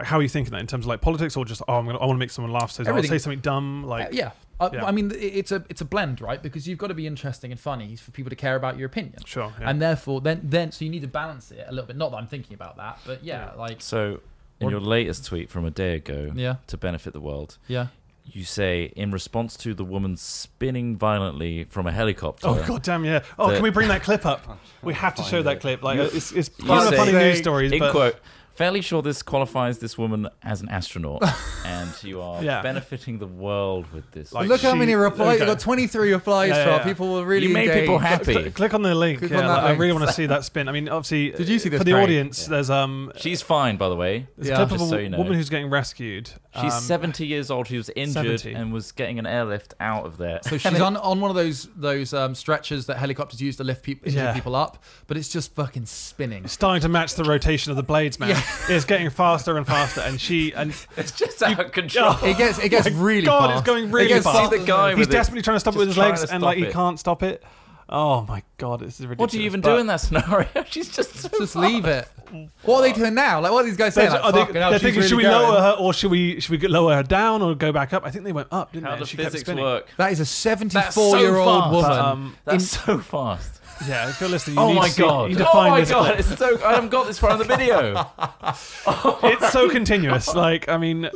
Speaker 1: How are you thinking that in terms of like politics or just oh I'm gonna I want to make someone laugh so I'll
Speaker 3: Everything.
Speaker 1: say something dumb like
Speaker 3: Uh, yeah. I,
Speaker 1: Yeah.
Speaker 3: I mean, it- it's a it's a blend, right? Because you've got to be interesting and funny for people to care about your opinion.
Speaker 1: Sure, yeah.
Speaker 3: And therefore, then then so you need to balance it a little bit. Not that I'm thinking about that, but yeah, like
Speaker 2: So, in your latest tweet from a day ago,
Speaker 3: Yeah.
Speaker 2: to benefit the world,
Speaker 3: yeah,
Speaker 2: you say in response to the woman spinning violently from a helicopter.
Speaker 1: Oh god damn yeah! Oh,
Speaker 2: The-
Speaker 1: can we bring that clip
Speaker 8: *laughs*
Speaker 1: up? We have to show that clip. Like it's it's
Speaker 2: You
Speaker 1: part of
Speaker 2: say-
Speaker 1: funny news stories,
Speaker 2: In
Speaker 1: but
Speaker 2: quote, fairly sure this qualifies this woman as an
Speaker 1: *laughs*
Speaker 2: astronaut, and you are
Speaker 1: Yeah.
Speaker 2: benefiting the world with this.
Speaker 1: Like,
Speaker 8: Look how
Speaker 1: she-
Speaker 8: many replies.
Speaker 1: okay.
Speaker 8: You got 23 replies.
Speaker 1: Yeah,
Speaker 8: Yeah,
Speaker 1: yeah, yeah.
Speaker 8: People were really
Speaker 2: you made people
Speaker 8: engaged.
Speaker 2: happy.
Speaker 1: Cl- click on the link.
Speaker 8: Click
Speaker 1: yeah,
Speaker 8: on that
Speaker 1: like, I
Speaker 8: link.
Speaker 1: really want to see that spin. I mean, obviously,
Speaker 8: Did you see
Speaker 1: for
Speaker 8: this
Speaker 1: the
Speaker 8: prank?
Speaker 1: audience? There's um,
Speaker 2: She's fine, by the way.
Speaker 1: there's
Speaker 8: Yeah.
Speaker 1: a clip of
Speaker 2: Just
Speaker 1: a
Speaker 2: so you know.
Speaker 1: woman who's getting rescued.
Speaker 2: She's
Speaker 1: um,
Speaker 2: 70 years old. She was injured
Speaker 1: 70.
Speaker 2: and was getting an airlift out of there.
Speaker 3: So she's on, on one of those those um, stretchers that helicopters use to lift people
Speaker 1: Yeah.
Speaker 3: people up, but it's just fucking spinning.
Speaker 1: starting to match the rotation of the blades, man. *laughs* It's getting faster and faster, and she and
Speaker 2: *laughs* *laughs* it's just out of control.
Speaker 8: It gets it
Speaker 1: *laughs*
Speaker 8: gets really
Speaker 1: Oh God,
Speaker 8: fast.
Speaker 1: it's going really
Speaker 8: it gets
Speaker 1: fast.
Speaker 2: See the guy
Speaker 1: he's
Speaker 2: with it,
Speaker 1: desperately trying to stop it
Speaker 2: just
Speaker 1: with his
Speaker 2: trying
Speaker 1: legs,
Speaker 2: to
Speaker 1: and
Speaker 2: stop
Speaker 1: like he
Speaker 2: it.
Speaker 1: can't stop it. Oh my god, this is ridiculous.
Speaker 2: What do you even
Speaker 1: But
Speaker 2: do in that scenario? *laughs* She's just so
Speaker 8: Just leave
Speaker 1: *laughs*
Speaker 8: it. What are they doing now? Like what are these guys saying?
Speaker 1: they're-
Speaker 8: Like,
Speaker 1: are they-
Speaker 8: fucking hell,
Speaker 1: they're
Speaker 8: she's
Speaker 1: thinking,
Speaker 8: really
Speaker 1: should we
Speaker 8: going.
Speaker 1: lower her or should we should we get- lower her down or go back up? I think they went up, didn't
Speaker 2: How
Speaker 1: they?
Speaker 2: does
Speaker 1: She kept
Speaker 2: physics
Speaker 1: spinning.
Speaker 2: work?
Speaker 8: That is a
Speaker 2: That's
Speaker 8: 74
Speaker 2: so
Speaker 8: year old
Speaker 2: fast.
Speaker 8: woman.
Speaker 1: Um,
Speaker 2: That's so fast.
Speaker 1: Yeah, if you're listening, you
Speaker 2: *laughs* oh
Speaker 1: need
Speaker 2: my
Speaker 1: to see-
Speaker 2: god!
Speaker 1: you need to
Speaker 2: Oh
Speaker 1: find
Speaker 2: my
Speaker 1: this
Speaker 2: god!
Speaker 1: clip.
Speaker 2: It's so I haven't got this far in the *laughs* video.
Speaker 1: *laughs* it's so continuous. Like, I mean,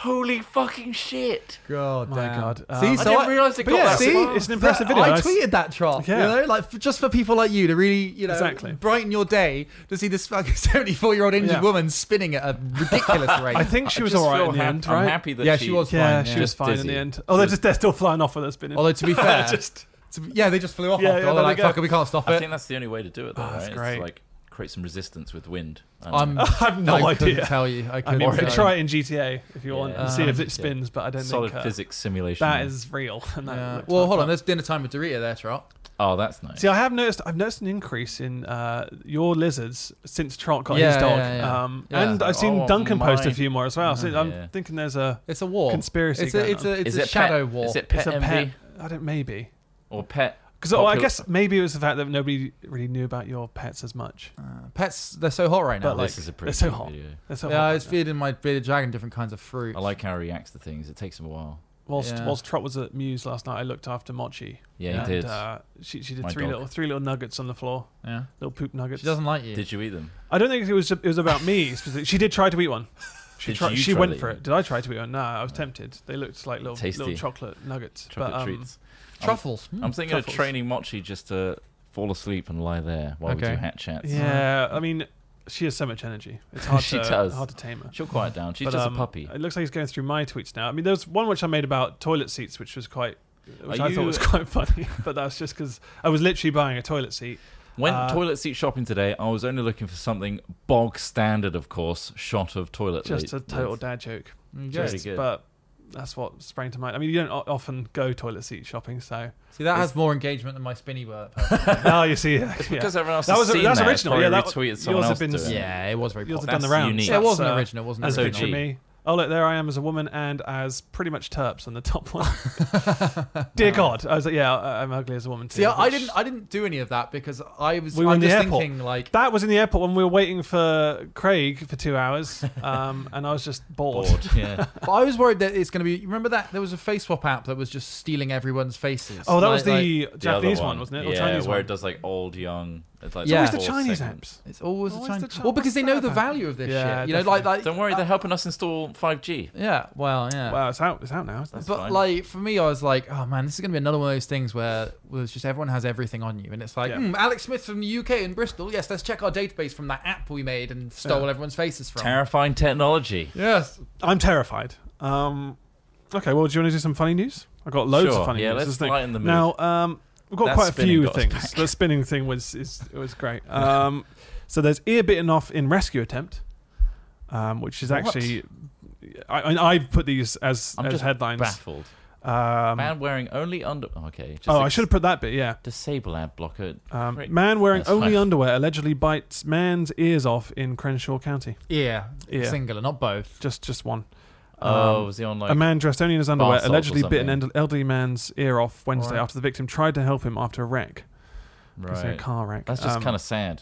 Speaker 2: Holy fucking shit!
Speaker 8: God,
Speaker 1: my
Speaker 8: damn.
Speaker 1: God. Um,
Speaker 8: see,
Speaker 1: I
Speaker 8: so
Speaker 2: didn't realise it
Speaker 8: but
Speaker 2: got that
Speaker 8: see,
Speaker 1: far. It's an impressive video.
Speaker 8: I
Speaker 1: I s-
Speaker 8: tweeted that trot,
Speaker 1: Yeah.
Speaker 8: you know, like for, just for people like you to really, you know,
Speaker 1: Exactly.
Speaker 8: brighten your day to see this fucking *laughs* seventy-four-year-old injured
Speaker 1: Yeah.
Speaker 8: woman spinning at a
Speaker 1: *laughs*
Speaker 8: ridiculous rate.
Speaker 1: I think she was
Speaker 2: Just
Speaker 1: all right
Speaker 2: feel
Speaker 1: in the
Speaker 2: hap-
Speaker 1: end,
Speaker 2: I'm
Speaker 1: right?
Speaker 2: happy that
Speaker 8: Yeah,
Speaker 2: she,
Speaker 8: she was
Speaker 1: Yeah,
Speaker 8: fine,
Speaker 1: she
Speaker 8: yeah.
Speaker 1: was
Speaker 2: Just
Speaker 1: fine in
Speaker 2: dizzy.
Speaker 1: the end. Oh, they're just they're still flying off with us spinning.
Speaker 8: Although to
Speaker 1: *laughs*
Speaker 8: be fair,
Speaker 1: just
Speaker 8: to- yeah, they just flew off
Speaker 1: Yeah,
Speaker 8: after.
Speaker 1: yeah,
Speaker 8: all. They're
Speaker 1: there we
Speaker 8: like,
Speaker 1: go.
Speaker 8: fuck it, we can't stop
Speaker 2: I
Speaker 8: it.
Speaker 2: think that's the only way to do it. Though,
Speaker 1: that's
Speaker 2: right? It's
Speaker 1: Ah, great.
Speaker 2: like create some resistance with wind. I don't
Speaker 3: I'm
Speaker 1: *laughs*
Speaker 2: know.
Speaker 1: I have no
Speaker 3: I
Speaker 1: idea.
Speaker 3: couldn't tell you. I
Speaker 1: I
Speaker 3: couldn't.
Speaker 1: mean, we
Speaker 3: tell
Speaker 1: could
Speaker 3: you.
Speaker 1: try it in GTA if you want and see if
Speaker 2: Yeah.
Speaker 1: it spins, but I don't
Speaker 2: solid
Speaker 1: think uh,
Speaker 2: physics simulation.
Speaker 1: that is real. And that
Speaker 3: Uh,
Speaker 1: looks
Speaker 3: well,
Speaker 1: like
Speaker 3: hold on.
Speaker 1: that.
Speaker 3: There's dinner time with Dorita there, Trot.
Speaker 2: Oh, that's nice.
Speaker 1: See, I have noticed. I've noticed an increase in uh, your lizards since Trot got
Speaker 3: Yeah,
Speaker 1: his dog,
Speaker 3: yeah, yeah.
Speaker 1: Um,
Speaker 3: Yeah.
Speaker 1: and I've seen
Speaker 2: Oh,
Speaker 1: Duncan post a
Speaker 2: mine.
Speaker 1: few more as well. So
Speaker 2: yeah.
Speaker 1: I'm thinking there's a
Speaker 3: It's a war.
Speaker 1: Conspiracy
Speaker 3: It's a
Speaker 1: going
Speaker 3: it's a,
Speaker 1: on.
Speaker 3: it's
Speaker 2: is
Speaker 3: a
Speaker 2: it
Speaker 3: shadow
Speaker 2: pet,
Speaker 3: war.
Speaker 2: Is it
Speaker 1: it's
Speaker 2: pet
Speaker 1: a
Speaker 2: envy
Speaker 1: pet. I don't maybe
Speaker 2: or pet?
Speaker 1: because oh, I
Speaker 2: popul-
Speaker 1: guess maybe it was the fact that nobody really knew about your pets as much.
Speaker 3: Pets. They're so hot right now.
Speaker 1: But, like,
Speaker 2: this is a pretty
Speaker 1: they're so
Speaker 2: cute
Speaker 1: hot.
Speaker 2: video.
Speaker 1: They're so
Speaker 3: yeah,
Speaker 1: hot.
Speaker 3: I was feeding my bearded dragon different kinds of fruit.
Speaker 2: I like how he reacts to things. It takes him a while.
Speaker 1: Whilst
Speaker 3: Yeah.
Speaker 1: whilst Trot was at Muse last night, I looked after Mochi.
Speaker 2: Yeah, he
Speaker 1: and,
Speaker 2: did.
Speaker 1: Uh, she she did
Speaker 2: My
Speaker 1: three
Speaker 2: dog.
Speaker 1: little three little nuggets on the floor,
Speaker 3: Yeah.
Speaker 1: little poop nuggets.
Speaker 3: She doesn't like you.
Speaker 2: Did you eat them?
Speaker 1: I don't think it was it was about me specifically. She did try to eat one. She
Speaker 2: Did
Speaker 1: tried,
Speaker 2: you
Speaker 1: she
Speaker 2: try
Speaker 1: went
Speaker 2: to
Speaker 1: for
Speaker 2: eat
Speaker 1: it. Did I try to eat one? No, I was tempted. They looked like little
Speaker 2: Tasty.
Speaker 1: little chocolate nuggets.
Speaker 2: Chocolate
Speaker 1: but, um,
Speaker 2: treats.
Speaker 3: Truffles. Hmm.
Speaker 2: I'm thinking of training Mochi just to fall asleep and lie there while we
Speaker 3: Okay.
Speaker 2: do hat chats.
Speaker 1: Yeah, I mean, she has so much energy. It's hard.
Speaker 2: *laughs* She
Speaker 1: to,
Speaker 2: does.
Speaker 1: Hard to tame her.
Speaker 2: She'll quiet down. She's
Speaker 1: But,
Speaker 2: just
Speaker 1: um,
Speaker 2: a puppy.
Speaker 1: It looks like he's going through my tweets now. I mean, there was one which I made about toilet seats, which was quite, which
Speaker 2: Are
Speaker 1: I thought
Speaker 2: you-
Speaker 1: was *laughs* quite funny. But that's just because I was literally buying a toilet seat.
Speaker 2: Went
Speaker 1: uh,
Speaker 2: toilet seat shopping today. I was only looking for something bog standard, of course, shot of toilet.
Speaker 1: Just a
Speaker 2: lid-
Speaker 1: total
Speaker 2: lids.
Speaker 1: dad joke.
Speaker 2: Pretty
Speaker 3: Mm, Yes.
Speaker 2: good.
Speaker 1: But that's what sprang to mind. I mean, you don't o- often go toilet seat shopping, so.
Speaker 3: See, that has more engagement than my
Speaker 2: *laughs*
Speaker 3: spinny work.
Speaker 1: oh, you see, yeah, it's
Speaker 2: because everyone else
Speaker 1: that
Speaker 2: has
Speaker 1: was
Speaker 2: seen
Speaker 1: that's
Speaker 2: that,
Speaker 1: original.
Speaker 2: probably
Speaker 1: Yeah, that
Speaker 2: retweeted someone
Speaker 1: yours have
Speaker 2: else
Speaker 1: been
Speaker 2: doing it.
Speaker 3: yeah, it was very
Speaker 1: yours
Speaker 3: popular.
Speaker 1: have done the
Speaker 2: That's
Speaker 1: rounds.
Speaker 2: unique.
Speaker 3: Yeah, it wasn't
Speaker 1: That's, uh,
Speaker 3: original. It wasn't
Speaker 1: That's
Speaker 2: That's
Speaker 3: original.
Speaker 1: original.
Speaker 2: OG.
Speaker 1: me. oh look, there I am as a woman and as pretty much Terps on the top
Speaker 3: *laughs*
Speaker 1: one. Dear God, I was like, yeah, I- I'm ugly as a woman too.
Speaker 3: See, I, I
Speaker 1: which-
Speaker 3: didn't. I didn't do any of that because I was.
Speaker 1: We were
Speaker 3: I'm
Speaker 1: in the
Speaker 3: just
Speaker 1: airport.
Speaker 3: thinking like
Speaker 1: That was in the airport when we were waiting for Craig for two hours, um, and I was
Speaker 2: *laughs*
Speaker 1: just bored. *laughs*
Speaker 2: Bored, yeah.
Speaker 3: But I was worried that it's going to be. You remember that there was a face swap app that was just stealing everyone's faces.
Speaker 1: Oh, that
Speaker 3: Like-
Speaker 1: was the
Speaker 3: like-
Speaker 2: The other
Speaker 1: Japanese one. wasn't it? Or
Speaker 2: yeah,
Speaker 1: Chinese
Speaker 2: where
Speaker 1: one?
Speaker 2: it does like old, young. It's like
Speaker 3: Yeah.
Speaker 1: Always
Speaker 2: yeah.
Speaker 1: the Chinese apps.
Speaker 3: it's always the
Speaker 1: Always
Speaker 3: Chinese.
Speaker 1: the Chinese.
Speaker 3: well, because they know
Speaker 1: What's
Speaker 3: the
Speaker 1: that
Speaker 3: value of this
Speaker 1: Yeah,
Speaker 3: shit. You know,
Speaker 1: definitely.
Speaker 3: like like.
Speaker 2: Don't worry, they're helping us install 5G.
Speaker 3: Yeah. Well. Yeah.
Speaker 1: Wow, it's out. It's out now. Isn't it?
Speaker 3: but
Speaker 2: fine.
Speaker 3: like for me, I was like, oh man, this is gonna be another one of those things where where it's just everyone has everything on you, and it's like,
Speaker 1: Yeah.
Speaker 3: hmm, Alex Smith from the UK in Bristol. Yes, let's check our database from that app we made and stole everyone's faces from.
Speaker 2: Terrifying technology.
Speaker 3: yes.
Speaker 1: I'm terrified. Um, okay, well, do you want to do some funny news? I got loads
Speaker 2: Sure,
Speaker 1: of funny
Speaker 2: yeah,
Speaker 1: news.
Speaker 2: let's
Speaker 1: this is thing.
Speaker 2: lighten the mood.
Speaker 1: Now, um, we've got
Speaker 2: That
Speaker 1: quite a
Speaker 2: spinning
Speaker 1: few
Speaker 2: got us
Speaker 1: things.
Speaker 2: back.
Speaker 1: The spinning thing was is it was
Speaker 2: *laughs*
Speaker 1: great. Um, so there's ear bitten off in rescue attempt, um, which is actually. I, I, I've put these as,
Speaker 2: I'm
Speaker 1: as
Speaker 2: just
Speaker 1: headlines.
Speaker 2: baffled.
Speaker 1: Um,
Speaker 2: Man wearing only under. Okay. Just
Speaker 1: oh, I
Speaker 2: ex-
Speaker 1: should have put that bit, yeah.
Speaker 2: Disable ad blocker.
Speaker 1: Um,
Speaker 2: Prick.
Speaker 1: man wearing
Speaker 2: That's
Speaker 1: only
Speaker 2: fine.
Speaker 1: underwear allegedly bites man's ears off in Crenshaw County.
Speaker 3: Yeah.
Speaker 1: Yeah.
Speaker 3: Singular, not both.
Speaker 1: Just just one.
Speaker 2: Oh, was he on like?
Speaker 1: um, a man dressed only in his underwear
Speaker 2: bath salts or
Speaker 1: allegedly bit an
Speaker 2: something.
Speaker 1: eld- elderly man's ear off Wednesday
Speaker 3: Right.
Speaker 1: after the victim tried to help him after a wreck. It's a
Speaker 2: right.
Speaker 1: car wreck.
Speaker 2: That's just
Speaker 1: Um,
Speaker 2: kind of sad.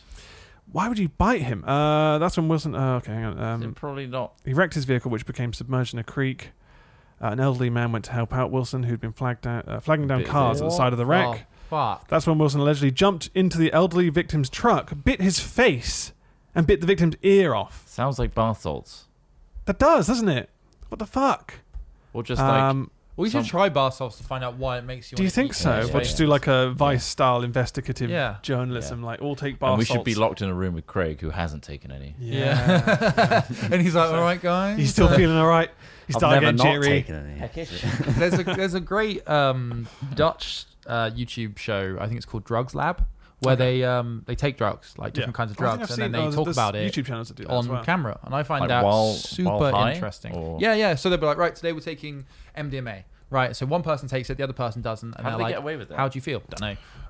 Speaker 1: Why would you bite him? Uh, that's when Wilson. Uh, okay, hang on.
Speaker 2: They're
Speaker 1: Um,
Speaker 2: probably not.
Speaker 1: he wrecked his vehicle, which became submerged in a creek. Uh, an elderly man went to help out Wilson, who'd been flagged down, uh, flagging down
Speaker 2: Bit of
Speaker 1: cars at the side of the wreck.
Speaker 3: Oh, fuck.
Speaker 1: That's when Wilson allegedly jumped into the elderly victim's truck, bit his face, and bit the victim's ear off.
Speaker 2: Sounds like bath salts,
Speaker 1: That does, doesn't it? What the fuck?
Speaker 2: or just like
Speaker 1: Um,
Speaker 3: We should
Speaker 2: Some-
Speaker 3: try bar salts to find out why it makes you.
Speaker 1: do you
Speaker 3: wanna
Speaker 1: think
Speaker 3: eat
Speaker 1: so?
Speaker 3: it.
Speaker 1: We'll just do like a Vice-style investigative
Speaker 3: Yeah.
Speaker 1: journalism. Like, all take bar
Speaker 2: and we should be
Speaker 1: salts.
Speaker 2: locked in a room with Craig, who hasn't taken any.
Speaker 3: *laughs*
Speaker 1: Yeah.
Speaker 3: and he's like, all right, guys.
Speaker 1: He's still feeling all right. He's
Speaker 4: I've
Speaker 1: starting
Speaker 4: never not
Speaker 1: to get jittery.
Speaker 4: taken any.
Speaker 3: *laughs* there's a there's a great um, Dutch uh, YouTube show. I think it's called Drugs Lab, where they um, they take drugs, like different kinds of
Speaker 1: I think
Speaker 3: drugs,
Speaker 1: I've
Speaker 3: and then
Speaker 1: seen-
Speaker 3: they
Speaker 1: oh,
Speaker 3: talk
Speaker 1: there's
Speaker 3: about it
Speaker 1: YouTube channels that do that
Speaker 3: on
Speaker 1: as well.
Speaker 3: camera, and I find
Speaker 2: Like
Speaker 3: that
Speaker 2: while-
Speaker 3: super
Speaker 2: while high,
Speaker 3: interesting.
Speaker 2: or-
Speaker 3: Yeah, yeah. So they'll be like, right, today we're taking MDMA. Right, so one person takes it, the other person doesn't, and
Speaker 2: How do
Speaker 3: they're
Speaker 2: they
Speaker 3: like,
Speaker 2: get away with that?
Speaker 3: "How do you feel?" Don't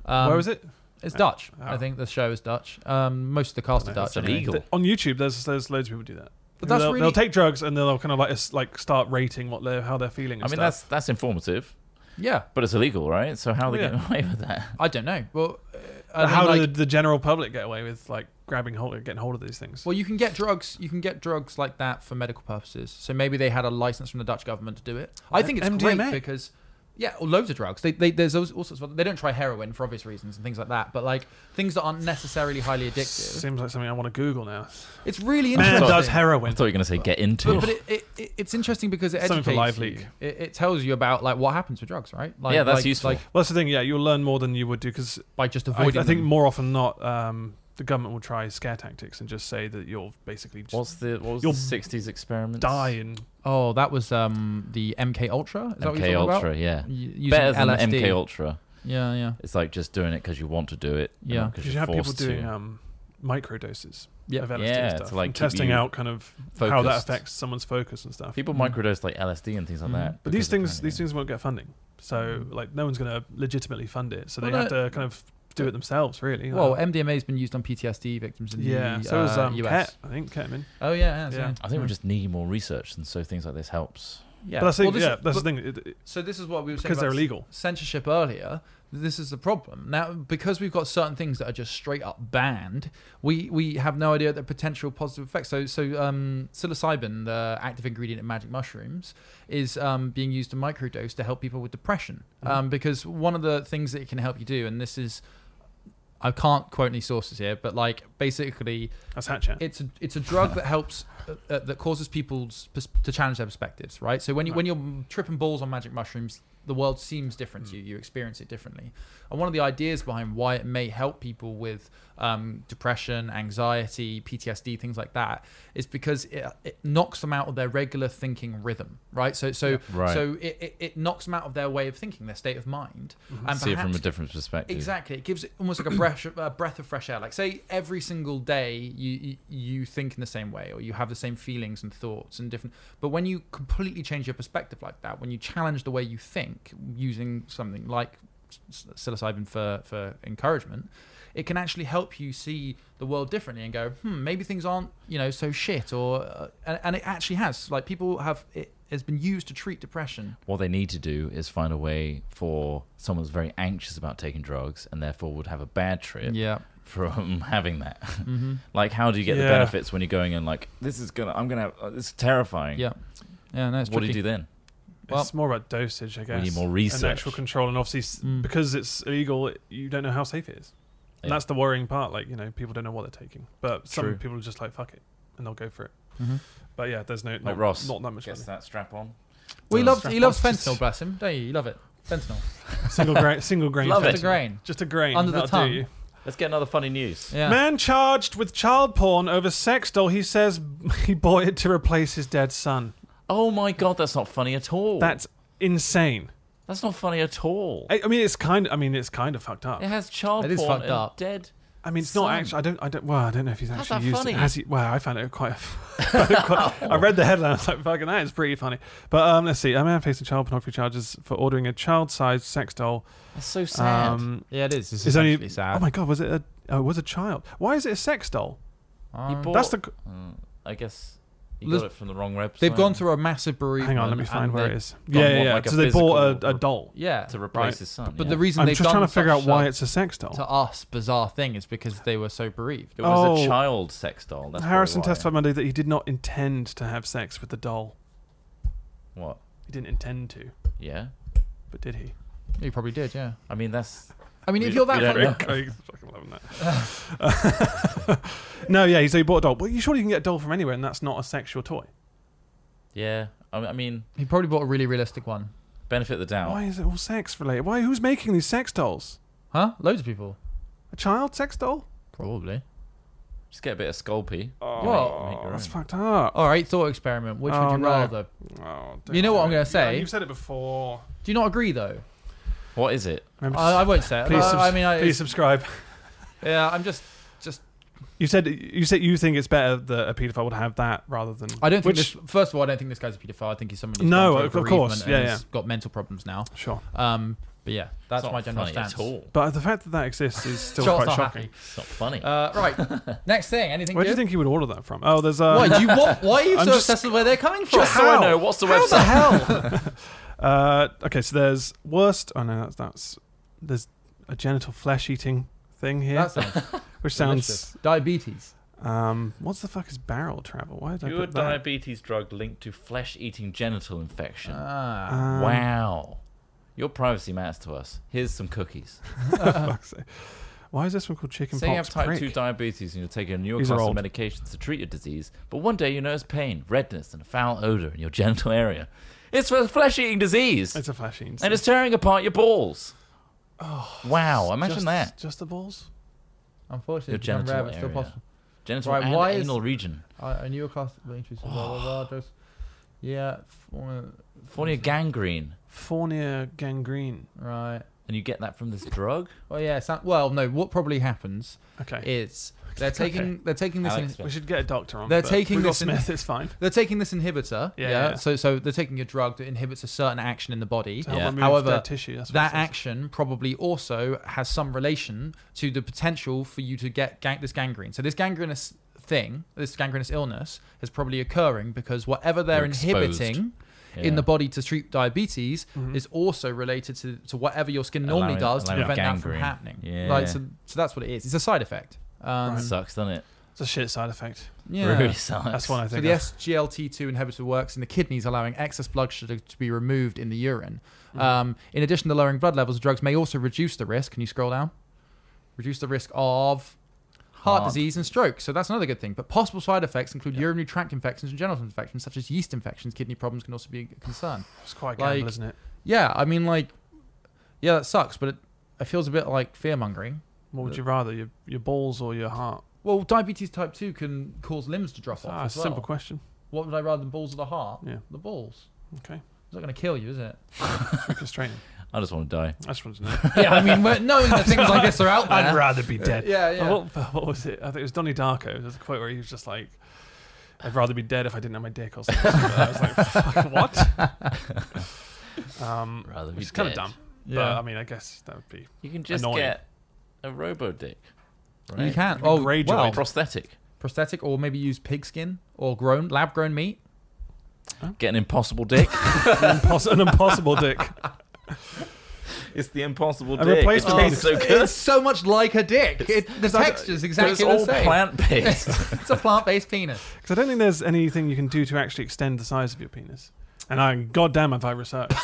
Speaker 3: know. Um,
Speaker 1: Where is it? Oh.
Speaker 3: It's Dutch. I think the show is Dutch. Um, most of the cast are Dutch.
Speaker 2: It's
Speaker 3: anyway.
Speaker 2: illegal.
Speaker 1: On YouTube, there's there's loads of people do that.
Speaker 3: But that's
Speaker 1: they'll,
Speaker 3: really-
Speaker 1: they'll take drugs and they'll kind of like s- like start rating what they're how they're feeling.
Speaker 3: *laughs*
Speaker 1: And
Speaker 2: I mean, that's
Speaker 1: stuff.
Speaker 2: that's informative,
Speaker 3: Yeah,
Speaker 2: but it's illegal, right? So how are they
Speaker 1: Yeah.
Speaker 2: getting *laughs* away with that?
Speaker 3: I don't know. Well, uh, I
Speaker 1: But
Speaker 3: mean,
Speaker 1: how
Speaker 3: like-
Speaker 1: do the, the general public get away with like grabbing hold, getting hold of these things?
Speaker 3: Well, you can get drugs. You can get drugs like that for medical purposes. So maybe they had a license from the Dutch government to do it. I think it's
Speaker 1: MDMA.
Speaker 3: great because, yeah, or loads of drugs. They, they there's all, all sorts of. They don't try heroin for obvious reasons and things like that. But like things that aren't necessarily highly addictive.
Speaker 1: Seems like something I want to Google now.
Speaker 3: It's really
Speaker 1: Man
Speaker 3: interesting.
Speaker 1: does
Speaker 2: I
Speaker 1: heroin.
Speaker 2: thought you were going to say get into.
Speaker 3: But, but it, it, it, it's interesting because it
Speaker 1: Something
Speaker 3: educates
Speaker 1: for Live
Speaker 3: you.
Speaker 1: Leak.
Speaker 3: It, it tells you about like what happens with drugs, right? Like,
Speaker 2: yeah, that's
Speaker 3: like,
Speaker 2: useful.
Speaker 3: Like
Speaker 1: Well, that's the thing. Yeah, you'll learn more than you would do because
Speaker 3: by just
Speaker 1: I, I
Speaker 3: avoiding.
Speaker 1: think
Speaker 3: them.
Speaker 1: more often than not, um, the government will try scare tactics and just say that you'll basically just
Speaker 2: What's the what was
Speaker 1: You'll
Speaker 2: the sixties experiment?
Speaker 1: die and
Speaker 3: Oh, that was um the MK Ultra. Is that what you're
Speaker 2: MK
Speaker 3: talking about?
Speaker 2: Ultra, yeah,
Speaker 3: Y- using
Speaker 2: better than
Speaker 3: LSD.
Speaker 2: MK Ultra.
Speaker 3: Yeah, yeah,
Speaker 2: It's like just doing it because you want to do it.
Speaker 3: Yeah.
Speaker 2: because
Speaker 1: Because you
Speaker 2: you're
Speaker 1: have people
Speaker 2: forced
Speaker 1: doing
Speaker 2: to.
Speaker 1: um, micro doses
Speaker 3: Yeah.
Speaker 1: of LSD
Speaker 2: Yeah,
Speaker 1: and
Speaker 2: to,
Speaker 1: stuff,
Speaker 2: like,
Speaker 1: and
Speaker 2: keep
Speaker 1: testing
Speaker 2: you
Speaker 1: out kind of how that
Speaker 2: focused.
Speaker 1: affects someone's focus and stuff.
Speaker 2: People microdose like LSD and things like that.
Speaker 1: but these things,
Speaker 2: because apparently-
Speaker 1: these things won't get funding, so like no one's going to legitimately fund it. So they
Speaker 3: Mm. Well,
Speaker 1: have
Speaker 3: no-
Speaker 1: to kind of do it themselves, really.
Speaker 3: Well,
Speaker 1: Like-
Speaker 3: MDMA has been used on PTSD victims in
Speaker 1: yeah.
Speaker 3: the
Speaker 1: So is
Speaker 3: uh,
Speaker 1: um,
Speaker 3: US.
Speaker 1: ket, I think ketamine.
Speaker 3: Oh yeah,
Speaker 1: Yeah.
Speaker 3: yeah. sorry.
Speaker 2: I think we just need more research, and so things like this helps.
Speaker 3: yeah.
Speaker 1: But that's, the-
Speaker 3: Well, this
Speaker 1: yeah,
Speaker 3: is-
Speaker 1: that's the
Speaker 3: but-
Speaker 1: thing. It, it,
Speaker 3: So this is what we were saying
Speaker 1: because
Speaker 3: about
Speaker 1: they're
Speaker 3: c-
Speaker 1: illegal.
Speaker 3: censorship earlier. This is the problem now because we've got certain things that are just straight up banned. We we have no idea the potential positive effects. So so um, psilocybin, the active ingredient in magic mushrooms, is um, being used in microdose to help people with depression.
Speaker 1: Mm-hmm.
Speaker 3: Um, because one of the things that it can help you do, and this is. I can't quote any sources here, but like basically,
Speaker 1: that's Hatchet.
Speaker 3: it's a, it's a drug that helps uh, uh, that causes people pers- to challenge their perspectives right so when you when you're tripping balls on magic mushrooms the world seems different
Speaker 2: Mm.
Speaker 3: to you you experience it differently and one of the ideas behind why it may help people with um, depression anxiety ptsd things like that is because it, it knocks them out of their regular thinking rhythm right so so
Speaker 2: Right.
Speaker 3: so it, it, it knocks them out of their way of thinking their state of mind and
Speaker 2: Mm-hmm. See it from a
Speaker 3: perhaps-
Speaker 2: different perspective.
Speaker 3: Exactly, it gives it almost like a breath, a breath of fresh air. Like say every single day you, you you think in the same way, or you have the same feelings and thoughts and different. But when you completely change your perspective like that, when you challenge the way you think using something like s- psilocybin for for encouragement, it can actually help you see the world differently and go, hmm, maybe things aren't you know so shit or uh, and, and it actually has like people have it has been used to treat depression.
Speaker 2: what they need to do is find a way for someone who's very anxious about taking drugs and therefore would have a bad trip
Speaker 3: Yeah. Mm-hmm.
Speaker 2: from *laughs* having that. like, how do you get the
Speaker 1: Yeah.
Speaker 2: benefits when you're going in like this is gonna I'm gonna have uh, this is terrifying.
Speaker 3: Yeah, yeah. No, it's
Speaker 2: What do you
Speaker 3: tricky.
Speaker 2: do then?
Speaker 3: Well-
Speaker 1: it's more about dosage, I guess.
Speaker 2: need more
Speaker 1: and
Speaker 2: research. Mm.
Speaker 1: actual control, and obviously s because it's illegal, you don't know how safe it is. And
Speaker 2: Yeah.
Speaker 1: that's the worrying part. Like you know, people don't know what they're taking, but some
Speaker 2: True. Mm-hmm.
Speaker 1: people are just like fuck it, and they'll go for it. But yeah, there's no not,
Speaker 2: Like Ross
Speaker 1: not that much money.
Speaker 2: gets that strap on.
Speaker 3: Well, he
Speaker 1: Don't
Speaker 3: loves he
Speaker 1: strap
Speaker 3: loves
Speaker 1: on, just-
Speaker 3: fentanyl, bless him. Don't you? You love it. Fentanyl.
Speaker 1: single grain, single grain,
Speaker 2: Love
Speaker 3: Just
Speaker 2: it.
Speaker 3: a
Speaker 1: fentanyl.
Speaker 3: grain.
Speaker 1: just a grain
Speaker 3: Under the
Speaker 1: that'll do
Speaker 3: tongue.
Speaker 1: you.
Speaker 2: Let's get another funny news.
Speaker 3: Yeah.
Speaker 1: Man charged with child porn over sex doll. He says *laughs* he bought it to replace his dead son.
Speaker 2: Oh my god, that's not funny at all.
Speaker 1: That's insane.
Speaker 2: that's not funny at all.
Speaker 1: I, I mean, it's kind. I mean, it's kind of fucked up.
Speaker 2: It has child
Speaker 3: It is
Speaker 2: porn
Speaker 3: fucked
Speaker 2: and
Speaker 3: up.
Speaker 2: dead.
Speaker 1: I mean, it's not
Speaker 2: Son.
Speaker 1: actually. I don't. I don't. Well, I don't know if he's
Speaker 2: How's
Speaker 1: actually
Speaker 2: that
Speaker 1: used
Speaker 2: funny?
Speaker 1: it. Has he? Well, I found it quite. *laughs*
Speaker 3: *laughs*
Speaker 1: quite I read the headline. I was like, "Fucking that is pretty funny." But um, let's see. A man facing child pornography charges for ordering a child-sized sex doll.
Speaker 2: That's so sad.
Speaker 1: Um,
Speaker 3: Yeah, it is. This
Speaker 1: is
Speaker 3: is
Speaker 1: only.
Speaker 3: actually sad.
Speaker 1: Oh my god, was it a? Oh, it was a child. Why is it a sex doll?
Speaker 2: he bought,
Speaker 1: That's the. c-
Speaker 2: Mm, I guess he
Speaker 3: Let's-
Speaker 2: got it from the wrong website.
Speaker 3: They've gone through a massive bereavement.
Speaker 1: Hang on, let me
Speaker 3: and
Speaker 1: find where
Speaker 3: they-
Speaker 1: it is.
Speaker 2: gone
Speaker 1: Yeah, yeah,
Speaker 2: more
Speaker 1: yeah.
Speaker 2: like a
Speaker 1: so they bought a,
Speaker 2: physical-
Speaker 1: a doll.
Speaker 3: Yeah,
Speaker 2: to replace
Speaker 1: Right.
Speaker 2: his son.
Speaker 3: but
Speaker 2: yeah.
Speaker 3: the reason
Speaker 1: I'm
Speaker 3: they've
Speaker 1: just trying
Speaker 3: done
Speaker 1: to figure out
Speaker 3: such
Speaker 1: why
Speaker 3: a-
Speaker 1: it's a sex doll.
Speaker 3: to us bizarre thing is because they were so bereaved.
Speaker 2: It was
Speaker 1: Oh.
Speaker 2: a child sex doll. That's probably
Speaker 1: Harrison
Speaker 2: why.
Speaker 1: testified Monday that he did not intend to have sex with the doll.
Speaker 2: What?
Speaker 1: He didn't intend to,
Speaker 2: Yeah.
Speaker 1: but did he?
Speaker 3: You probably did, yeah.
Speaker 2: I mean, that's
Speaker 3: I mean, if
Speaker 2: We-
Speaker 3: you're
Speaker 2: we
Speaker 3: that
Speaker 2: don't
Speaker 3: funny,
Speaker 2: know.
Speaker 1: I *laughs* fucking loving that. *laughs* no, yeah, so he bought a doll. Well, you surely you can get a doll from anywhere, and that's not a sexual toy.
Speaker 2: yeah. I I mean,
Speaker 3: he probably bought a really realistic one,
Speaker 2: benefit of the doubt.
Speaker 1: Why is it all sex related? Why? Who's making these sex dolls?
Speaker 3: huh? Loads of people,
Speaker 1: A child sex doll?
Speaker 3: probably.
Speaker 2: Just get a bit of Sculpey.
Speaker 3: Well,
Speaker 2: Make your
Speaker 1: That's
Speaker 2: own.
Speaker 1: fucked up.
Speaker 3: all right, thought experiment. Which
Speaker 1: Oh,
Speaker 3: would you
Speaker 1: no.
Speaker 3: rather?
Speaker 1: Oh,
Speaker 3: Oh, You know
Speaker 1: don't
Speaker 3: what
Speaker 1: do
Speaker 3: I'm gonna
Speaker 1: it.
Speaker 3: say?
Speaker 1: Yeah, You've said it before.
Speaker 3: Do you not agree though?
Speaker 2: What is it?
Speaker 1: Remember,
Speaker 3: I, I won't say it.
Speaker 1: please,
Speaker 3: I-
Speaker 1: subs-
Speaker 3: I mean, I,
Speaker 1: please subscribe.
Speaker 3: yeah, I'm just, just.
Speaker 1: You said you said you think it's better that a paedophile would have that rather than.
Speaker 3: I don't think
Speaker 1: Which-
Speaker 3: this. First of all, I don't think this guy's a paedophile. I think he's somebody. Who's
Speaker 1: No,
Speaker 3: gone
Speaker 1: of
Speaker 3: through a
Speaker 1: course,
Speaker 3: bereavement
Speaker 1: yeah,
Speaker 3: and
Speaker 1: yeah.
Speaker 3: has got mental problems now.
Speaker 1: Sure,
Speaker 3: Um, but yeah,
Speaker 2: It's
Speaker 3: that's
Speaker 2: not
Speaker 3: my general
Speaker 2: funny
Speaker 3: stance.
Speaker 2: at all.
Speaker 1: but the fact that that exists is still
Speaker 3: Charles
Speaker 1: quite
Speaker 3: not
Speaker 1: shocking.
Speaker 3: happy.
Speaker 2: It's not funny.
Speaker 3: Uh, right, next thing. Anything?
Speaker 1: Where do
Speaker 3: good?
Speaker 1: you think he would order that from? Oh, there's a.
Speaker 3: Why you want? Why are you
Speaker 1: I'm
Speaker 3: so
Speaker 1: just-
Speaker 3: obsessed with where they're coming from?
Speaker 2: Just so I know, what's the
Speaker 1: oh, How the *laughs*
Speaker 2: website?
Speaker 1: hell? uh, okay, so there's worst. Oh no, that's, that's there's a genital flesh eating thing here,
Speaker 3: That sounds
Speaker 1: which sounds.
Speaker 3: delicious. diabetes.
Speaker 1: Um, what's the fuck is barrel travel? Why did I
Speaker 2: Pure
Speaker 1: put that?
Speaker 2: diabetes drug linked to flesh-eating genital infection.
Speaker 1: *laughs*
Speaker 3: Ah,
Speaker 1: Um,
Speaker 2: wow. Your privacy matters to us. Here's some cookies.
Speaker 1: fuck's sake. Why is this one called chicken
Speaker 2: Say you
Speaker 1: pox
Speaker 2: have type
Speaker 1: prick?
Speaker 2: 2 diabetes and you're taking a newer
Speaker 1: These are
Speaker 2: class
Speaker 1: old.
Speaker 2: of medications to treat your disease, but one day you notice pain, redness, and a foul odor in your *laughs* genital area. It's for flesh-eating disease,
Speaker 1: it's a flesh eating.
Speaker 2: and it's tearing apart your balls. wow, imagine
Speaker 1: just,
Speaker 2: that.
Speaker 1: Just the balls.
Speaker 3: unfortunately,
Speaker 2: Your
Speaker 3: it's become
Speaker 2: genital
Speaker 3: rare,
Speaker 2: area.
Speaker 3: but still possible.
Speaker 2: Genital
Speaker 3: Right,
Speaker 2: and
Speaker 3: why is-
Speaker 2: anal region.
Speaker 3: I, I knew a class that interested
Speaker 1: Oh.
Speaker 3: blah blah blah. Just, yeah, for,
Speaker 2: Fornia gangrene.
Speaker 1: Fornia gangrene.
Speaker 3: right.
Speaker 2: And you get that from this drug?
Speaker 3: Well, yeah. So, well, no. What probably happens
Speaker 1: Okay,
Speaker 3: is they're taking they're taking this
Speaker 2: Alex,
Speaker 3: in,
Speaker 1: we should get a doctor on.
Speaker 3: They're
Speaker 1: but
Speaker 3: taking
Speaker 1: Will
Speaker 3: this in-
Speaker 1: Smith. It's fine.
Speaker 3: they're taking this inhibitor.
Speaker 1: Yeah,
Speaker 3: Yeah,
Speaker 1: yeah.
Speaker 3: So so they're taking a drug that inhibits a certain action in the body.
Speaker 1: To help
Speaker 2: Yeah.
Speaker 1: remove
Speaker 3: However,
Speaker 1: dead tissue. That's what
Speaker 3: that
Speaker 1: it says.
Speaker 3: action probably also has some relation to the potential for you to get gang- this gangrene. So this gangrenous thing, this gangrenous illness, is probably occurring because whatever they're
Speaker 2: You're exposed.
Speaker 3: inhibiting
Speaker 2: Yeah.
Speaker 3: in the body to treat diabetes
Speaker 1: Mm-hmm.
Speaker 3: is also related to, to whatever your skin normally
Speaker 2: Allowing-
Speaker 3: does to
Speaker 2: allowing
Speaker 3: prevent that from
Speaker 2: gangrene.
Speaker 3: happening.
Speaker 2: Yeah.
Speaker 3: Like so, so that's what it is. It's a side effect. Um,
Speaker 2: Sucks, doesn't it?
Speaker 1: It's a shit side
Speaker 2: *laughs*
Speaker 1: effect.
Speaker 3: Yeah.
Speaker 2: Really sucks.
Speaker 1: That's one I
Speaker 3: So
Speaker 1: think.
Speaker 3: the
Speaker 1: of.
Speaker 3: SGLT2 inhibitor works in the kidneys, allowing excess blood sugar to be removed in the urine.
Speaker 1: Mm-hmm.
Speaker 3: Um, in addition to lowering blood levels, drugs may also reduce the risk. Can you scroll down? Reduce the risk of heart,
Speaker 2: Heart.
Speaker 3: disease and stroke. So that's another good thing. But possible side effects include urinary tract infections and genital infections, such as yeast infections. Kidney problems can also be a concern.
Speaker 1: It's quite a gamble,
Speaker 3: like-
Speaker 1: isn't it?
Speaker 3: Yeah, I mean, like, yeah, that sucks, but it, it feels a bit like fear mongering.
Speaker 1: What would you rather, your your balls or your heart?
Speaker 3: Well, diabetes type 2 can cause limbs to drop off.
Speaker 1: Ah,
Speaker 3: as well.
Speaker 1: simple question.
Speaker 3: What would I rather than balls or the heart?
Speaker 1: Yeah.
Speaker 3: The balls.
Speaker 1: Okay,
Speaker 3: It's not going to kill you,
Speaker 1: *laughs*
Speaker 3: is it?
Speaker 1: frustrating.
Speaker 2: I just want to die.
Speaker 1: I just wanted to know.
Speaker 3: *laughs* yeah, I mean, we're knowing that things like this are out there.
Speaker 1: I'd rather be dead.
Speaker 3: Yeah, yeah.
Speaker 1: What, what was it? I think it was Donnie Darko. There's a quote where he was just like, "I'd rather be dead if I didn't have my dick."
Speaker 3: *laughs*
Speaker 1: Or something. I was like, "Fuck what?" Um,
Speaker 2: Rather be
Speaker 1: which is kind of
Speaker 2: dead.
Speaker 1: dumb. But
Speaker 3: Yeah.
Speaker 1: I mean, I guess that would be
Speaker 2: You can just
Speaker 1: Annoying. *laughs*
Speaker 2: get a robo dick.
Speaker 3: You
Speaker 2: right?
Speaker 3: can. Oh,
Speaker 1: Grey
Speaker 3: well,
Speaker 1: joint.
Speaker 2: prosthetic.
Speaker 3: prosthetic, or maybe use pig skin or grown lab grown meat.
Speaker 2: Get an impossible dick.
Speaker 1: impos- an impossible
Speaker 2: *laughs*
Speaker 1: dick.
Speaker 2: it's the impossible
Speaker 1: A
Speaker 2: dick. It
Speaker 1: replacement
Speaker 2: tastes
Speaker 1: *laughs*
Speaker 2: so
Speaker 1: penis.
Speaker 2: good.
Speaker 8: It's so much like a dick. It, the texture's
Speaker 2: But
Speaker 8: exactly
Speaker 2: it's all
Speaker 8: the same.
Speaker 2: plant based.
Speaker 8: it's a plant-based penis.
Speaker 1: *laughs* Because I don't think there's anything you can do to actually extend the size of your penis. And I, goddamn, have I researched.
Speaker 2: *laughs*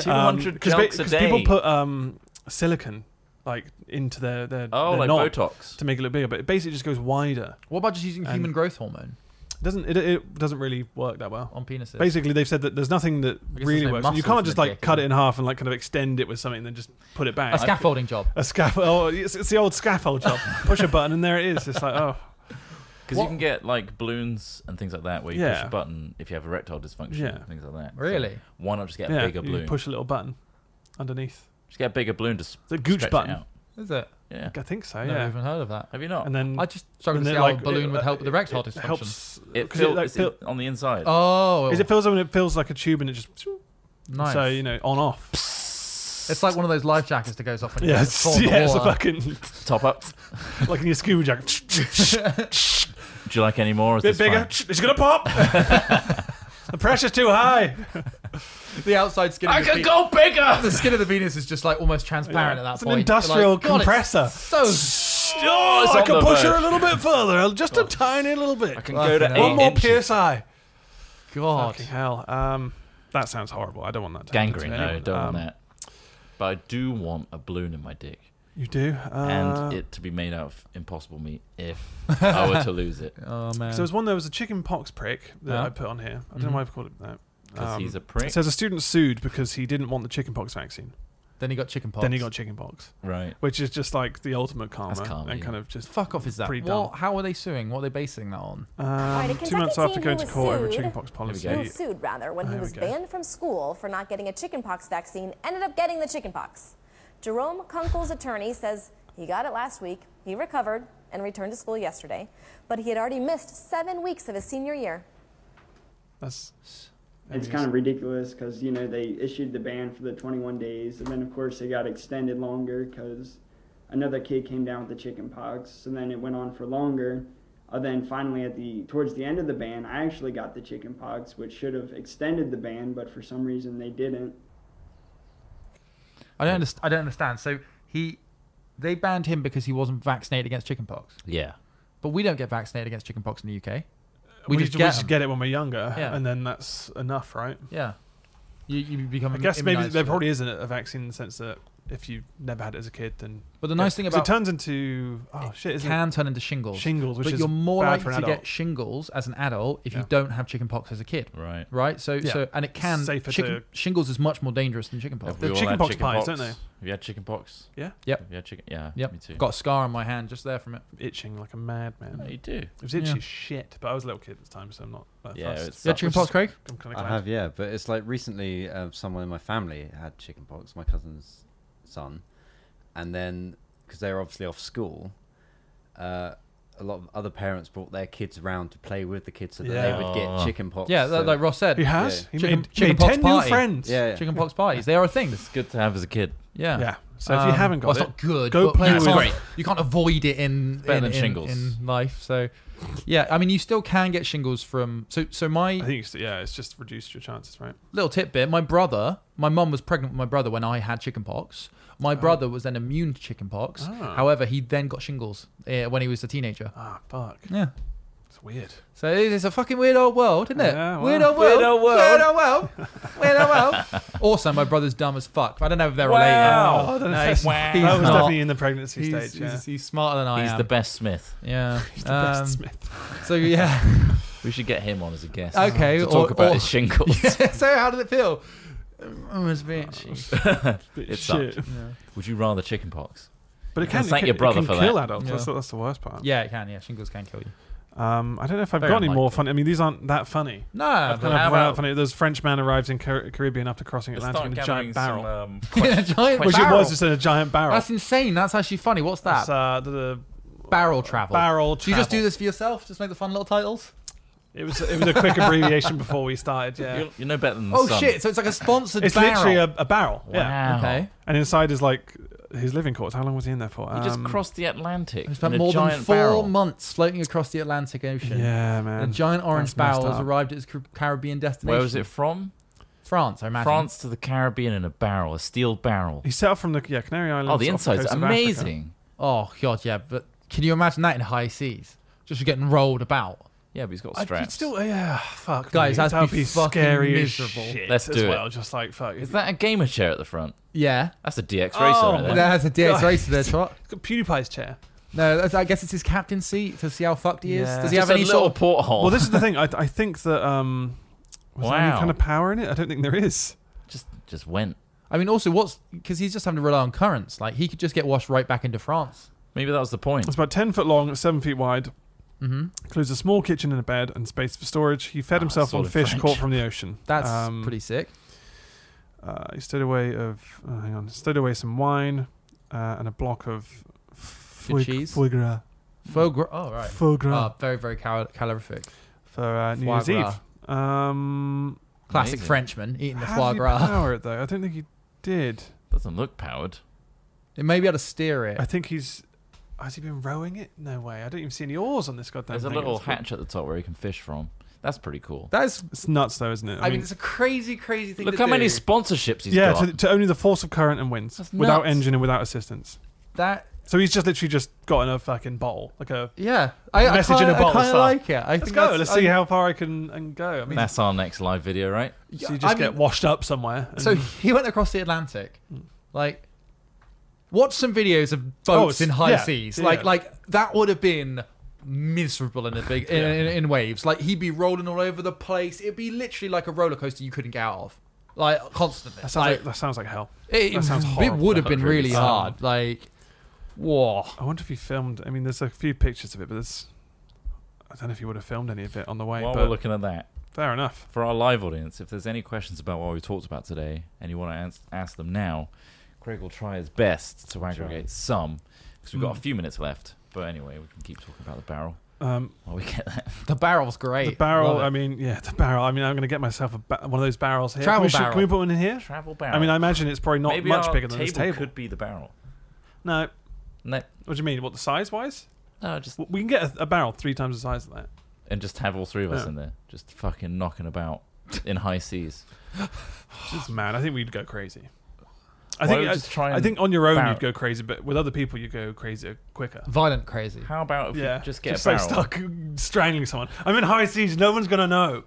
Speaker 2: Two
Speaker 1: Um,
Speaker 2: hundred
Speaker 1: 'cause
Speaker 2: chunks
Speaker 1: ba-
Speaker 2: a
Speaker 1: 'cause
Speaker 2: day.
Speaker 1: People put um, silicon like into their their
Speaker 2: oh,
Speaker 1: their
Speaker 2: like
Speaker 1: knob
Speaker 2: Botox.
Speaker 1: to make it look bigger, but it basically just goes wider.
Speaker 3: What about just using
Speaker 1: And-
Speaker 3: human growth hormone
Speaker 1: It doesn't it, it doesn't really work that well.
Speaker 3: on penises?
Speaker 1: Basically, they've said that there's nothing that
Speaker 3: there's
Speaker 1: really
Speaker 3: no
Speaker 1: works. You
Speaker 3: muscles
Speaker 1: can't
Speaker 3: in
Speaker 1: just
Speaker 3: the
Speaker 1: like
Speaker 3: dick,
Speaker 1: cut
Speaker 3: is
Speaker 1: it in half and like kind of extend it with something and then just put it back.
Speaker 3: a scaffolding job.
Speaker 1: A scaffold. Oh, it's, it's the old scaffold
Speaker 3: *laughs*
Speaker 1: job. Push a button and there it is. It's like oh,
Speaker 2: Because you can get like balloons and things like that where you push
Speaker 1: Yeah.
Speaker 2: a button if you have erectile dysfunction
Speaker 1: Yeah.
Speaker 2: and things like that. So
Speaker 3: Really?
Speaker 2: why not just get a
Speaker 1: yeah.
Speaker 2: bigger
Speaker 1: you
Speaker 2: balloon?
Speaker 1: push a little button underneath.
Speaker 2: Just get a bigger balloon to s-
Speaker 1: The gooch
Speaker 2: stretch it
Speaker 1: button.
Speaker 2: out.
Speaker 3: Is it?
Speaker 2: Yeah.
Speaker 1: I think so.
Speaker 3: Never
Speaker 1: yeah.
Speaker 3: even heard of that.
Speaker 2: Have you not?
Speaker 1: And then
Speaker 3: I just struggle
Speaker 1: and
Speaker 3: to see
Speaker 1: then,
Speaker 3: how
Speaker 1: like,
Speaker 3: a balloon
Speaker 1: it-
Speaker 3: would help with
Speaker 1: it-
Speaker 3: erectile
Speaker 1: it
Speaker 3: dysfunction.
Speaker 1: helps.
Speaker 2: it
Speaker 1: 'cause
Speaker 2: feels
Speaker 1: like,
Speaker 2: it's
Speaker 1: feel-
Speaker 2: on the inside.
Speaker 3: Oh,
Speaker 1: Is it feels when it feels like a tube and it just
Speaker 3: nice.
Speaker 1: so you know on off.
Speaker 3: It's like one of those life jackets that goes off when you
Speaker 1: Yeah,
Speaker 3: fall
Speaker 1: it's,
Speaker 3: in the
Speaker 1: yeah, it's a
Speaker 3: water.
Speaker 1: fucking
Speaker 2: Top up.
Speaker 1: like in your scuba
Speaker 3: *laughs*
Speaker 1: jacket.
Speaker 2: Do you like any more? or is
Speaker 1: Bit
Speaker 2: this
Speaker 1: bigger.
Speaker 2: fine?
Speaker 1: It's gonna
Speaker 3: *laughs*
Speaker 1: pop. the pressure's too high.
Speaker 3: The outside skin. Of
Speaker 2: I
Speaker 3: the
Speaker 2: can
Speaker 3: pe-
Speaker 2: go bigger.
Speaker 3: The skin of the penis is just like almost transparent at that
Speaker 1: It's an
Speaker 3: point.
Speaker 1: industrial
Speaker 3: You're like, "God, it's
Speaker 1: compressor.
Speaker 3: So
Speaker 1: Oh,
Speaker 2: it's
Speaker 1: I
Speaker 2: on
Speaker 1: can
Speaker 2: the
Speaker 1: push her a
Speaker 2: verge.
Speaker 1: little bit further, just a tiny little bit.
Speaker 2: Oh. I can go to
Speaker 3: Fucking
Speaker 2: eight
Speaker 3: hell.
Speaker 1: One more
Speaker 2: inches.
Speaker 1: psi.
Speaker 3: god.
Speaker 1: Fucking hell. Um, that sounds horrible. I don't want that. To happen to
Speaker 2: Gangrene.
Speaker 1: anyone.
Speaker 2: No, don't
Speaker 1: Um,
Speaker 2: want that. But I do want a balloon in my dick.
Speaker 1: You do. Uh,
Speaker 2: and it to be made out of impossible meat
Speaker 1: *laughs*
Speaker 2: if I were to lose it.
Speaker 3: Oh man.
Speaker 1: So there was one. There was a chicken pox prick that
Speaker 3: Yeah. Mm-hmm.
Speaker 1: I put on here. I don't know why I've called it that.
Speaker 2: 'Cause he's a prick.
Speaker 1: Um, It says a student sued because he didn't want the chicken pox vaccine.
Speaker 3: then he got chicken pox.
Speaker 1: Then he got chicken pox,
Speaker 2: Right.
Speaker 1: which is just like the ultimate karma,
Speaker 2: karma,
Speaker 1: and
Speaker 2: yeah.
Speaker 1: kind of just
Speaker 3: Fuck off! Is that?
Speaker 1: Pretty
Speaker 3: Well,
Speaker 1: dumb.
Speaker 3: how are they suing? What are they basing that on?
Speaker 7: a
Speaker 1: Um, two months
Speaker 7: Kentucky
Speaker 1: after
Speaker 7: teen
Speaker 1: going
Speaker 7: who
Speaker 1: to
Speaker 7: was
Speaker 1: court over
Speaker 7: sued-
Speaker 1: chickenpox policy.
Speaker 2: go.
Speaker 7: Sued rather when
Speaker 1: There
Speaker 7: he
Speaker 1: we
Speaker 7: was
Speaker 1: go.
Speaker 7: banned from school for not getting a chickenpox vaccine, ended up getting the chickenpox. Jerome Kunkel's attorney says he got it last week, he recovered, and returned to school yesterday, but he had already missed seven weeks of his senior year.
Speaker 1: That's
Speaker 9: It's kind of ridiculous because, you know, they issued the ban for the 21 days, and then, of course, it got extended longer because another kid came down with the chicken pox, so then it went on for longer. And then finally, at the towards the end of the ban, I actually got the chicken pox, which should have extended the ban, but for some reason they didn't.
Speaker 3: I don't. Underst- I don't understand. So he, they banned him because he wasn't vaccinated against chickenpox.
Speaker 2: Yeah.
Speaker 3: But we don't get vaccinated against chickenpox in the UK.
Speaker 1: we,
Speaker 3: We, just
Speaker 1: ju-
Speaker 3: get,
Speaker 1: we just
Speaker 3: 'em.
Speaker 1: get it when we're younger,
Speaker 3: Yeah.
Speaker 1: and then that's enough, right?
Speaker 3: Yeah. You, you become.
Speaker 1: I guess maybe there probably isn't a vaccine in the sense that if you never had it as a kid, then.
Speaker 3: But the nice thing
Speaker 1: 'Cause
Speaker 3: about
Speaker 1: it turns into oh shit, isn't
Speaker 3: can turn into shingles.
Speaker 1: Shingles, which
Speaker 3: but
Speaker 1: is
Speaker 3: you're more
Speaker 1: bad
Speaker 3: likely
Speaker 1: for an
Speaker 3: to
Speaker 1: adult.
Speaker 3: get shingles as an adult if
Speaker 1: Yeah.
Speaker 3: you don't have chickenpox as a kid.
Speaker 2: Right.
Speaker 3: Right. So
Speaker 1: Yeah.
Speaker 3: so and it can
Speaker 1: Safer
Speaker 3: chicken,
Speaker 1: to-
Speaker 3: shingles is much more dangerous than chickenpox.
Speaker 1: They're
Speaker 2: We all
Speaker 1: chicken
Speaker 2: had
Speaker 1: pox pies, don't
Speaker 2: pox.
Speaker 1: they?
Speaker 2: Have you had chicken pox?
Speaker 1: Yeah.
Speaker 3: Yep.
Speaker 2: Have you had chicken? Yeah.
Speaker 3: Yep.
Speaker 2: Me too.
Speaker 3: Got a scar on my hand just there from it.
Speaker 1: it itching like a madman?
Speaker 2: Yeah,
Speaker 1: It
Speaker 2: you do.
Speaker 1: was itchy
Speaker 3: Yeah.
Speaker 1: as shit, but I was a little kid at the time, so I'm not. That
Speaker 2: Yeah,
Speaker 1: fussed.
Speaker 2: it's-
Speaker 3: Yeah,
Speaker 2: Which is-
Speaker 3: chickenpox, Craig.
Speaker 1: I'm kind of
Speaker 4: I have, yeah, but it's like recently, uh, someone in my family had chickenpox, my cousin's son, and then because they were obviously off school, uh, a lot of other parents brought their kids around to play with the kids so that
Speaker 1: Yeah.
Speaker 4: they would get chickenpox.
Speaker 3: Yeah, like-
Speaker 4: so-
Speaker 3: like Ross said.
Speaker 1: He has. He
Speaker 3: Chicken-
Speaker 1: made, he made
Speaker 3: chickenpox
Speaker 1: ten
Speaker 3: party.
Speaker 1: new friends.
Speaker 4: Yeah, yeah.
Speaker 3: Chickenpox parties. They are a thing.
Speaker 2: It's good to have as a kid.
Speaker 3: Yeah. Um,
Speaker 1: Yeah. So if you haven't got
Speaker 3: well, it's
Speaker 1: it,
Speaker 3: not good.
Speaker 1: go
Speaker 3: but
Speaker 1: play
Speaker 3: you
Speaker 1: with-
Speaker 3: can't-
Speaker 2: Great.
Speaker 3: You can't avoid it in
Speaker 2: better
Speaker 3: in,
Speaker 2: than
Speaker 3: in-
Speaker 2: shingles.
Speaker 3: in life. So, yeah, I mean, you still can get shingles from. So, so
Speaker 1: I
Speaker 3: my
Speaker 1: think it's, yeah, it's just reduced your chances, right?
Speaker 3: little tidbit: my brother, my mum was pregnant with my brother when I had chickenpox.
Speaker 1: Oh.
Speaker 3: My brother was then immune to chickenpox. However, he then got shingles uh, when he was a teenager.
Speaker 1: Ah, fuck.
Speaker 3: Yeah.
Speaker 1: It's weird.
Speaker 3: So it is a fucking weird old world, isn't it?
Speaker 1: Yeah, well.
Speaker 3: weird old world.
Speaker 2: Weird old world.
Speaker 3: Weird
Speaker 1: *laughs*
Speaker 3: old world. Weird old world. also, my brother's dumb as fuck. I don't know if they're
Speaker 2: Wow.
Speaker 3: related.
Speaker 1: oh, I don't know.
Speaker 3: No, he's,
Speaker 2: Wow.
Speaker 3: he's
Speaker 1: that was
Speaker 3: not.
Speaker 1: definitely in the pregnancy
Speaker 3: He's,
Speaker 1: stage. yeah.
Speaker 3: he's- he's smarter than I
Speaker 2: He's
Speaker 3: am.
Speaker 2: the best Smith.
Speaker 3: Yeah.
Speaker 1: *laughs* He's the best
Speaker 3: um,
Speaker 1: Smith. *laughs*
Speaker 3: So yeah. *laughs*
Speaker 2: We should get him on as a guest.
Speaker 3: Okay,
Speaker 2: To
Speaker 3: or-
Speaker 2: talk about
Speaker 3: or-
Speaker 2: his
Speaker 3: *laughs*
Speaker 2: shingles.
Speaker 3: so how did
Speaker 1: *laughs*
Speaker 3: it feel? Oh, it's a bit itchy.
Speaker 2: It
Speaker 1: Shit.
Speaker 2: sucked. Would you rather chicken pox?
Speaker 1: But it can,
Speaker 2: Let's thank
Speaker 1: it can,
Speaker 2: your brother
Speaker 1: it can
Speaker 2: for
Speaker 1: kill
Speaker 2: that.
Speaker 1: adults.
Speaker 3: Yeah.
Speaker 1: That's, the- that's the worst part.
Speaker 3: Yeah, it can. Yeah, shingles can kill you.
Speaker 1: Um, I don't know if I've
Speaker 2: Very
Speaker 1: got any more
Speaker 2: unlikely.
Speaker 1: funny. I mean, these aren't that funny.
Speaker 3: No,
Speaker 1: I've kind
Speaker 3: but-
Speaker 1: of
Speaker 2: how
Speaker 1: run out
Speaker 2: about-
Speaker 1: of funny. There's French man arrives in Car- Caribbean after crossing
Speaker 2: Let's
Speaker 1: Atlantic
Speaker 2: start
Speaker 1: in a giant barrel.
Speaker 2: gathering some um,
Speaker 3: *laughs* Yeah,
Speaker 2: questions.
Speaker 3: giant
Speaker 1: Which
Speaker 3: uh, barrel.
Speaker 1: it was just in a giant barrel.
Speaker 3: That's insane. That's actually funny. What's that?
Speaker 1: It's, uh, the, the
Speaker 3: barrel travel.
Speaker 1: barrel
Speaker 3: Do you just do
Speaker 1: travel.
Speaker 3: this for yourself? Just make the fun little titles.
Speaker 1: It was it was a quick abbreviation before we started. *laughs* Yeah,
Speaker 2: You're, you're no better than the
Speaker 3: Oh
Speaker 2: sun.
Speaker 3: shit! So it's like a sponsored.
Speaker 1: um, it's
Speaker 3: barrel.
Speaker 1: literally a, a barrel. Yeah.
Speaker 2: Wow. Okay.
Speaker 1: And inside is like his living quarters. How long was he in there for?
Speaker 2: You just
Speaker 1: Um,
Speaker 2: crossed the Atlantic.
Speaker 3: We
Speaker 2: in
Speaker 3: spent
Speaker 2: a
Speaker 3: more than
Speaker 2: giant
Speaker 3: four
Speaker 2: barrel.
Speaker 3: months floating across the Atlantic Ocean.
Speaker 1: Yeah, man.
Speaker 3: A giant orange
Speaker 1: That's messed
Speaker 3: barrel has
Speaker 1: up.
Speaker 3: arrived at its Car- Caribbean destination.
Speaker 2: Where was it from?
Speaker 3: France, I imagine.
Speaker 2: France to the Caribbean in a barrel, a steel barrol.
Speaker 1: He set off from the yeah Canary Islands.
Speaker 2: Oh, the
Speaker 1: off
Speaker 2: inside's
Speaker 1: coast of Africa.
Speaker 2: amazing.
Speaker 3: Oh god, yeah. But can you imagine that in high seas? Just getting rolled about.
Speaker 2: Yeah, but he's got
Speaker 1: I-
Speaker 2: straps.
Speaker 1: It's still yeah. Fuck, mate.
Speaker 3: Guys, that'd
Speaker 1: That'd
Speaker 3: be
Speaker 1: be
Speaker 3: fucking
Speaker 1: scary
Speaker 3: miserable.
Speaker 1: As shit
Speaker 2: Let's
Speaker 1: as
Speaker 2: do it.
Speaker 1: well. Just like fuck.
Speaker 2: Is that a gamer chair at the front?
Speaker 3: Yeah.
Speaker 2: That's a DX racer.
Speaker 1: Oh,
Speaker 2: right there.
Speaker 3: That has
Speaker 1: *laughs*
Speaker 3: a DS
Speaker 1: God.
Speaker 3: race to their trot.
Speaker 1: It's got PewDiePie's chair.
Speaker 3: No, that's, I guess it's his captain seat to see how fucked he is.
Speaker 1: Yeah.
Speaker 3: Does he
Speaker 2: Just
Speaker 3: have any
Speaker 2: a little
Speaker 3: sort of
Speaker 2: porthole?
Speaker 1: Well, this is
Speaker 3: *laughs*
Speaker 1: the thing. I, I think that um, was there any
Speaker 2: Wow.
Speaker 1: kind of power in it? I don't think there is.
Speaker 2: *laughs* just just went.
Speaker 3: I mean, also, what's because he's just having to rely on currents. Like he could just get washed right back into France.
Speaker 2: Maybe that was the point.
Speaker 1: It's about ten foot long, seven feet wide.
Speaker 3: Mm-hmm.
Speaker 1: Includes a small kitchen and a bed and space for storage. He fed
Speaker 2: Ah,
Speaker 1: himself
Speaker 2: sort
Speaker 1: on
Speaker 2: of
Speaker 1: fish
Speaker 2: French.
Speaker 1: caught from the ocean.
Speaker 3: That's
Speaker 1: Um,
Speaker 3: pretty sick.
Speaker 1: Uh, he stowed away of oh, hang on, stowed away some wine uh, and a block of foie,
Speaker 3: Good cheese.
Speaker 1: foie gras,
Speaker 3: Faux gras. Oh right.
Speaker 1: foie gras
Speaker 3: Ah, very very cal- calorific.
Speaker 1: for uh, New
Speaker 3: foie
Speaker 1: Year's
Speaker 3: gras.
Speaker 1: Eve. Um,
Speaker 3: Classic
Speaker 2: Amazing.
Speaker 3: Frenchman eating the
Speaker 1: how
Speaker 3: foie
Speaker 1: did he
Speaker 3: gras.
Speaker 1: power it though? I don't think he did.
Speaker 2: Doesn't look powered.
Speaker 3: It may be able to steer it.
Speaker 1: I think he's has he been rowing it? No way. I don't even see any oars on this goddamn
Speaker 2: There's a
Speaker 1: thing.
Speaker 2: little
Speaker 1: It's-
Speaker 2: hatch at the top where you can fish from. That's pretty cool.
Speaker 3: That is.
Speaker 1: It's nuts though, isn't it?
Speaker 3: I, mean, it's a crazy crazy thing.
Speaker 2: Look
Speaker 3: to
Speaker 2: how many
Speaker 3: do.
Speaker 2: sponsorships he's
Speaker 1: yeah,
Speaker 2: got.
Speaker 1: to, to only the force of current and winds
Speaker 2: That's
Speaker 1: without
Speaker 2: nuts.
Speaker 1: engine and without assistance.
Speaker 3: that.
Speaker 1: So he's just literally just got in a fucking bottle, like a.
Speaker 3: Yeah, I, I
Speaker 1: Message in
Speaker 3: kinda-
Speaker 1: a bottle
Speaker 3: I kind
Speaker 1: style.
Speaker 3: of like it. I
Speaker 1: Let's
Speaker 3: think
Speaker 1: go.
Speaker 3: that's-
Speaker 1: Let's
Speaker 3: I-
Speaker 1: see how far I can and go. I mean,
Speaker 2: That's our next live video, right?
Speaker 1: so you just
Speaker 3: I
Speaker 1: get
Speaker 3: mean-
Speaker 1: washed up somewhere. and-
Speaker 3: So he went across the Atlantic, like watch some videos of boats
Speaker 1: Oh, it's-
Speaker 3: in high
Speaker 1: yeah,
Speaker 3: seas.
Speaker 1: yeah.
Speaker 3: Like like that would have been miserable in a big in, in, in waves. Like he'd be rolling all over the place. It'd be literally like a roller coaster you couldn't get out of, like constantly.
Speaker 1: that sounds
Speaker 3: Like,
Speaker 1: like, that sounds like hell.
Speaker 3: it,
Speaker 1: that sounds
Speaker 3: it
Speaker 1: horrible.
Speaker 3: would have been
Speaker 2: That really
Speaker 3: really
Speaker 2: sounds-
Speaker 3: hard. Like whoa.
Speaker 1: I wonder if he filmed. I mean, there's a few pictures of it, but there's. I don't know if he would have filmed any of it on the way.
Speaker 2: While
Speaker 1: but
Speaker 2: we're looking at that,
Speaker 1: fair enough.
Speaker 2: for our live audience, if there's any questions about what we talked about today and you want to ans- ask them now, Craig will try his best to aggregate some because we've got a
Speaker 1: Mm.
Speaker 2: few minutes left. But anyway, we can keep talking about the barrel
Speaker 1: Um,
Speaker 2: while we get that.
Speaker 3: The barrel's great.
Speaker 1: the barrel.
Speaker 3: Love it.
Speaker 1: I mean, yeah, the barrel. I mean, I'm going to get myself a ba- one of those barrels here.
Speaker 3: Travel
Speaker 1: can, we should-
Speaker 3: barrel.
Speaker 1: can we put one in here?
Speaker 2: Travel barrel.
Speaker 1: I mean, I imagine it's probably not
Speaker 2: Maybe
Speaker 1: much
Speaker 2: our
Speaker 1: bigger than this table.
Speaker 2: could be the barrel.
Speaker 1: No.
Speaker 2: No,
Speaker 1: What do you mean? What the size wise?
Speaker 2: no, just
Speaker 1: We can get a, a barrel three times the size of that.
Speaker 2: and just have all three of us
Speaker 1: Yeah.
Speaker 2: in there, just fucking knocking about in high seas.
Speaker 1: It's mad. I think we'd go crazy. I
Speaker 2: Why
Speaker 1: think
Speaker 2: don't we
Speaker 1: I,
Speaker 2: just try
Speaker 1: I
Speaker 2: and
Speaker 1: think on your own
Speaker 2: barrel-
Speaker 1: you'd go crazy, but with other people you go crazy quicker.
Speaker 3: violent crazy.
Speaker 2: How about if
Speaker 1: Yeah,
Speaker 2: we just get
Speaker 1: just
Speaker 2: a
Speaker 1: like
Speaker 2: barrel?
Speaker 1: stuck *laughs* strangling someone. I'm in high seas. No one's gonna know.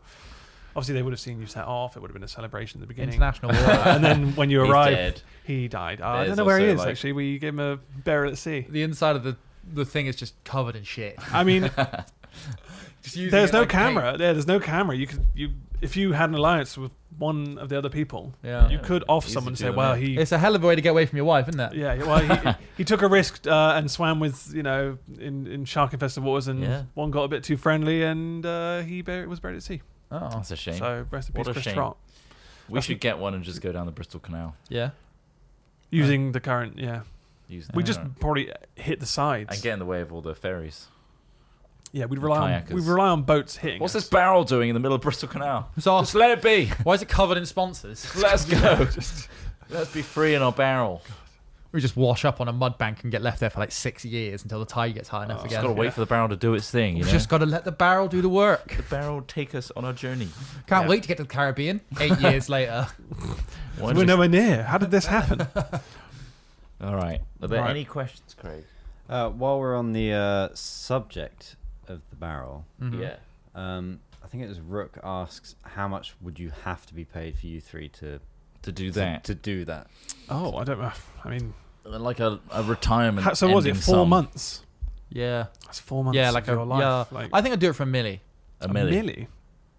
Speaker 1: Obviously, they would have seen you set off. It would have been a celebration at the beginning. *laughs*
Speaker 3: International water.
Speaker 1: and then when you
Speaker 2: He's
Speaker 1: arrive,
Speaker 2: dead.
Speaker 1: he died. Ah, I
Speaker 2: There's
Speaker 1: don't know where he
Speaker 2: also,
Speaker 1: is.
Speaker 2: like-
Speaker 1: Actually, we gave him a burial at sea.
Speaker 3: the inside of the the thing is just covered in shit.
Speaker 1: I
Speaker 2: *laughs*
Speaker 1: mean,
Speaker 3: Just using
Speaker 1: there's
Speaker 3: it
Speaker 1: no
Speaker 3: like a cake.
Speaker 1: camera. Yeah, there's no camera. You could you if you had an alliance with one of the other people,
Speaker 3: Yeah.
Speaker 1: you could off
Speaker 2: Easy
Speaker 1: someone and
Speaker 2: to
Speaker 1: say,
Speaker 2: do that,
Speaker 1: "Well,
Speaker 2: mate.
Speaker 1: he
Speaker 3: It's a hell of a way to get away from your wife, isn't it?
Speaker 1: *laughs* Yeah, well, he, he took a risk uh, and swam with, you know, in, in shark infested waters, and
Speaker 2: Yeah.
Speaker 1: one got a bit too friendly, and uh, he bur- was buried at sea.
Speaker 3: Oh,
Speaker 2: That's a shame.
Speaker 1: So rest in
Speaker 2: What
Speaker 1: peace,
Speaker 2: a
Speaker 1: Chris
Speaker 2: shame.
Speaker 1: Trott.
Speaker 2: we should get one and just go down the Bristol Canal.
Speaker 3: yeah.
Speaker 2: Um,
Speaker 1: Using the current, yeah.
Speaker 2: Use
Speaker 1: We
Speaker 2: that.
Speaker 1: just probably hit the sides.
Speaker 2: and get in the way of all the ferries.
Speaker 1: yeah, we'd rely on
Speaker 2: kayakers.
Speaker 1: we rely on boats hitting.
Speaker 2: What's
Speaker 1: us.
Speaker 2: this barrel doing in the middle of Bristol Canal?
Speaker 3: It's all-
Speaker 2: Just let it be.
Speaker 3: Why is it covered in sponsors?
Speaker 2: *laughs* Let's *laughs* go. Let's be free in our barrel.
Speaker 3: we just wash up on a mud bank and get left there for like six years until the tide gets high enough
Speaker 2: Just
Speaker 3: again.
Speaker 2: gotta wait for the barrel to do its thing. You
Speaker 3: We've
Speaker 2: know?
Speaker 3: just got to let the barrel do the work.
Speaker 2: *laughs* the barrel take us on our journey.
Speaker 3: Can't wait to get to the Caribbean eight years later.
Speaker 2: Why
Speaker 1: We're
Speaker 2: don't
Speaker 1: nowhere near. How did this
Speaker 2: *laughs*
Speaker 1: happen?
Speaker 2: we- All right. Are there
Speaker 1: Right.
Speaker 2: any questions, Craig?
Speaker 4: Uh, while we're on the uh, subject of the barrel,
Speaker 2: Yeah.
Speaker 4: um, I think it was Rook asks, "How much would you have to be paid for you three to
Speaker 2: To do
Speaker 4: to-
Speaker 2: that,
Speaker 4: to, do that?"
Speaker 1: oh, I don't know. I mean,
Speaker 2: like a, a retirement.
Speaker 1: how, so what was it
Speaker 2: ending
Speaker 1: four
Speaker 2: sum,
Speaker 1: months?
Speaker 3: yeah.
Speaker 1: That's four months.
Speaker 3: Yeah, like
Speaker 1: of
Speaker 3: a
Speaker 1: your life.
Speaker 3: yeah.
Speaker 1: Like,
Speaker 3: I think I'd do it for a milli.
Speaker 2: A milli.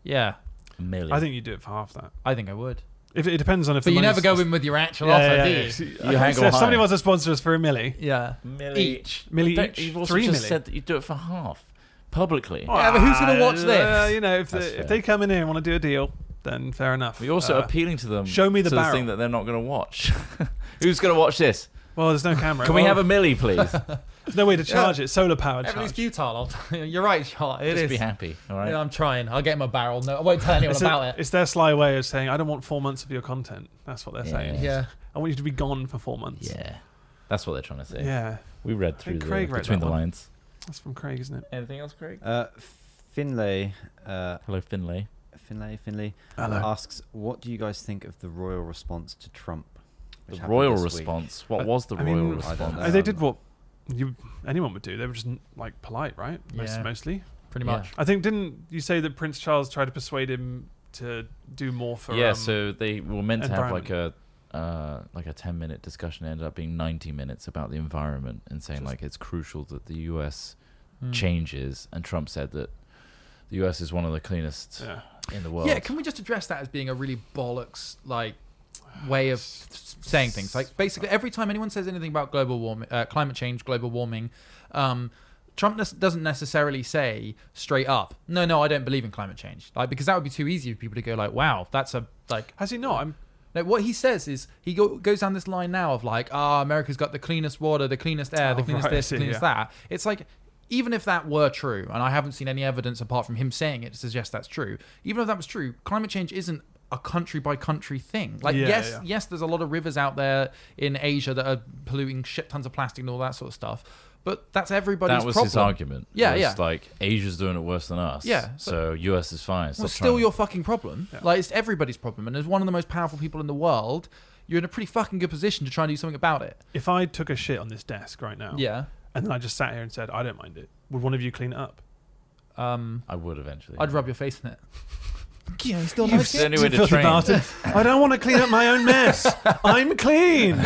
Speaker 3: Yeah,
Speaker 2: A milli.
Speaker 1: I think you do it for half that.
Speaker 3: I think I would.
Speaker 1: If it depends on if
Speaker 3: But
Speaker 1: the
Speaker 3: you
Speaker 1: money's-
Speaker 3: never go in with your actual
Speaker 1: Yeah,
Speaker 3: offer,
Speaker 1: yeah,
Speaker 3: do
Speaker 1: yeah. *laughs*
Speaker 3: you?
Speaker 1: See,
Speaker 2: You hang
Speaker 1: so if
Speaker 2: on
Speaker 1: somebody
Speaker 2: high.
Speaker 1: wants to sponsor us for a milli,
Speaker 3: Yeah.
Speaker 2: milli.
Speaker 3: Each.
Speaker 1: milli
Speaker 2: Don't-
Speaker 1: each,
Speaker 2: You've also
Speaker 1: three
Speaker 2: just
Speaker 1: milli.
Speaker 2: said that you do it for half publicly.
Speaker 3: Yeah, but who's gonna watch
Speaker 1: Ah,
Speaker 3: this?
Speaker 1: you know, if,
Speaker 2: That's
Speaker 1: the, if
Speaker 2: fair.
Speaker 1: they come in here and want to do a deal, then fair enough.
Speaker 2: We're also
Speaker 1: Uh,
Speaker 2: appealing to them.
Speaker 1: show me the
Speaker 2: to
Speaker 1: barrel.
Speaker 2: thing that they're not going to watch. *laughs* Who's going to watch this?
Speaker 1: well, there's no camera.
Speaker 2: Can we
Speaker 1: Well, *laughs*
Speaker 2: have a milli, please?
Speaker 1: There's no way to charge it. Solar powered
Speaker 3: Everything's
Speaker 1: charge.
Speaker 3: futile. I'll you're right, Charlotte. It is.
Speaker 1: Just be happy, all right?
Speaker 3: Yeah, I'm trying. I'll get him a barrel. No, I won't tell anyone
Speaker 1: it's
Speaker 3: about
Speaker 1: a-
Speaker 3: it.
Speaker 1: It's their sly way of saying, "I don't want four months of your content." That's what they're saying.
Speaker 3: Yeah. Yeah.
Speaker 1: I want you to be gone for four months.
Speaker 2: Yeah. That's what they're trying to say.
Speaker 1: Yeah.
Speaker 2: We read
Speaker 1: I
Speaker 2: through
Speaker 1: think
Speaker 2: the,
Speaker 1: Craig read
Speaker 2: between
Speaker 1: that
Speaker 2: the
Speaker 1: one.
Speaker 2: lines.
Speaker 1: That's from Craig, isn't it?
Speaker 3: Anything else, Craig?
Speaker 4: Uh, Finlay. Uh,
Speaker 2: Hello, Finlay.
Speaker 4: Finlay. Finlay
Speaker 2: Hello.
Speaker 4: asks, "What do you guys think of the royal response to Trump?"
Speaker 2: The
Speaker 4: which happened
Speaker 2: royal
Speaker 4: this week?
Speaker 2: response. What was the royal response?
Speaker 1: Uh, They did what you anyone would do. They were just like polite, right? Most,
Speaker 3: Yeah.
Speaker 1: Mostly,
Speaker 3: Pretty Yeah. much.
Speaker 1: I think didn't you say that Prince Charles tried to persuade him to do more for?
Speaker 2: yeah,
Speaker 1: um,
Speaker 2: so they were meant to have like
Speaker 1: environment?
Speaker 2: a uh, like a ten minute discussion. It ended up being ninety minutes about the environment and saying like it's crucial that the U.S.
Speaker 3: Hmm.
Speaker 2: changes. And Trump said that the U.S. is one of the cleanest
Speaker 1: Yeah.
Speaker 2: in the world.
Speaker 3: Yeah, can we just address that as being a really bollocks like way of s- saying things? Like basically, every time anyone says anything about global warming, uh, climate change, global warming, um, Trump nes- doesn't necessarily say straight up, "No, no, I don't believe in climate change," like because that would be too easy for people to go like, "Wow, that's a like."
Speaker 1: Has he not? I'm.
Speaker 3: No, what he says is he go, goes down this line now of like, ah, America's got the cleanest water, the cleanest air, the
Speaker 1: Oh,
Speaker 3: cleanest
Speaker 1: right, I
Speaker 3: this, the
Speaker 1: see,
Speaker 3: cleanest
Speaker 1: yeah.
Speaker 3: that. It's like, even if that were true, and I haven't seen any evidence apart from him saying it to suggest that's true, even if that was true, climate change isn't a country by country thing. Like,
Speaker 1: Yeah,
Speaker 3: yes,
Speaker 1: yeah.
Speaker 3: yes, there's a lot of rivers out there in Asia that are polluting shit tons of plastic and all that sort of stuff, but that's everybody's
Speaker 2: that was
Speaker 3: problem.
Speaker 2: his argument.
Speaker 3: Yeah,
Speaker 2: It
Speaker 3: yeah.
Speaker 2: was Like Asia's doing it worse than us.
Speaker 3: Yeah, but-
Speaker 2: So U.S. is fine. Stop
Speaker 3: Well, it's still
Speaker 2: trying.
Speaker 3: your fucking problem. Like it's everybody's problem, and as one of the most powerful people in the world, you're in a pretty fucking good position to try and do something about it.
Speaker 1: If I took a shit on this desk right now,
Speaker 3: Yeah.
Speaker 1: and then I just sat here and said, "I don't mind it," would one of you clean it up?
Speaker 3: Um,
Speaker 2: I would eventually.
Speaker 3: I'd rub your face in it. *laughs* Yeah, you still
Speaker 2: You like it? send it with the train.
Speaker 1: I don't want to clean up my own mess. I'm
Speaker 2: *laughs*
Speaker 1: clean.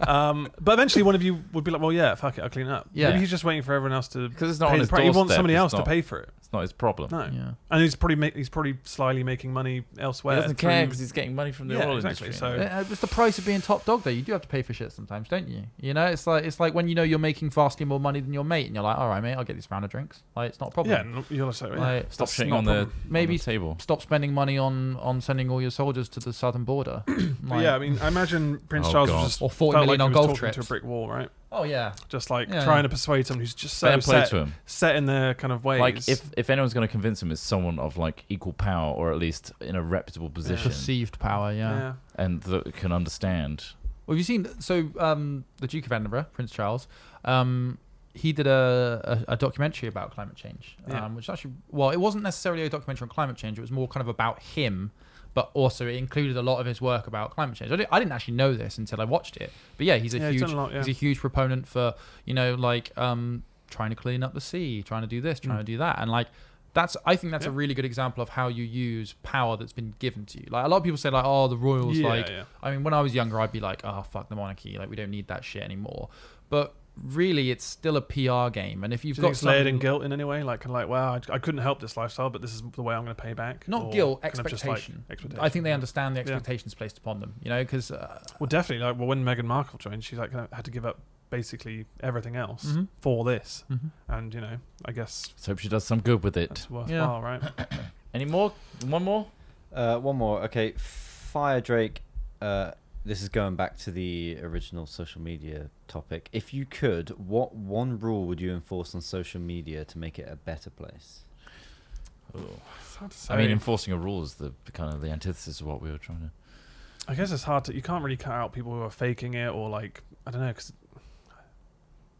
Speaker 1: Um, but eventually, one of you would be like, "Well, yeah, fuck it, I'll clean it up."
Speaker 2: Yeah.
Speaker 1: Maybe he's just waiting for everyone else to
Speaker 2: because it's not
Speaker 1: pay
Speaker 2: on
Speaker 1: the
Speaker 2: his
Speaker 1: price. He wants
Speaker 2: doorstep,
Speaker 1: somebody
Speaker 2: it's
Speaker 1: else to
Speaker 2: not-
Speaker 1: pay for it.
Speaker 2: It's not his problem.
Speaker 1: No.
Speaker 3: Yeah.
Speaker 1: And he's probably make, he's probably slyly making money elsewhere.
Speaker 2: doesn't care
Speaker 1: through-
Speaker 2: 'cause he's getting money from the
Speaker 1: yeah,
Speaker 2: oil
Speaker 1: exactly.
Speaker 2: industry.
Speaker 1: So
Speaker 3: Uh, It's the price of being top dog, though. You do have to pay for shit sometimes, don't you? You know, it's like it's like when you know you're making vastly more money than your mate, and you're like, "All right, mate, I'll get this round of drinks." Like, it's not a problem.
Speaker 1: Yeah, no- you're also- yeah.
Speaker 3: Like,
Speaker 2: Stop
Speaker 3: that's
Speaker 2: shitting
Speaker 3: not a
Speaker 2: on the-
Speaker 3: problem.
Speaker 2: on
Speaker 3: maybe
Speaker 2: the table.
Speaker 3: Stop spending money on on sending all your soldiers to the
Speaker 1: *clears throat*
Speaker 3: southern border.
Speaker 1: But
Speaker 3: Like-
Speaker 1: yeah, I mean, I imagine Prince
Speaker 2: Oh,
Speaker 1: Charles
Speaker 2: God.
Speaker 1: was just
Speaker 3: Or 40
Speaker 1: felt
Speaker 3: million
Speaker 1: like
Speaker 3: on
Speaker 1: he was
Speaker 3: golf
Speaker 1: talking to a
Speaker 3: trips.
Speaker 1: brick wall, right?
Speaker 3: Oh, yeah.
Speaker 1: just like
Speaker 3: Yeah,
Speaker 1: trying
Speaker 3: yeah.
Speaker 1: to persuade someone who's just so
Speaker 2: Fair play
Speaker 1: set,
Speaker 2: to him.
Speaker 1: set in their kind of ways.
Speaker 2: Like if if anyone's going to convince him, it's someone of like equal power or at least in a reputable position
Speaker 3: Perceived power, yeah.
Speaker 1: Yeah.
Speaker 2: and that can understand.
Speaker 3: Well, have you seen? So, um, the Duke of Edinburgh, Prince Charles, um, he did a, a, a documentary about climate change,
Speaker 1: Yeah.
Speaker 3: um, which actually, well, it wasn't necessarily a documentary on climate change. It was more kind of about him, but also it included a lot of his work about climate change. I didn't, I didn't actually know this until I watched it, but yeah, he's a
Speaker 1: Yeah, he's
Speaker 3: huge
Speaker 1: done a lot, yeah.
Speaker 3: he's a huge proponent for you know like um, trying to clean up the sea, trying to do this, trying
Speaker 1: Mm.
Speaker 3: to do that, and like. That's. I think that's a
Speaker 1: Yeah.
Speaker 3: really good example of how you use power that's been given to you. Like a lot of people say, like, "Oh, the royals."
Speaker 1: Yeah,
Speaker 3: like,
Speaker 1: yeah.
Speaker 3: I mean, when I was younger, I'd be like, oh, fuck the monarchy. Like, we don't need that shit anymore. But really, it's still a PR game. And if you've
Speaker 1: Do you think
Speaker 3: got
Speaker 1: it's layered in
Speaker 3: something,
Speaker 1: guilt in any way, like kind of like, wow, I, I couldn't help this lifestyle, but this is the way I'm going to pay back.
Speaker 3: not
Speaker 1: Or
Speaker 3: guilt,
Speaker 1: kind of just, like,
Speaker 3: expectation.
Speaker 1: expectation.
Speaker 3: I think they understand the
Speaker 1: Yeah.
Speaker 3: expectations placed upon them, you know, because uh,
Speaker 1: Well, definitely. Like, well, when Meghan Markle joined, she like kind of had to give up basically everything else
Speaker 3: Mhm.
Speaker 1: for this,
Speaker 3: Mhm.
Speaker 1: and you know, I guess
Speaker 2: So hope she does some good with it.
Speaker 1: it's worthwhile,
Speaker 3: Yeah. *coughs*
Speaker 1: right?
Speaker 2: Any more? One more?
Speaker 4: Uh, one more. Okay, Fire Drake. Uh, this is going back to the original social media topic. If you could, what one rule would you enforce on social media to make it a better place?
Speaker 1: It's hard to say.
Speaker 2: I mean, enforcing a rule is the kind of the antithesis of what we were trying to.
Speaker 1: I guess it's hard to. You can't really cut out people who are faking it or like I don't know, because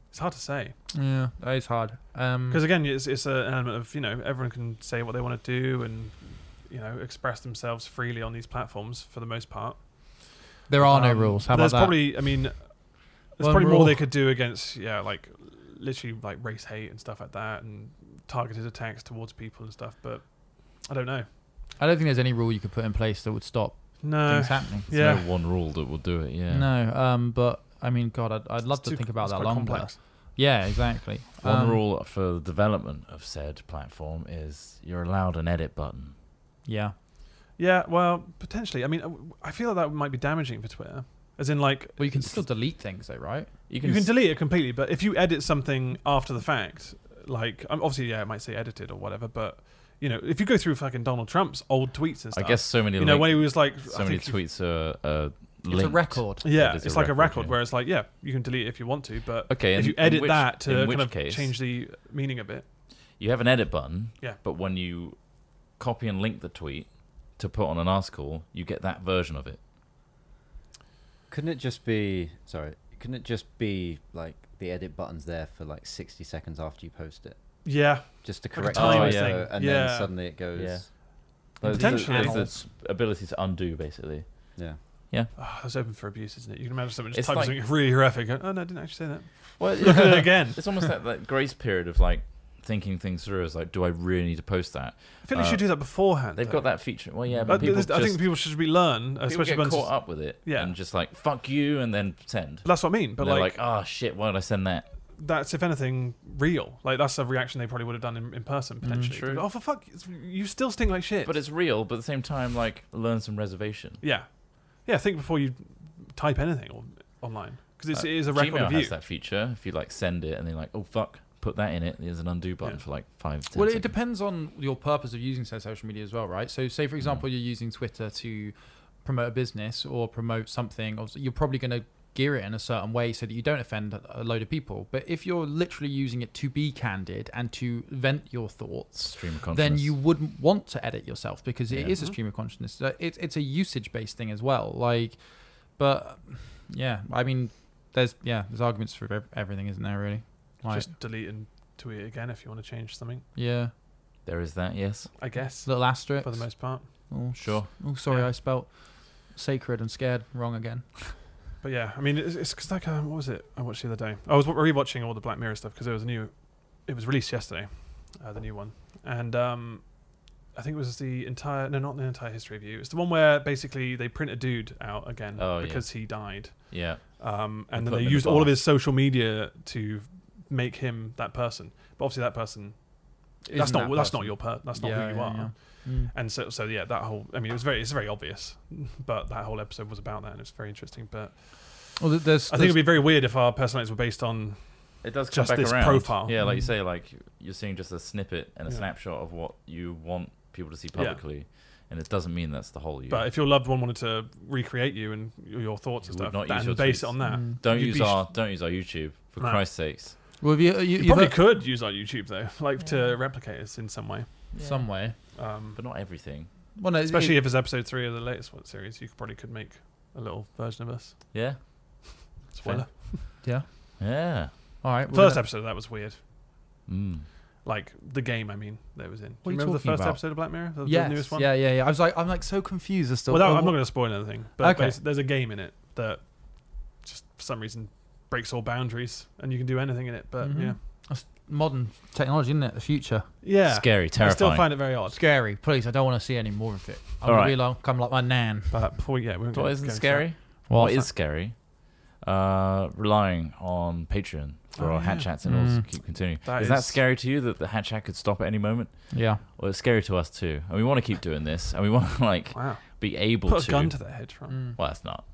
Speaker 1: it's hard to say.
Speaker 3: yeah, that is hard. Um,
Speaker 1: Because again, it's it's an element of you know everyone can say what they want to do and you know express themselves freely on these platforms for the most part.
Speaker 3: there are no
Speaker 1: Um,
Speaker 3: rules.
Speaker 1: but
Speaker 3: How about
Speaker 1: there's
Speaker 3: that?
Speaker 1: probably I mean there's
Speaker 3: One
Speaker 1: probably more
Speaker 3: rule.
Speaker 1: they could do against yeah like literally like race hate and stuff like that and targeted attacks towards people and stuff. But I don't know.
Speaker 3: I don't think there's any rule you could put in place that would stop
Speaker 1: No.
Speaker 3: things happening.
Speaker 2: There's
Speaker 1: Yeah.
Speaker 2: no one rule that will do it. Yeah.
Speaker 3: No, um, but I mean, God, I'd, I'd love
Speaker 1: It's
Speaker 3: to
Speaker 1: too-
Speaker 3: think about
Speaker 1: it's
Speaker 3: that
Speaker 1: quite
Speaker 3: longer.
Speaker 1: complex.
Speaker 3: Yeah, exactly.
Speaker 2: One
Speaker 3: Um,
Speaker 2: rule for the development of said platform is you're allowed an edit button.
Speaker 3: Yeah.
Speaker 1: Yeah, well, potentially. I mean, I- I feel that might be damaging for Twitter. As in, like,
Speaker 3: Well, you can still delete things, though, right?
Speaker 2: You
Speaker 1: you can,
Speaker 2: can, s-
Speaker 1: delete it completely, but if you edit something after the fact, like, um, obviously, yeah, it might say edited or whatever, but, you know, if you go through fucking Donald Trump's old tweets and
Speaker 2: I
Speaker 1: stuff.
Speaker 2: guess so many.
Speaker 1: You know,
Speaker 2: link-
Speaker 1: when he was like,
Speaker 2: so
Speaker 1: I
Speaker 2: many
Speaker 1: think he-
Speaker 2: tweets are, are
Speaker 3: It's a record.
Speaker 1: Yeah,
Speaker 2: It is
Speaker 1: it's like a record where it's like, yeah, you can delete it if you want to, but
Speaker 2: Okay,
Speaker 1: if
Speaker 2: in-
Speaker 1: you
Speaker 2: in
Speaker 1: edit
Speaker 2: which-
Speaker 1: that
Speaker 2: in
Speaker 1: to
Speaker 2: which
Speaker 1: kind of
Speaker 2: case-
Speaker 1: change the meaning a bit.
Speaker 2: You have an edit button,
Speaker 1: Yeah.
Speaker 2: but when you copy and link the tweet to put on an article, you get that version of it.
Speaker 4: Couldn't it just be sorry? Couldn't it just be like the edit button's there for like sixty seconds after you post it?
Speaker 1: Yeah.
Speaker 4: Just to
Speaker 1: Like a
Speaker 4: correct
Speaker 1: timer
Speaker 4: the photo,
Speaker 1: thing.
Speaker 4: and
Speaker 1: Yeah.
Speaker 4: then suddenly it goes.
Speaker 2: Yeah.
Speaker 1: Those- Potentially.
Speaker 2: It's the s- ability to undo, basically.
Speaker 4: Yeah.
Speaker 2: Yeah.
Speaker 1: Oh, that's open for abuse, isn't it? You can imagine someone just
Speaker 2: It's
Speaker 1: typing
Speaker 2: like-
Speaker 1: something really horrific. and, Oh no, I didn't actually say that.
Speaker 2: Well,
Speaker 1: Look at it again.
Speaker 2: It's almost that, that grace period of like thinking things through. Is like, do I really need to post that?
Speaker 1: I feel they should do that beforehand.
Speaker 2: Uh, They've
Speaker 1: though.
Speaker 2: got that feature. Well, yeah,
Speaker 1: I,
Speaker 2: but people
Speaker 1: Uh, I
Speaker 2: just-
Speaker 1: think people should be learn,
Speaker 2: people
Speaker 1: especially
Speaker 2: get
Speaker 1: when
Speaker 2: caught up with it.
Speaker 1: Yeah.
Speaker 2: and just like fuck you, and then send.
Speaker 1: But that's what I mean. But
Speaker 2: And they're
Speaker 1: like,
Speaker 2: like, oh shit, why did I send that?
Speaker 1: that's if anything real. Like that's a reaction they probably would have done in, in person potentially.
Speaker 2: Mm, true.
Speaker 1: Oh for fuck, it's, you still stink like shit.
Speaker 2: But it's real. But at the same time, like, learn some reservation.
Speaker 1: yeah, yeah. Think before you type anything on, online because it's it is a record
Speaker 2: Uh, Gmail
Speaker 1: of you.
Speaker 2: has that feature. If you like send it and then like, oh fuck, put that in it. There's an undo button
Speaker 1: Yeah.
Speaker 2: for like five. 10
Speaker 3: Well, it
Speaker 2: seconds.
Speaker 3: depends on your purpose of using said social media as well, right? So, say for
Speaker 2: Mm.
Speaker 3: example, you're using Twitter to promote a business or promote something, obviously you're probably going to gear it in a certain way so that you don't offend a load of people. But if you're literally using it to be candid and to vent your thoughts,
Speaker 2: Stream of
Speaker 3: then
Speaker 2: consciousness.
Speaker 3: you wouldn't want to edit yourself because it
Speaker 2: Yeah.
Speaker 3: is a stream of consciousness. So It's it's a usage based thing as well. Like, but yeah, I mean, there's yeah, there's arguments for ev- everything, isn't there? Really, like
Speaker 1: Just delete and tweet it again if you want to change something.
Speaker 3: yeah,
Speaker 2: There is that. Yes.
Speaker 1: I guess
Speaker 3: little asterisk
Speaker 1: for the most part.
Speaker 3: Oh,
Speaker 2: Sure.
Speaker 3: Oh, sorry,
Speaker 1: Yeah.
Speaker 3: I spelt sacred and scared wrong again.
Speaker 1: But yeah, I mean, it's because like um, what was it I watched the other day? I was rewatching all the Black Mirror stuff because there was a new, it was released yesterday, uh, the new one, and um, I think it was the entire no, not the entire history of you. It's the one where basically they print a dude out again
Speaker 2: Oh, yeah.
Speaker 1: because he died,
Speaker 2: Yeah.
Speaker 1: um,
Speaker 2: And
Speaker 1: and then
Speaker 2: put him
Speaker 1: they
Speaker 2: in a
Speaker 1: used all of
Speaker 2: bar.
Speaker 1: his social media to make him that person. But obviously, that person that's
Speaker 3: Isn't
Speaker 1: not
Speaker 3: that
Speaker 1: that's
Speaker 3: person.
Speaker 1: not your per- that's not
Speaker 3: Yeah,
Speaker 1: who you
Speaker 3: yeah,
Speaker 1: are.
Speaker 3: yeah. Mm.
Speaker 1: And so, so yeah, that whole—I mean, it was very—it's very obvious, *laughs* but that whole episode was about that, and it's very interesting. But
Speaker 3: Well, Oh, th- there's,
Speaker 1: I think it'd be very weird if our personalities were based on.
Speaker 2: It does come
Speaker 1: Just
Speaker 2: back
Speaker 1: this
Speaker 2: around.
Speaker 1: profile. Mm-hmm.
Speaker 2: Yeah, like you
Speaker 3: Mm.
Speaker 2: say, like you're seeing just a snippet and a
Speaker 1: Yeah.
Speaker 2: snapshot of what you want people to see
Speaker 1: Yeah.
Speaker 2: publicly, and it doesn't mean that's the whole you.
Speaker 1: But if your loved one wanted to recreate you and y- your thoughts
Speaker 2: You
Speaker 1: and
Speaker 2: would
Speaker 1: stuff,
Speaker 2: not use
Speaker 1: and
Speaker 2: your
Speaker 1: base
Speaker 2: tweets.
Speaker 1: it on that,
Speaker 3: Mm.
Speaker 2: don't
Speaker 1: you'd
Speaker 2: use
Speaker 1: be sh-
Speaker 2: our don't use our YouTube for
Speaker 1: No.
Speaker 2: Christ's sakes.
Speaker 3: well, if you, you,
Speaker 1: You
Speaker 3: you've
Speaker 1: probably
Speaker 3: heard-
Speaker 1: could use our YouTube though, *laughs* like to replicate us in some way.
Speaker 3: some way.
Speaker 1: Um,
Speaker 2: But not everything.
Speaker 3: Well, no, it-
Speaker 1: especially
Speaker 3: it-
Speaker 1: if it's episode three of the latest one series, you could- probably could make a little version of us.
Speaker 2: Yeah.
Speaker 1: Spoiler.
Speaker 3: yeah.
Speaker 2: Yeah.
Speaker 3: All right. we're
Speaker 1: First
Speaker 3: gonna-
Speaker 1: episode of that was weird.
Speaker 2: Mm.
Speaker 1: Like the game, I mean, that it was in. Do
Speaker 3: What are
Speaker 1: you
Speaker 3: you
Speaker 1: remember the
Speaker 3: talking
Speaker 1: first
Speaker 3: about?
Speaker 1: episode of Black Mirror? The, the
Speaker 3: Yes,
Speaker 1: newest one.
Speaker 3: Yeah, yeah, yeah. I was like, I'm like so confused as to.
Speaker 1: Well, that,
Speaker 3: oh,
Speaker 1: I'm not going to spoil anything, but
Speaker 3: Okay.
Speaker 1: basi- there's a game in it that just for some reason breaks all boundaries, and you can do anything in it. But
Speaker 3: Mhm.
Speaker 1: yeah,
Speaker 3: that's modern technology, isn't it? The future.
Speaker 1: yeah,
Speaker 2: Scary,
Speaker 1: I
Speaker 2: terrifying.
Speaker 1: still find it very odd.
Speaker 3: Scary. Please, I don't want to see any more of it. I'm
Speaker 2: All
Speaker 3: gonna
Speaker 2: right.
Speaker 3: be like, I'm like my nan.
Speaker 1: But before, yeah, we won't go-
Speaker 2: what isn't
Speaker 1: go into
Speaker 2: scary?
Speaker 3: Well,
Speaker 2: what is scary? Uh, relying on Patreon for
Speaker 1: Oh,
Speaker 2: our hat
Speaker 1: yeah.
Speaker 2: chats and all to
Speaker 3: Mm.
Speaker 2: keep continuing.
Speaker 1: That
Speaker 2: is that
Speaker 1: is-
Speaker 2: scary to you that the hat chat could stop at any moment?
Speaker 3: Yeah.
Speaker 2: Well, it's scary to us too, and we want to keep doing this, and we want to *laughs* like
Speaker 1: that. Wow,
Speaker 2: be able
Speaker 1: put
Speaker 2: to.
Speaker 1: a gun to their head, right?
Speaker 3: Mm.
Speaker 2: Well, that's not.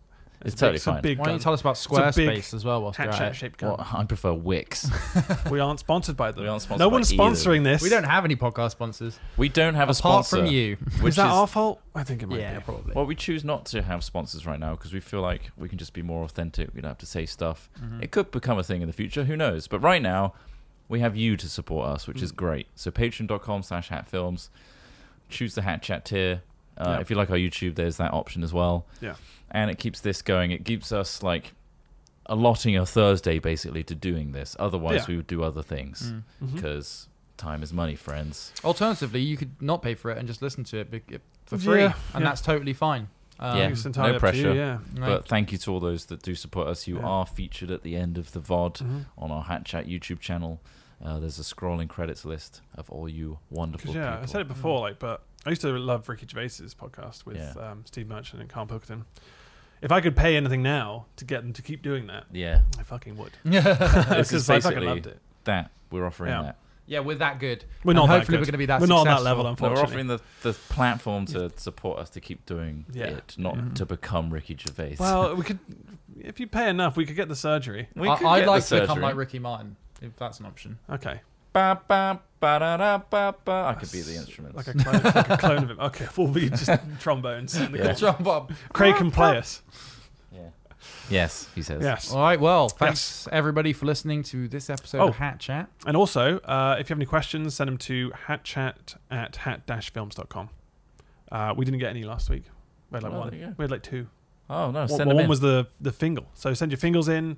Speaker 1: a
Speaker 2: It's,
Speaker 1: big-
Speaker 2: totally
Speaker 1: it's a
Speaker 2: fine.
Speaker 1: big
Speaker 3: Why don't you
Speaker 1: gun.
Speaker 3: tell us about
Speaker 1: It's a big
Speaker 3: Squarespace as well? Whilst you're at
Speaker 1: Hatchet
Speaker 3: it?
Speaker 1: shaped gun.
Speaker 2: Well, I prefer Wix.
Speaker 1: we aren't sponsored by them.
Speaker 2: We aren't sponsored
Speaker 1: no
Speaker 2: by
Speaker 1: one's
Speaker 2: either.
Speaker 1: sponsoring this.
Speaker 3: We don't have any podcast sponsors
Speaker 2: we don't have a
Speaker 3: apart
Speaker 2: sponsor.
Speaker 3: from you.
Speaker 2: Which
Speaker 1: is that
Speaker 2: is-
Speaker 1: our fault? I think it might
Speaker 3: yeah,
Speaker 1: be.
Speaker 3: probably.
Speaker 2: Well, we choose not to have sponsors right now because we feel like we can just be more authentic. We don't have to say stuff.
Speaker 1: Mm-hmm.
Speaker 2: It could become a thing in the future. Who knows? But right now, we have you to support us, which is
Speaker 1: Mm.
Speaker 2: great. So patreon.com slash hatfilms. Choose the hat chat tier. Uh,
Speaker 1: Yeah.
Speaker 2: If you like our YouTube, there's that option as well.
Speaker 1: Yeah.
Speaker 2: And it keeps this going. It keeps us like allotting a Thursday basically to doing this. Otherwise,
Speaker 1: Yeah. Mm.
Speaker 2: we would do other things because time is money, friends.
Speaker 3: Alternatively, you could not pay for it and just listen to it bec- for free,
Speaker 1: Yeah,
Speaker 3: and
Speaker 1: yeah.
Speaker 3: that's totally fine. Um,
Speaker 2: Yeah.
Speaker 1: It's entirely
Speaker 2: No
Speaker 1: up to you,
Speaker 2: pressure.
Speaker 1: yeah.
Speaker 3: Right.
Speaker 2: But thank you to all those that do support us. You
Speaker 1: Yeah. Mm-hmm.
Speaker 2: are featured at the end of the VOD on our Hat Chat YouTube channel. Uh, there's a scrolling credits list of all you
Speaker 1: 'Cause,
Speaker 2: wonderful
Speaker 1: yeah,
Speaker 2: people.
Speaker 1: I said it before, like, but I used to love Ricky Gervais's podcast with
Speaker 2: Yeah.
Speaker 1: um, Steve Merchant and Carl Pilkington. If I could pay anything now to get them to keep doing that,
Speaker 2: Yeah,
Speaker 1: I fucking would.
Speaker 2: This is
Speaker 1: Because I fucking
Speaker 2: basically-
Speaker 1: loved it.
Speaker 2: that we're offering
Speaker 1: Yeah.
Speaker 2: that.
Speaker 3: *laughs* yeah, we're that good.
Speaker 1: We're
Speaker 3: And
Speaker 1: not. that
Speaker 3: hopefully,
Speaker 1: good.
Speaker 3: we're going to be that.
Speaker 1: We're not on that
Speaker 3: successful.
Speaker 1: level,
Speaker 2: No, we're
Speaker 1: unfortunately.
Speaker 2: offering the, the platform to support us to keep doing
Speaker 1: Yeah. Mm-hmm.
Speaker 2: it, not to become Ricky Gervais.
Speaker 1: well, we could, if you pay enough, we could get the surgery.
Speaker 2: *laughs* we
Speaker 3: I-
Speaker 2: could
Speaker 3: I'd
Speaker 2: get
Speaker 3: like
Speaker 2: the
Speaker 3: to become
Speaker 2: surgery.
Speaker 3: like Ricky Martin if that's an option.
Speaker 1: Okay,
Speaker 2: Ba, ba, ba, da, da, ba, ba. I could be the instruments.
Speaker 1: like a
Speaker 2: *laughs*
Speaker 1: clone, *laughs* like a clone of him. Okay, we'll be just trombones. In the
Speaker 2: Yeah.
Speaker 3: *laughs*
Speaker 1: corner.
Speaker 3: John Bob.
Speaker 1: Craig can play us.
Speaker 2: Yeah. Yes, he says.
Speaker 1: Yes. Oh.
Speaker 3: All right. Well, thanks everybody for listening to this episode of Hat Chat.
Speaker 1: And also, uh, if you have any questions, send them to hatchat at hat-films.com. Uh, we didn't get any last week. We had like
Speaker 2: Oh,
Speaker 1: one.
Speaker 2: there you go.
Speaker 1: We had like two.
Speaker 2: Oh, no,
Speaker 1: One,
Speaker 2: send 'em
Speaker 1: one
Speaker 2: in.
Speaker 1: was the the fingal. So send your fingals in,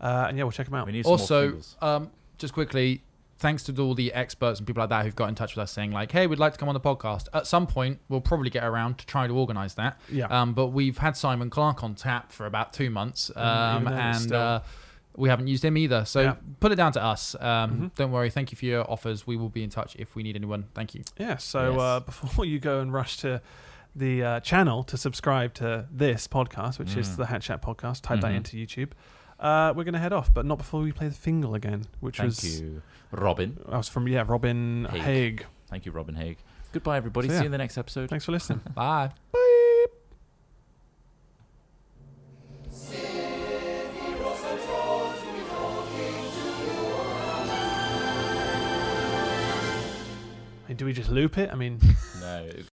Speaker 1: uh, and yeah, we'll check them out. We need
Speaker 3: also, um, just quickly, thanks to all the experts and people like that who've got in touch with us saying like, "Hey, we'd like to come on the podcast." At some point, we'll probably get around to trying to organise that.
Speaker 1: Yeah.
Speaker 3: Um, but we've had Simon Clark on tap for about two months, um,
Speaker 1: even then,
Speaker 3: and
Speaker 1: still.
Speaker 3: uh, we haven't used him either. So
Speaker 1: Yeah.
Speaker 3: put it down to us. Um,
Speaker 1: Mhm.
Speaker 3: Don't worry. Thank you for your offers. We will be in touch if we need anyone. Thank you.
Speaker 1: Yeah. So uh, before *laughs* you go and rush to the uh, channel to subscribe to this podcast, which is
Speaker 2: Mm.
Speaker 1: the Hat Chat podcast, type that
Speaker 2: Mhm.
Speaker 1: into YouTube. Uh, we're going to head off, but not before we play the fingal again, which
Speaker 2: Thank
Speaker 1: was
Speaker 2: you, Robin.
Speaker 1: That was from yeah, Robin Haig.
Speaker 2: Haig. Thank you, Robin Haig. Goodbye, everybody.
Speaker 1: So,
Speaker 2: See
Speaker 1: yeah.
Speaker 2: you in the next episode.
Speaker 1: Thanks for
Speaker 2: *laughs*
Speaker 1: listening.
Speaker 3: Bye.
Speaker 1: I mean, do we just loop it? I mean.
Speaker 2: No.